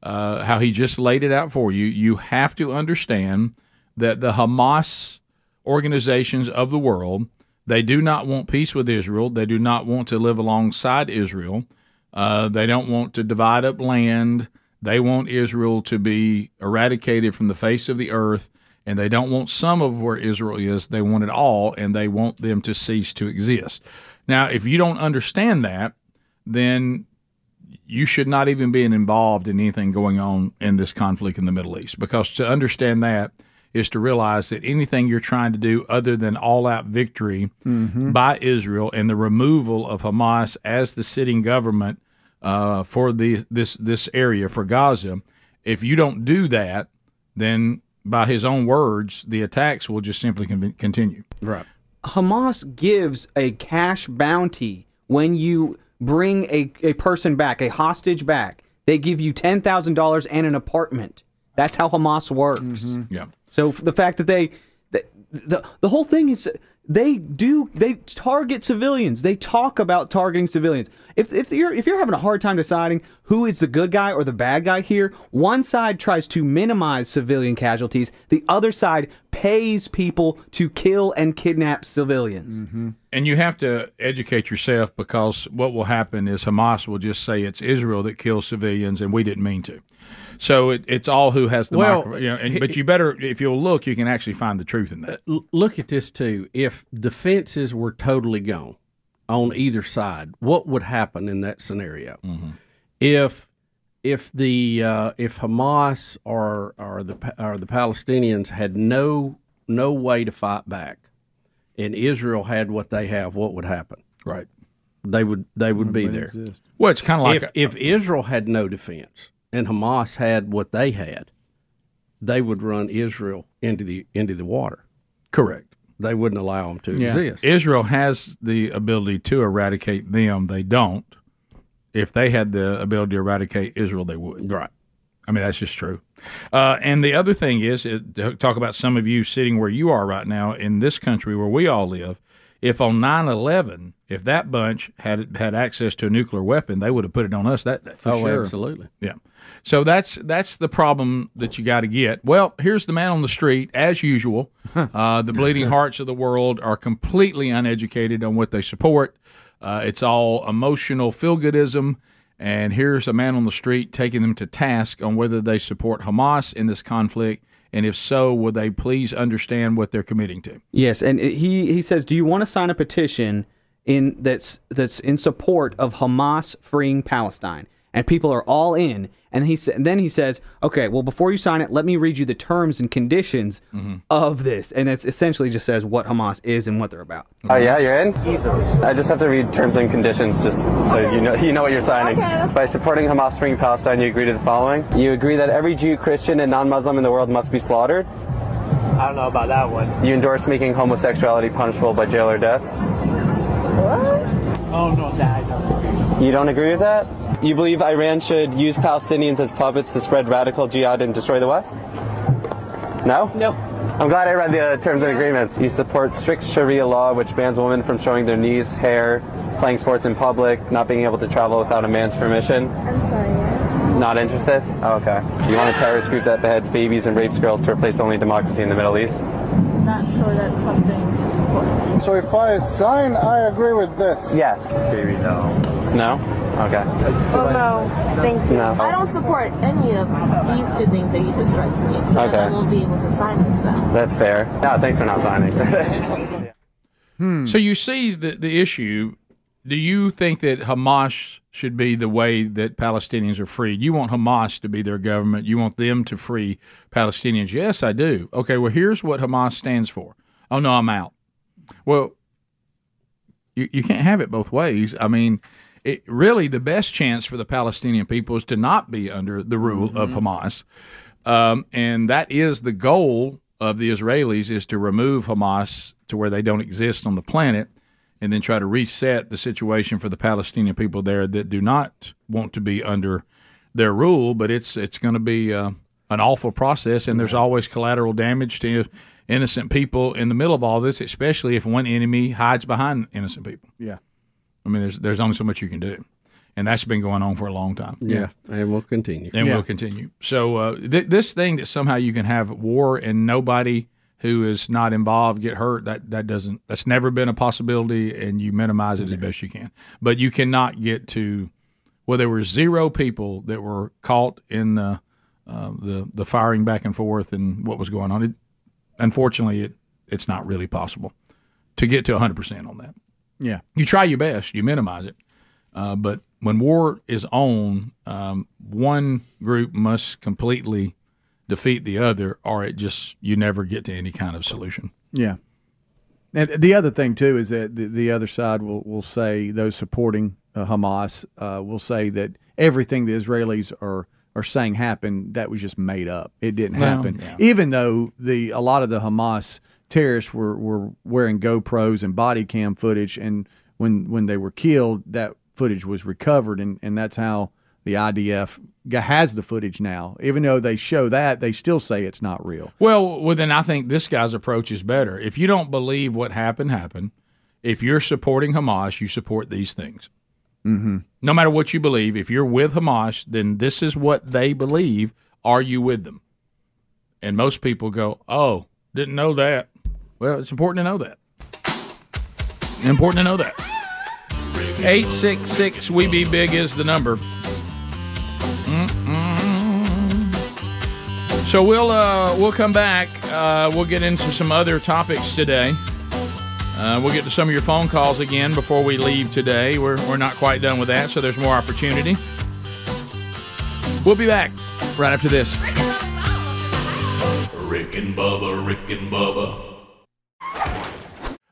Speaker 1: uh, how he just laid it out for you, you have to understand that the Hamas organizations of the world. They do not want peace with Israel. They do not want to live alongside Israel. Uh, they don't want to divide up land. They want Israel to be eradicated from the face of the earth. And they don't want some of where Israel is. They want it all, and they want them to cease to exist. Now, if you don't understand that, then you should not even be involved in anything going on in this conflict in the Middle East because to understand that is to realize that anything you're trying to do other than all out victory by Israel and the removal of Hamas as the sitting government uh, for the this this area for Gaza, if you don't do that, then by his own words, the attacks will just simply con- continue. Right.
Speaker 8: Hamas gives a cash bounty when you bring a, a person back, a hostage back. They give you $10,000 and an apartment. That's how Hamas works.
Speaker 1: Yeah.
Speaker 8: So f- the fact that they, the, the, the whole thing is they do, they target civilians. They talk about targeting civilians. If, if you're, if you're having a hard time deciding who is the good guy or the bad guy here, one side tries to minimize civilian casualties. The other side pays people to kill and kidnap civilians.
Speaker 1: And you have to educate yourself because what will happen is Hamas will just say it's Israel that kills civilians and we didn't mean to. So it, it's all who has the
Speaker 2: Well,
Speaker 1: micro. You know, and, but you better, if you'll look, you can actually find the truth in that.
Speaker 2: Uh, L- look at this too. If defenses were totally gone on either side, what would happen in that scenario?
Speaker 1: Mm-hmm.
Speaker 2: If if the uh, if Hamas or or the Pa- or the Palestinians had no no way to fight back, and Israel had what they have, what would happen?
Speaker 1: Right.
Speaker 2: They would they would be there.
Speaker 1: Well, it's kind of like
Speaker 2: if, if Israel had no defense and Hamas had what they had, they would run Israel into the into the water.
Speaker 1: Correct.
Speaker 2: They wouldn't allow them to
Speaker 1: Yeah.
Speaker 2: exist.
Speaker 1: Israel has the ability to eradicate them. They don't. If they had the ability to eradicate Israel, they would.
Speaker 2: Right.
Speaker 1: I mean, that's just true. Uh, and the other thing is, it, to talk about some of you sitting where you are right now in this country where we all live. If on 9 11, if that bunch had had access to a nuclear weapon, they would have put it on us that day.
Speaker 2: oh, absolutely.
Speaker 1: Yeah. So that's that's the problem that you got to get. Well, here's the man on the street, as usual. Uh, the bleeding hearts of the world are completely uneducated on what they support. Uh, it's all emotional feel goodism. And here's a man on the street taking them to task on whether they support Hamas in this conflict. And if so, will they please understand what they're committing to?
Speaker 8: Yes, and it- he he says, "Do you want to sign a petition in that's that's in support of Hamas freeing Palestine?" And people are all in. And he sa- then he says, "Okay, well before you sign it, let me read you the terms and conditions of this." And it's essentially just says what Hamas is and what they're about.
Speaker 9: Oh yeah,
Speaker 16: Mm-hmm.
Speaker 9: you're in. I just have to read terms and conditions, just so you know you know what you're signing. By supporting Hamas freeing Palestine, you agree to the following: You agree that every Jew, Christian, and non-Muslim in the world must be slaughtered.
Speaker 16: I don't know about that one.
Speaker 9: You endorse making homosexuality punishable by jail or death.
Speaker 16: Oh no, that I don't.
Speaker 9: You don't agree with that? You believe Iran should use Palestinians as puppets to spread radical jihad and destroy the West? No? No. I'm glad I read the uh, terms and agreements. You support strict Sharia law, which bans women from showing their knees, hair, playing sports in public, not being able to travel without a man's permission. I'm sorry. Not interested? Oh, okay. You want a terrorist group that beheads babies and rapes girls to replace only democracy in the Middle East?
Speaker 22: Not sure that's something to support. Oh, So if I sign, I agree with this.
Speaker 9: Yes. Baby, no. No? Okay.
Speaker 22: Oh no, thank you.
Speaker 9: No.
Speaker 22: I don't support any of these two things that you just read to me, so
Speaker 9: Okay.
Speaker 22: I won't be able to sign this now.
Speaker 9: That's fair. No, thanks for not signing.
Speaker 1: So you see the, the issue. Do you think that Hamas should be the way that Palestinians are freed? You want Hamas to be their government. You want them to free Palestinians. Yes, I do. Okay, well, here's what Hamas stands for. Oh, no, I'm out. Well, you, you can't have it both ways. I mean, it, really, the best chance for the Palestinian people is to not be under the rule of Hamas, um, and that is the goal of the Israelis is to remove Hamas to where they don't exist on the planet, and then try to reset the situation for the Palestinian people there that do not want to be under their rule. But it's it's going to be uh, an awful process, and there's always collateral damage to innocent people in the middle of all this, especially if one enemy hides behind innocent people.
Speaker 12: Yeah.
Speaker 1: I mean, there's there's only so much you can do, and that's been going on for a long time.
Speaker 2: Yeah, and we'll continue.
Speaker 1: and we'll continue. So uh, th- this thing that somehow you can have war and nobody who is not involved get hurt, that that doesn't that's never been a possibility, and you minimize it as best you can. But you cannot get to well, there were zero people that were caught in the uh, the the firing back and forth and what was going on. It, unfortunately, it it's not really possible to get to 100 percent on that.
Speaker 12: Yeah.
Speaker 1: You try your best, you minimize it, uh, but when war is on, um, one group must completely defeat the other, or it just you never get to any kind of solution.
Speaker 12: Yeah. And the other thing too is that the, the other side will will say those supporting uh, Hamas uh, will say that everything the Israelis are are saying happened that was just made up. It didn't
Speaker 23: Well,
Speaker 12: happen.
Speaker 23: yeah.
Speaker 12: Even though the a lot of the Hamas terrorists were were wearing GoPros and body cam footage, and when when they were killed, that footage was recovered, and and that's how the IDF g- has the footage now. Even though they show that, they still say it's not real.
Speaker 1: Well, well, then I think this guy's approach is better. If you don't believe what happened happened, if you're supporting Hamas, you support these things.
Speaker 12: Mm-hmm.
Speaker 1: No matter what you believe, if you're with Hamas, then this is what they believe. Are you with them? And most people go, "Oh, didn't know that." Well, it's important to know that. Important to know that. 866 We Be Big is the number. Mm-mm. So we'll uh, we'll come back. Uh, we'll get into some other topics today. Uh, we'll get to some of your phone calls again before we leave today. We're, we're not quite done with that, so there's more opportunity. We'll be back right after this.
Speaker 3: Rick and Bubba, Rick and Bubba,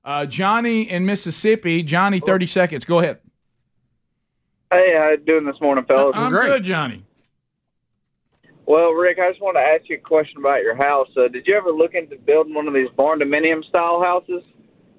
Speaker 1: Uh, Johnny in Mississippi. Johnny, 30 seconds. Go ahead.
Speaker 24: Hey, how you doing this morning, fellas?
Speaker 1: I'm good, Johnny.
Speaker 24: Well, Rick, I just want to ask you a question about your house. Uh, did you ever look into building one of these barn dominium style houses?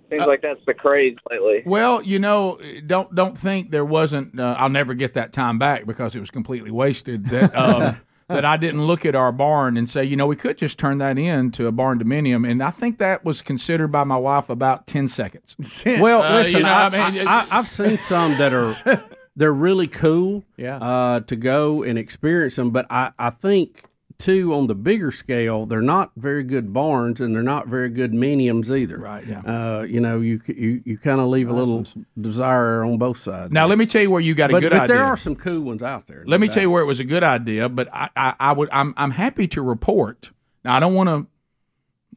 Speaker 24: Seems
Speaker 1: Uh,
Speaker 24: like that's the craze lately.
Speaker 1: Well, you know, don't don't think there wasn't. Uh, I'll never get that time back because it was completely wasted. That um, that I didn't look at our barn and say, you know, we could just turn that into a barn dominium. And I think that was considered by my wife about ten seconds.
Speaker 2: Well,
Speaker 1: Uh,
Speaker 2: listen,
Speaker 1: you know,
Speaker 2: I,
Speaker 1: I mean,
Speaker 2: I, I, have seen some that are they're really cool.
Speaker 12: Yeah.
Speaker 2: Uh, to go and experience them, but I I think too on the bigger scale, they're not very good barns and they're not very good miniums either. Right.
Speaker 1: Yeah.
Speaker 2: Uh, you know, you c- you you kind of leave a little desire on both sides.
Speaker 1: Now, let me tell you where you got a
Speaker 2: But-
Speaker 1: good
Speaker 2: but
Speaker 1: idea.
Speaker 2: there are some cool ones out there.
Speaker 1: Let me tell you where it was a good idea, but I, I, I would I'm I'm happy to report. Now I don't want to.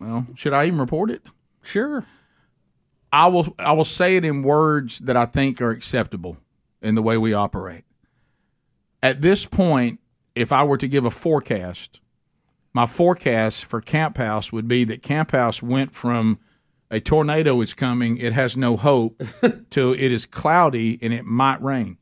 Speaker 1: Well, should I even report it?
Speaker 2: Sure.
Speaker 1: I will I will say it in words that I think are acceptable in the way we operate. At this point, if I were to give a forecast, my forecast for Camp House would be that Camp House went from a tornado is coming, it has no hope, to it is cloudy and it might rain.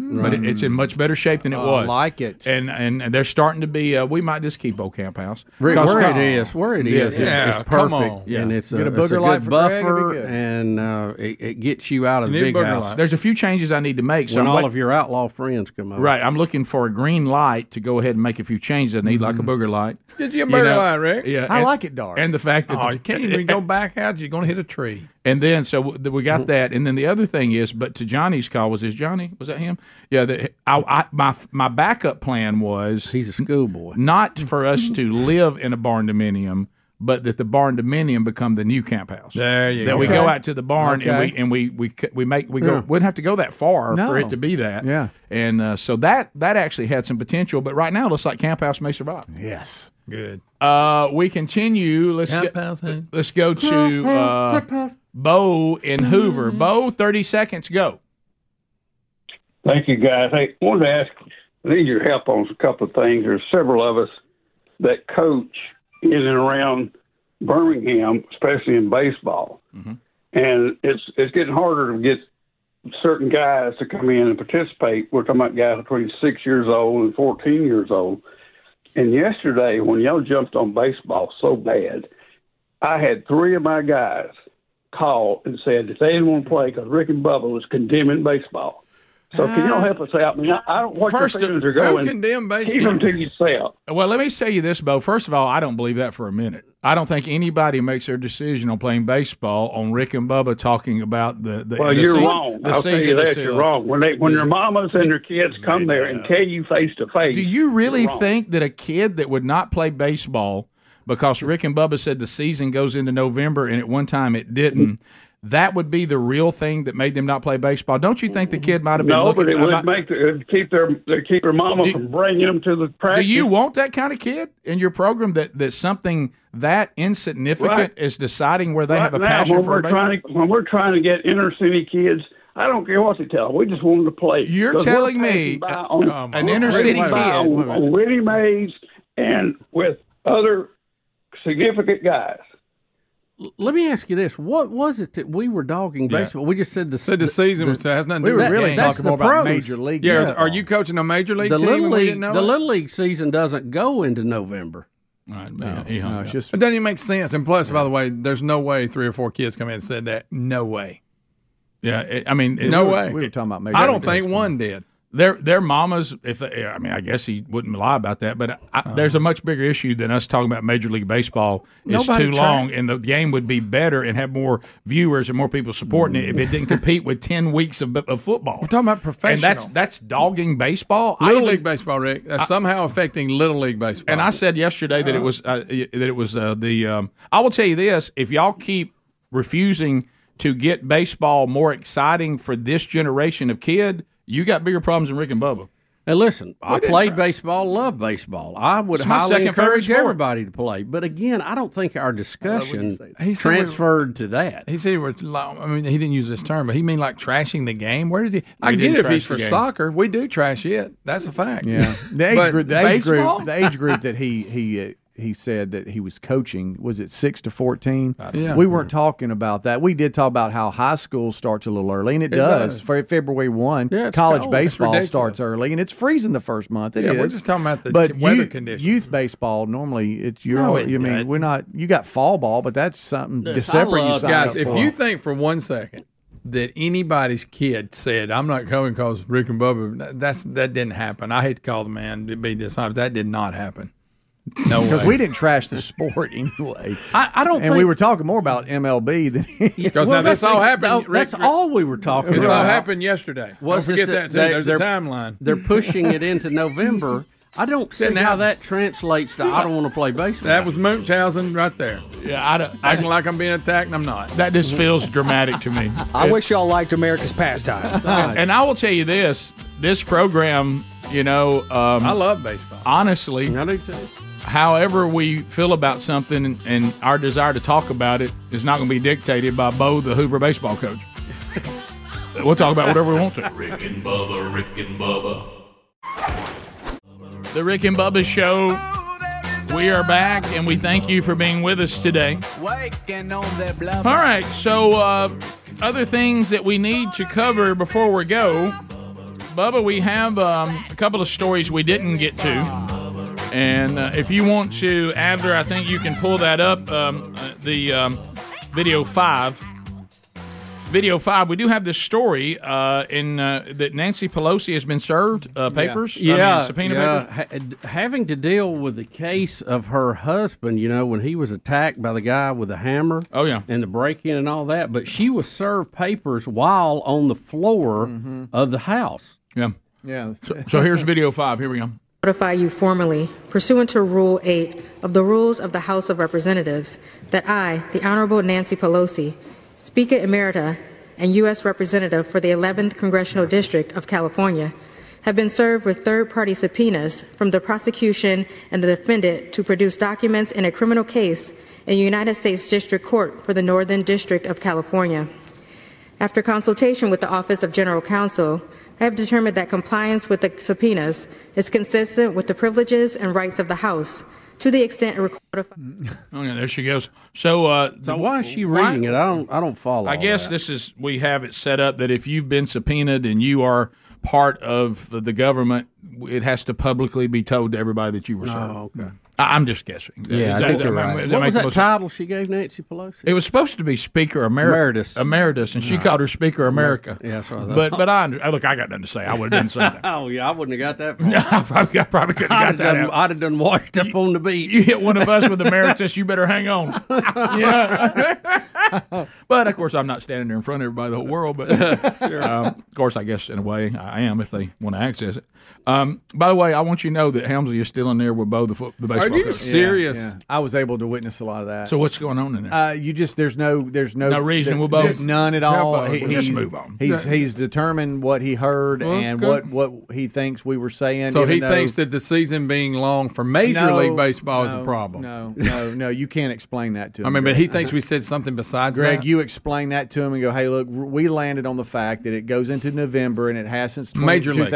Speaker 1: But it, it's in much better shape than it
Speaker 12: Hmm. Oh, I
Speaker 1: was.
Speaker 12: like it.
Speaker 1: and and and they're starting to be. Uh, we might just keep old camp house.
Speaker 2: Rick,
Speaker 1: Because-
Speaker 2: where it is, where it is, it's- it's, perfect, and it's a,
Speaker 1: Get a
Speaker 2: it's a
Speaker 1: booger light
Speaker 2: good
Speaker 1: for Greg, it'd be
Speaker 2: buffer,
Speaker 1: good.
Speaker 2: and uh, it, it gets you out of the big house.
Speaker 1: There's a few changes I need to make. So
Speaker 2: when
Speaker 1: I'm
Speaker 2: all
Speaker 1: wait-
Speaker 2: of your outlaw friends come over,
Speaker 1: Right, I'm looking for a green light to go ahead and make a few changes I need, like
Speaker 2: Mm-hmm.
Speaker 1: a booger light.
Speaker 6: Did you
Speaker 1: You
Speaker 6: murder
Speaker 1: know,
Speaker 6: line, Rick?
Speaker 1: yeah, I and- like it
Speaker 6: dark.
Speaker 1: and the fact that
Speaker 6: oh,
Speaker 1: the-
Speaker 6: you can't even go back out. You're going to hit a tree.
Speaker 1: And then so w- th- we got
Speaker 2: Mm-hmm.
Speaker 1: that, and then the other thing is, but to Johnny's call was is Johnny was that him? Yeah, that I, I my my backup plan was
Speaker 2: he's a schoolboy,
Speaker 1: not for us to live in a barn dominium, but that the barn dominium become the new camp house.
Speaker 6: There you
Speaker 1: that
Speaker 6: go.
Speaker 1: we
Speaker 6: Okay.
Speaker 1: go out to the barn
Speaker 6: Okay.
Speaker 1: and we and we we c- we make we go
Speaker 6: Yeah.
Speaker 1: wouldn't have to go that far
Speaker 6: No.
Speaker 1: for it to be that.
Speaker 6: Yeah.
Speaker 1: and uh, so that that actually had some potential, but right now it looks like camp house may survive.
Speaker 6: Yes. Good.
Speaker 1: Uh, we continue. Let's
Speaker 6: Camp
Speaker 1: go,
Speaker 6: house, huh?
Speaker 1: let's go to uh, Bo in Hoover. Bo, thirty seconds. Go.
Speaker 14: Thank you, guys. Hey, wanted to ask, I need your help on a couple of things. There's several of us that coach in and around Birmingham, especially in baseball, and it's it's getting harder to get certain guys to come in and participate. We're talking about guys between six years old and 14 years old. And yesterday, when y'all jumped on baseball so bad, I had three of my guys call and said that they didn't want to play because Rick and Bubba was condemning baseball. So can y'all help us out? I mean, I, I don't what
Speaker 1: First uh, of-
Speaker 14: your feelings are
Speaker 1: who
Speaker 14: going.
Speaker 1: condemned
Speaker 14: Keep
Speaker 1: baseball?
Speaker 14: them to yourself.
Speaker 1: Well, let me tell you this, Bo. First of all, I don't believe that for a minute. I don't think anybody makes their decision on playing baseball on Rick and Bubba talking about the. the
Speaker 14: Well,
Speaker 1: the
Speaker 14: you're
Speaker 1: sea-
Speaker 14: wrong.
Speaker 1: the
Speaker 14: I'll tell
Speaker 1: season
Speaker 14: you
Speaker 1: is
Speaker 14: that
Speaker 1: still-
Speaker 14: you're wrong. When they when
Speaker 1: Yeah.
Speaker 14: their mamas and their kids come there and tell you face to face,
Speaker 1: Do you really
Speaker 14: you're wrong.
Speaker 1: think that a kid that would not play baseball because Rick and Bubba said the season goes into November, and at one time it didn't.
Speaker 14: Mm-hmm.
Speaker 1: That would be the real thing that made them not play baseball. Don't you think the kid might have been?
Speaker 14: No,
Speaker 1: looking,
Speaker 14: but it
Speaker 1: I
Speaker 14: would
Speaker 1: might-
Speaker 14: make the, it'd keep their it'd keep their mama
Speaker 1: Do-
Speaker 14: from bringing them to the
Speaker 1: do
Speaker 14: practice.
Speaker 1: you want that kind of kid in your program that, that something that insignificant
Speaker 14: Right.
Speaker 1: is deciding where they
Speaker 14: right
Speaker 1: have a
Speaker 14: now,
Speaker 1: passion
Speaker 14: when
Speaker 1: for
Speaker 14: we're
Speaker 1: baseball?
Speaker 14: trying to when we're trying to get inner city kids? I don't care what they tell. them. We just want them to play.
Speaker 1: You're
Speaker 14: 'Cause we're
Speaker 1: telling me uh,
Speaker 14: passing by on-
Speaker 1: an
Speaker 14: we're
Speaker 1: inner
Speaker 14: passing
Speaker 1: city
Speaker 14: by
Speaker 1: kid-
Speaker 14: on, on Willie Mays and with other significant guys.
Speaker 2: Let me ask you this: What was it that we were dogging
Speaker 6: Yeah.
Speaker 2: baseball? We just said the
Speaker 6: Said the season was- has nothing to do
Speaker 2: we
Speaker 6: with
Speaker 2: were
Speaker 6: the
Speaker 2: really
Speaker 6: game.
Speaker 2: talking more about major league.
Speaker 6: Yeah,
Speaker 2: baseball.
Speaker 6: are you coaching a major league
Speaker 2: the
Speaker 6: team?
Speaker 2: little
Speaker 6: and we didn't
Speaker 2: league,
Speaker 6: know
Speaker 2: the
Speaker 6: it?
Speaker 2: little league season doesn't go into November.
Speaker 6: Right, no, he
Speaker 2: no, it's just-
Speaker 6: it doesn't even make sense. And plus, by the way, there's no way three or four kids come in and said that. No way.
Speaker 1: Yeah, it, I mean, it-
Speaker 6: no way. I don't think one did.
Speaker 1: Their their mamas, if they, I mean, I guess he wouldn't lie about that, but I, there's a much bigger issue than us talking about Major League Baseball. It's
Speaker 6: Nobody
Speaker 1: too
Speaker 6: tried.
Speaker 1: long, and the game would be better and have more viewers and more people supporting it if it didn't compete with ten weeks of, of football. We're
Speaker 6: talking about
Speaker 1: and that's
Speaker 6: professional.
Speaker 1: that's dogging baseball. I
Speaker 6: Little
Speaker 1: even-
Speaker 6: league baseball, Rick. That's
Speaker 1: I-
Speaker 6: somehow affecting little league baseball.
Speaker 1: And I said yesterday that it was uh, y- that it was uh, the. Um, I will tell you this: if y'all keep refusing to get baseball more exciting for this generation of kid, you got bigger problems than Rick and Bubba.
Speaker 2: And listen, I
Speaker 1: didn't
Speaker 2: played
Speaker 1: try.
Speaker 2: baseball, love baseball. I would
Speaker 1: It's my
Speaker 2: highly
Speaker 1: second favorite
Speaker 2: encourage
Speaker 1: sport.
Speaker 2: everybody to play. But again, I don't think our discussion
Speaker 6: He said we-
Speaker 2: transferred to that.
Speaker 6: He said, we're, I mean, he didn't use this term, but he mean like trashing the game. Where is he? I
Speaker 2: We
Speaker 6: get
Speaker 2: didn't
Speaker 6: it if he's
Speaker 2: trash
Speaker 6: for
Speaker 2: the game.
Speaker 6: soccer. We do trash it. That's a fact.
Speaker 12: Yeah, the age
Speaker 6: But
Speaker 12: group, the age
Speaker 6: baseball?
Speaker 12: group, the age group that he he uh, he said that he was coaching was it six to fourteen.
Speaker 6: don't know.
Speaker 12: We weren't talking about that. We did talk about how high school starts a little early, and it,
Speaker 6: It
Speaker 12: does.
Speaker 6: does.
Speaker 12: Fe- February one, college
Speaker 6: cold. It's
Speaker 12: baseball
Speaker 6: ridiculous.
Speaker 12: starts early, and it's freezing the first month. It
Speaker 6: Yeah, we're
Speaker 12: is.
Speaker 6: just talking about the t-
Speaker 12: but
Speaker 6: weather
Speaker 12: youth,
Speaker 6: conditions.
Speaker 12: Youth baseball normally it's your.
Speaker 6: No, it
Speaker 12: you mean we're not. You got fall ball, but that's something December. You sign
Speaker 6: guys,
Speaker 12: up
Speaker 6: if
Speaker 12: for.
Speaker 6: you think for one second that anybody's kid said, "I'm not coming because Rick and Bubba," that's that didn't happen. I hate to call the man to be dishonest. That did not happen. No,
Speaker 12: because
Speaker 6: way.
Speaker 12: we didn't trash the sport anyway.
Speaker 2: I, I don't
Speaker 12: And we
Speaker 2: think-
Speaker 12: were talking more about MLB than
Speaker 6: Because now this oh, all happened. Rick-
Speaker 2: that's all we were talking
Speaker 6: This
Speaker 2: about.
Speaker 6: all happened yesterday. Don't
Speaker 2: Was it
Speaker 6: forget that too.
Speaker 2: they-
Speaker 6: There's a
Speaker 2: they're-
Speaker 6: timeline.
Speaker 2: They're pushing it into November. I don't see
Speaker 6: Didn't
Speaker 2: how that translates to I don't want to play baseball.
Speaker 6: That was Munchausen right there.
Speaker 1: Yeah, I don't,
Speaker 6: acting like I'm being attacked, and I'm not.
Speaker 1: That just feels dramatic to me.
Speaker 25: I wish y'all liked America's pastime.
Speaker 1: and, and I will tell you this: this program, you know, um,
Speaker 6: I love baseball.
Speaker 1: Honestly, however we feel about something and, and our desire to talk about it is not going to be dictated by Bo, the Hoover baseball coach. we'll talk about whatever we want to.
Speaker 3: Rick and Bubba, Rick and Bubba.
Speaker 1: The Rick and Bubba Show. We are back, and we thank you for being with us today. All right, so uh, other things that we need to cover before we go, Bubba, we have um, a couple of stories we didn't get to, and uh, if you want to, after I think you can pull that up, um, uh, the um, video five. Video five, we do have this story uh, in uh, that Nancy Pelosi has been served uh, papers, I mean,
Speaker 2: Yeah,
Speaker 1: subpoena
Speaker 2: yeah.
Speaker 1: papers.
Speaker 2: Ha- having to deal with the case of her husband, you know, when he was attacked by the guy with the hammer.
Speaker 1: Oh yeah,
Speaker 2: and the break-in and all that. But she was served papers while on the floor of the house.
Speaker 1: Mm-hmm. Yeah.
Speaker 12: Yeah.
Speaker 1: So, so here's video five. Here we go.
Speaker 26: notify you formally, pursuant to Rule 8 of the Rules of the House of Representatives, that I, the Honorable Nancy Pelosi, Speaker Emerita and U.S. Representative for the 11th Congressional District of California, have been served with third party subpoenas from the prosecution and the defendant to produce documents in a criminal case in the United States District Court for the Northern District of California. After consultation with the Office of General Counsel, I have determined that compliance with the subpoenas is consistent with the privileges and rights of the House to the extent it required.
Speaker 1: Oh yeah, there she goes. So, uh, so
Speaker 2: why is she reading it? I don't, I don't follow.
Speaker 1: I
Speaker 2: all
Speaker 1: guess
Speaker 2: that.
Speaker 1: this is we have it set up that if you've been subpoenaed and you are part of the, the government, it has to publicly be told to everybody that you were served.
Speaker 2: Oh, okay.
Speaker 1: I, I'm just guessing.
Speaker 2: Yeah,
Speaker 1: Is
Speaker 2: I
Speaker 1: that-
Speaker 2: think
Speaker 1: that-
Speaker 2: you're
Speaker 1: that-
Speaker 2: right.
Speaker 1: that
Speaker 2: What
Speaker 1: makes
Speaker 2: was
Speaker 1: the
Speaker 2: that
Speaker 1: most-
Speaker 2: title she gave Nancy Pelosi?
Speaker 1: It was supposed to be Speaker America,
Speaker 2: Emeritus.
Speaker 1: Emeritus, and she
Speaker 2: Right.
Speaker 1: called her Speaker America.
Speaker 2: Yeah, that's what I thought.
Speaker 1: But but I under- look, I got nothing to say. I would have done something.
Speaker 2: oh yeah, I wouldn't have got that. Far.
Speaker 1: I probably, I probably couldn't
Speaker 2: I'd
Speaker 1: have
Speaker 2: have
Speaker 1: got that.
Speaker 2: done-
Speaker 1: out.
Speaker 2: I'd have done washed up on the beach. You
Speaker 1: hit one of us with emeritus, you better hang on. but of course, I'm not standing there in front of everybody, the whole world. But um, of course, I guess in a way I am if they want to access it. Um, by the way, I want you to know that Helmsley is still in there with Bo the, foot, the
Speaker 6: Are
Speaker 1: baseball.
Speaker 6: you
Speaker 1: Are you
Speaker 12: Yeah,
Speaker 1: serious?
Speaker 12: yeah. I was able to witness a lot of that.
Speaker 1: So what's going on in there?
Speaker 12: Uh, you just there's no there's no
Speaker 1: No reasonable
Speaker 12: th- just
Speaker 1: basis.
Speaker 12: none at
Speaker 1: Yeah,
Speaker 12: all.
Speaker 1: but
Speaker 12: He-
Speaker 1: we'll just
Speaker 12: he's-
Speaker 1: move on.
Speaker 12: He's
Speaker 1: Yeah.
Speaker 12: he's determined what he heard
Speaker 6: Well,
Speaker 12: and
Speaker 6: good.
Speaker 12: what what he thinks we were saying.
Speaker 6: So
Speaker 12: even
Speaker 6: he
Speaker 12: though-
Speaker 6: thinks that the season being long for Major
Speaker 12: No,
Speaker 6: League Baseball is a
Speaker 12: no,
Speaker 6: problem.
Speaker 12: No, no, no, you can't explain that to him.
Speaker 6: I mean, but he
Speaker 12: Greg.
Speaker 6: thinks we said something besides
Speaker 12: Greg,
Speaker 6: that.
Speaker 12: you explain that to him and go, "Hey, look, we landed on the fact that it goes into November and it has since 20,
Speaker 6: Major League.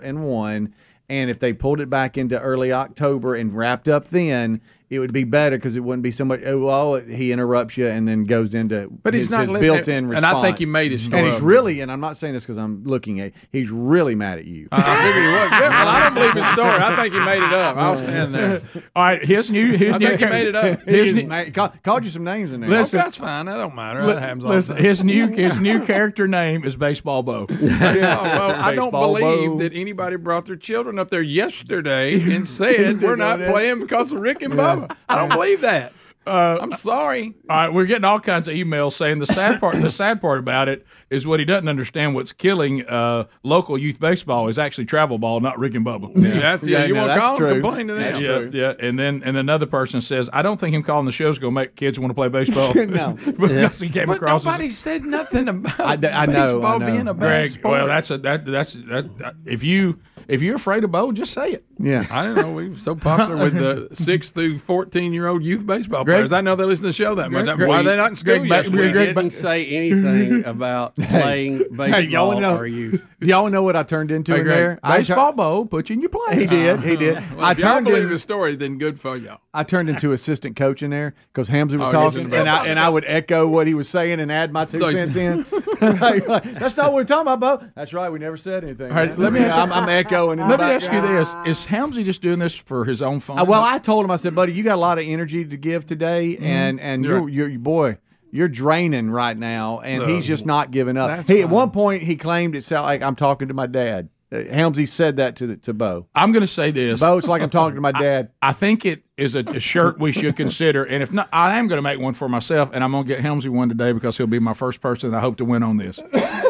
Speaker 12: 2001, and if they pulled it back into early October and wrapped up then, it would be better because it wouldn't be so much. Oh, well, he interrupts you and then goes into
Speaker 6: But he's
Speaker 12: his-
Speaker 6: not
Speaker 12: his
Speaker 6: li-
Speaker 12: built-in
Speaker 6: and I
Speaker 12: response.
Speaker 6: think he made his story
Speaker 12: And he's
Speaker 6: up.
Speaker 12: really, and I'm not saying this because I'm looking at. He's really mad at you.
Speaker 6: I figured he was. Yeah, well, I don't believe his story. I think he made it up. I'll stand there.
Speaker 1: All right, here's new. Here's
Speaker 6: I
Speaker 1: new
Speaker 6: think he made it up.
Speaker 1: Here's
Speaker 12: new, call, called you some names in there.
Speaker 1: Listen.
Speaker 6: Oh, that's fine. That don't matter.
Speaker 1: Li-
Speaker 6: That happens all
Speaker 1: listen,
Speaker 6: the time.
Speaker 1: his new his new character name is Baseball Bo.
Speaker 6: Yeah, well, I don't
Speaker 1: Baseball
Speaker 6: believe
Speaker 1: Bo.
Speaker 6: that anybody brought their children up there yesterday and said we're not playing because of Rick and Bubba. I don't believe that. I'm sorry.
Speaker 1: Uh, All right, we're getting all kinds of emails saying the sad part. the sad part about it is what he doesn't understand. What's killing uh, local youth baseball is actually travel ball, not Rick and Bubba.
Speaker 6: Yeah, that's- yeah, Yeah, you no, wanna that's call and true. complain to them. That's
Speaker 1: Yeah,
Speaker 6: true.
Speaker 1: yeah. And then and another person says, I don't think him calling the show is going to make kids want to play baseball.
Speaker 6: No.
Speaker 1: because he came
Speaker 6: But
Speaker 1: across. as-
Speaker 6: nobody said nothing about
Speaker 1: I, I know,
Speaker 6: baseball
Speaker 1: I know.
Speaker 6: being a bad
Speaker 1: Greg,
Speaker 6: sport.
Speaker 1: Well, that's a that that's that. If you if you're afraid of Bo, just say it.
Speaker 12: Yeah,
Speaker 6: I don't know. We were so popular with the six through fourteen year old youth baseball
Speaker 1: Greg-
Speaker 6: players. I know they listen to the show that much.
Speaker 1: Greg-
Speaker 6: Why are they not in school
Speaker 2: Greg,
Speaker 6: yesterday?
Speaker 2: Greg didn't say anything about playing baseball.
Speaker 12: Hey, y'all wanna know?
Speaker 2: Are you?
Speaker 12: Do y'all know what I turned into
Speaker 2: Hey,
Speaker 12: in
Speaker 2: Greg,
Speaker 12: there? I tur-
Speaker 1: Baseball Bo put you in your place.
Speaker 12: He did. He did.
Speaker 6: Uh-huh.
Speaker 2: Uh-huh.
Speaker 6: Well,
Speaker 12: I
Speaker 6: if y'all
Speaker 12: turned
Speaker 6: believe
Speaker 12: in-
Speaker 6: his story, then good for y'all.
Speaker 12: I turned into assistant coach in there because Hamzy was
Speaker 6: Oh,
Speaker 12: talking,
Speaker 6: yes,
Speaker 12: and
Speaker 6: right.
Speaker 12: I and I would echo what he was saying and add my two
Speaker 6: So-
Speaker 12: cents in. That's not what we're talking about, Bo. That's right. We never said anything.
Speaker 1: All right, let me. Ask,
Speaker 12: I'm, I'm echoing. In
Speaker 1: Let
Speaker 12: the
Speaker 1: me ask you
Speaker 12: background.
Speaker 1: this: Is Helmsy just doing this for his own fun?
Speaker 12: Uh, well, I told him, I said, buddy, you got a lot of energy to give today, and and
Speaker 1: Mm-hmm. You're
Speaker 12: you're, you're, boy, you're draining right now, and
Speaker 1: No.
Speaker 12: he's just not giving up.
Speaker 1: That's
Speaker 12: He at one point he claimed it sounded like I'm talking to my dad. Uh, Helmsy said that to the, to Bo.
Speaker 1: I'm going to say this.
Speaker 12: Bo, it's like I'm talking to my dad.
Speaker 1: I think it is a, a shirt we should consider, and if not, I am going to make one for myself, and I'm going to get Helmsy one today because he'll be my first person I hope to win on this. I,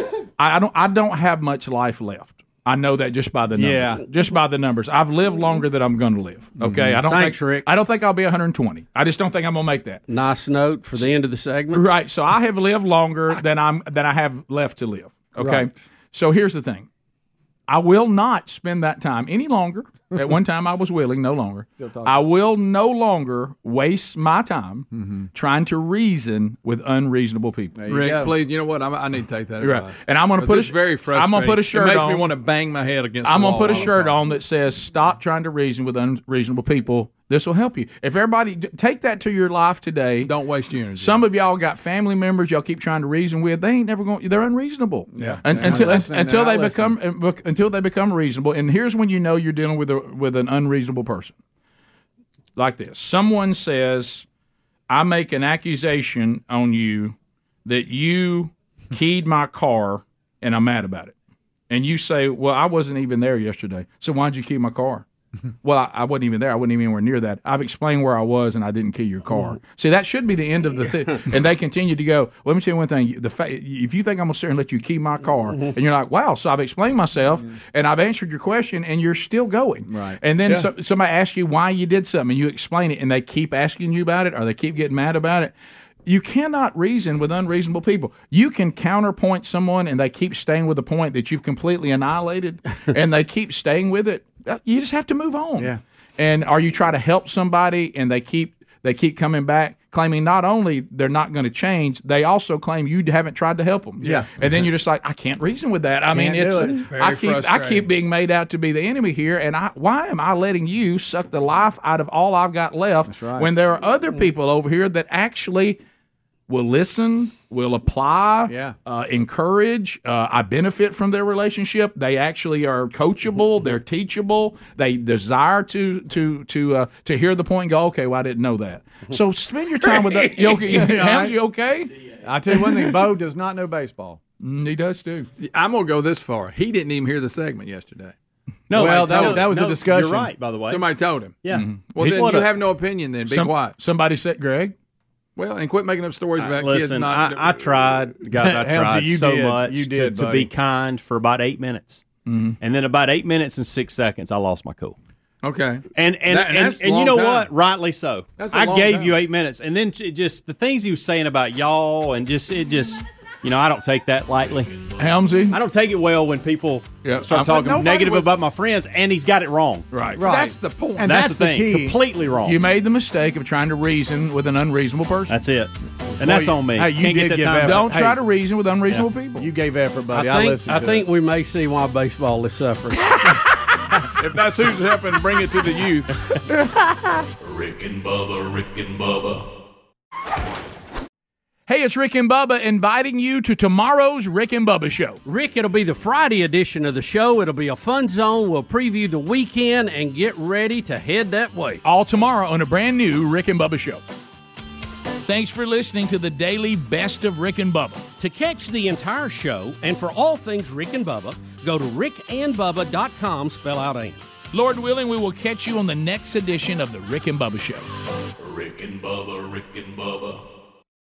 Speaker 1: I don't. I don't have much life left. I know that just by the numbers.
Speaker 2: Yeah. Mm-hmm.
Speaker 1: Just by the numbers. I've lived longer than I'm going to live. Okay. I don't
Speaker 2: Thanks,
Speaker 1: think Rick. I don't think I'll be 120. I just don't think I'm going to make that.
Speaker 2: Nice note for the end of the segment.
Speaker 1: Right. So I have lived longer than I'm than I have left to live. Okay.
Speaker 2: Right.
Speaker 1: So here's the thing. I will not spend that time any longer. At one time I was willing, no longer.
Speaker 2: Still talking.
Speaker 1: I will no longer waste my time
Speaker 2: Mm-hmm.
Speaker 6: Mhm.
Speaker 1: trying to reason with unreasonable people.
Speaker 6: Rick, please, you know what? I'm, I need to take that.
Speaker 1: You're right.
Speaker 6: advice.
Speaker 1: And I'm gonna
Speaker 6: 'Cause
Speaker 1: put a
Speaker 6: it's
Speaker 1: sh-
Speaker 6: very frustrating.
Speaker 1: I'm gonna put a shirt
Speaker 6: It makes me
Speaker 1: on.
Speaker 6: want to bang my head against.
Speaker 1: I'm
Speaker 6: the
Speaker 1: gonna
Speaker 6: wall
Speaker 1: put a
Speaker 6: all the
Speaker 1: shirt
Speaker 6: time.
Speaker 1: on that says "Stop trying to reason with unreasonable people." This will help you. If everybody d- take that to your life today,
Speaker 6: don't waste your energy.
Speaker 1: Some of y'all got family members y'all keep trying to reason with. They ain't never going. They're unreasonable.
Speaker 6: Yeah.
Speaker 1: Un-
Speaker 6: Yeah.
Speaker 1: until
Speaker 6: I'm listening
Speaker 1: until
Speaker 6: now.
Speaker 1: they
Speaker 6: I listen.
Speaker 1: become uh, bec- until they become reasonable. And here's when you know you're dealing with a with an unreasonable person. Like this, someone says, "I make an accusation on you that you keyed my car, and I'm mad about it." And you say, "Well, I wasn't even there yesterday, so why'd you key my car?" Well, I, I wasn't even there. I wasn't even anywhere near that. I've explained where I was, and I didn't key your car. See, that should be the end of the thing. And they continue to go. Let me tell you one thing. The fa- if you think I'm gonna sit here and let you key my car, and you're like, wow. So I've explained myself, and I've answered your question, and you're still going. Right. And then
Speaker 6: Yeah.
Speaker 1: so, somebody asks you why you did something, and you explain it, and they keep asking you about it, or they keep getting mad about it. You cannot reason with unreasonable people. You can counterpoint someone, and they keep staying with the point that you've completely annihilated, and they keep staying with it. Uh, You just have to move on. Yeah. And are you trying to help somebody, and they keep they keep coming back claiming not only they're not going to change, they also claim you haven't tried to help them.
Speaker 6: Yeah.
Speaker 1: And then you're just like, I can't reason with that. I mean,
Speaker 6: Can't
Speaker 1: it's,
Speaker 6: do it. It's very
Speaker 1: I keep I
Speaker 6: frustrating.
Speaker 1: keep being made out to be the enemy here, and I why am I letting you suck the life out of all I've got left
Speaker 6: right.
Speaker 1: when there are other people over here that actually will listen, will apply,
Speaker 12: Yeah.
Speaker 1: uh, encourage. Uh, I benefit from their relationship. They actually are coachable. They're teachable. They desire to to to uh, to hear the point and go, okay, well, I didn't know that. So spend your time with that. You okay? How's you okay?
Speaker 12: I tell you one thing, Bo does not know baseball.
Speaker 1: Mm, He does too.
Speaker 6: I'm gonna go this far. He didn't even hear the segment yesterday.
Speaker 12: No,
Speaker 6: Somebody
Speaker 12: well, that-
Speaker 6: told him.
Speaker 12: that was a No, discussion.
Speaker 5: you're right, by the way.
Speaker 6: somebody told him.
Speaker 5: Yeah.
Speaker 1: Mhm.
Speaker 6: Well,
Speaker 1: He-
Speaker 6: then
Speaker 1: What
Speaker 6: you
Speaker 1: a-
Speaker 6: have no opinion. Then be
Speaker 1: Some-
Speaker 6: quiet.
Speaker 1: Somebody said, Greg.
Speaker 6: Well, and quit making up stories about kids
Speaker 5: Listen,
Speaker 6: not.
Speaker 5: I, I tried, guys. I
Speaker 6: Helmsy,
Speaker 5: tried
Speaker 6: you
Speaker 5: so
Speaker 6: did.
Speaker 5: much
Speaker 6: You
Speaker 5: to-
Speaker 6: did,
Speaker 5: to,
Speaker 6: buddy.
Speaker 5: be kind for about eight minutes,
Speaker 6: Mhm.
Speaker 5: and then about eight minutes and six seconds, I lost my cool.
Speaker 6: Okay.
Speaker 5: And and
Speaker 6: That-
Speaker 5: and,
Speaker 6: that's a
Speaker 5: and you
Speaker 6: long
Speaker 5: know
Speaker 6: time.
Speaker 5: what? Rightly so.
Speaker 6: That's a
Speaker 5: I
Speaker 6: long
Speaker 5: gave
Speaker 6: time.
Speaker 5: you eight minutes, and then it just the things he was saying about y'all, and just it just you know I don't take that lightly.
Speaker 1: Helmsy,
Speaker 5: I don't take it well when people start
Speaker 6: I'm- but
Speaker 5: talking
Speaker 6: nobody
Speaker 5: negative
Speaker 6: was-
Speaker 5: about my friends, and he's got it wrong.
Speaker 1: Right.
Speaker 6: That's the point.
Speaker 5: And that's, the thing.
Speaker 1: key.
Speaker 5: Completely wrong.
Speaker 1: You made the mistake of trying to reason with an unreasonable person.
Speaker 5: That's it. And that's on me. Hey, you Can't get did that give time effort. back.
Speaker 1: Don't try
Speaker 5: Hey.
Speaker 1: to reason with unreasonable people.
Speaker 27: You gave effort, buddy.
Speaker 2: I think, I think we may see why baseball is suffering.
Speaker 1: if that's who's helping bring it to the youth.
Speaker 3: Rick and Bubba, Rick and Bubba.
Speaker 1: Hey, it's Rick and Bubba inviting you to tomorrow's Rick and Bubba Show.
Speaker 2: Rick, it'll be the Friday edition of the show. It'll be a fun zone. We'll preview the weekend and get ready to head that way.
Speaker 1: All tomorrow on a brand new Rick and Bubba Show. Thanks for listening to the daily best of Rick and Bubba.
Speaker 28: To catch the entire show and for all things Rick and Bubba, go to rickandbubba.com, spell out AIM.
Speaker 1: Lord willing, we will catch you on the next edition of the Rick and Bubba Show.
Speaker 3: Rick and Bubba, Rick and Bubba.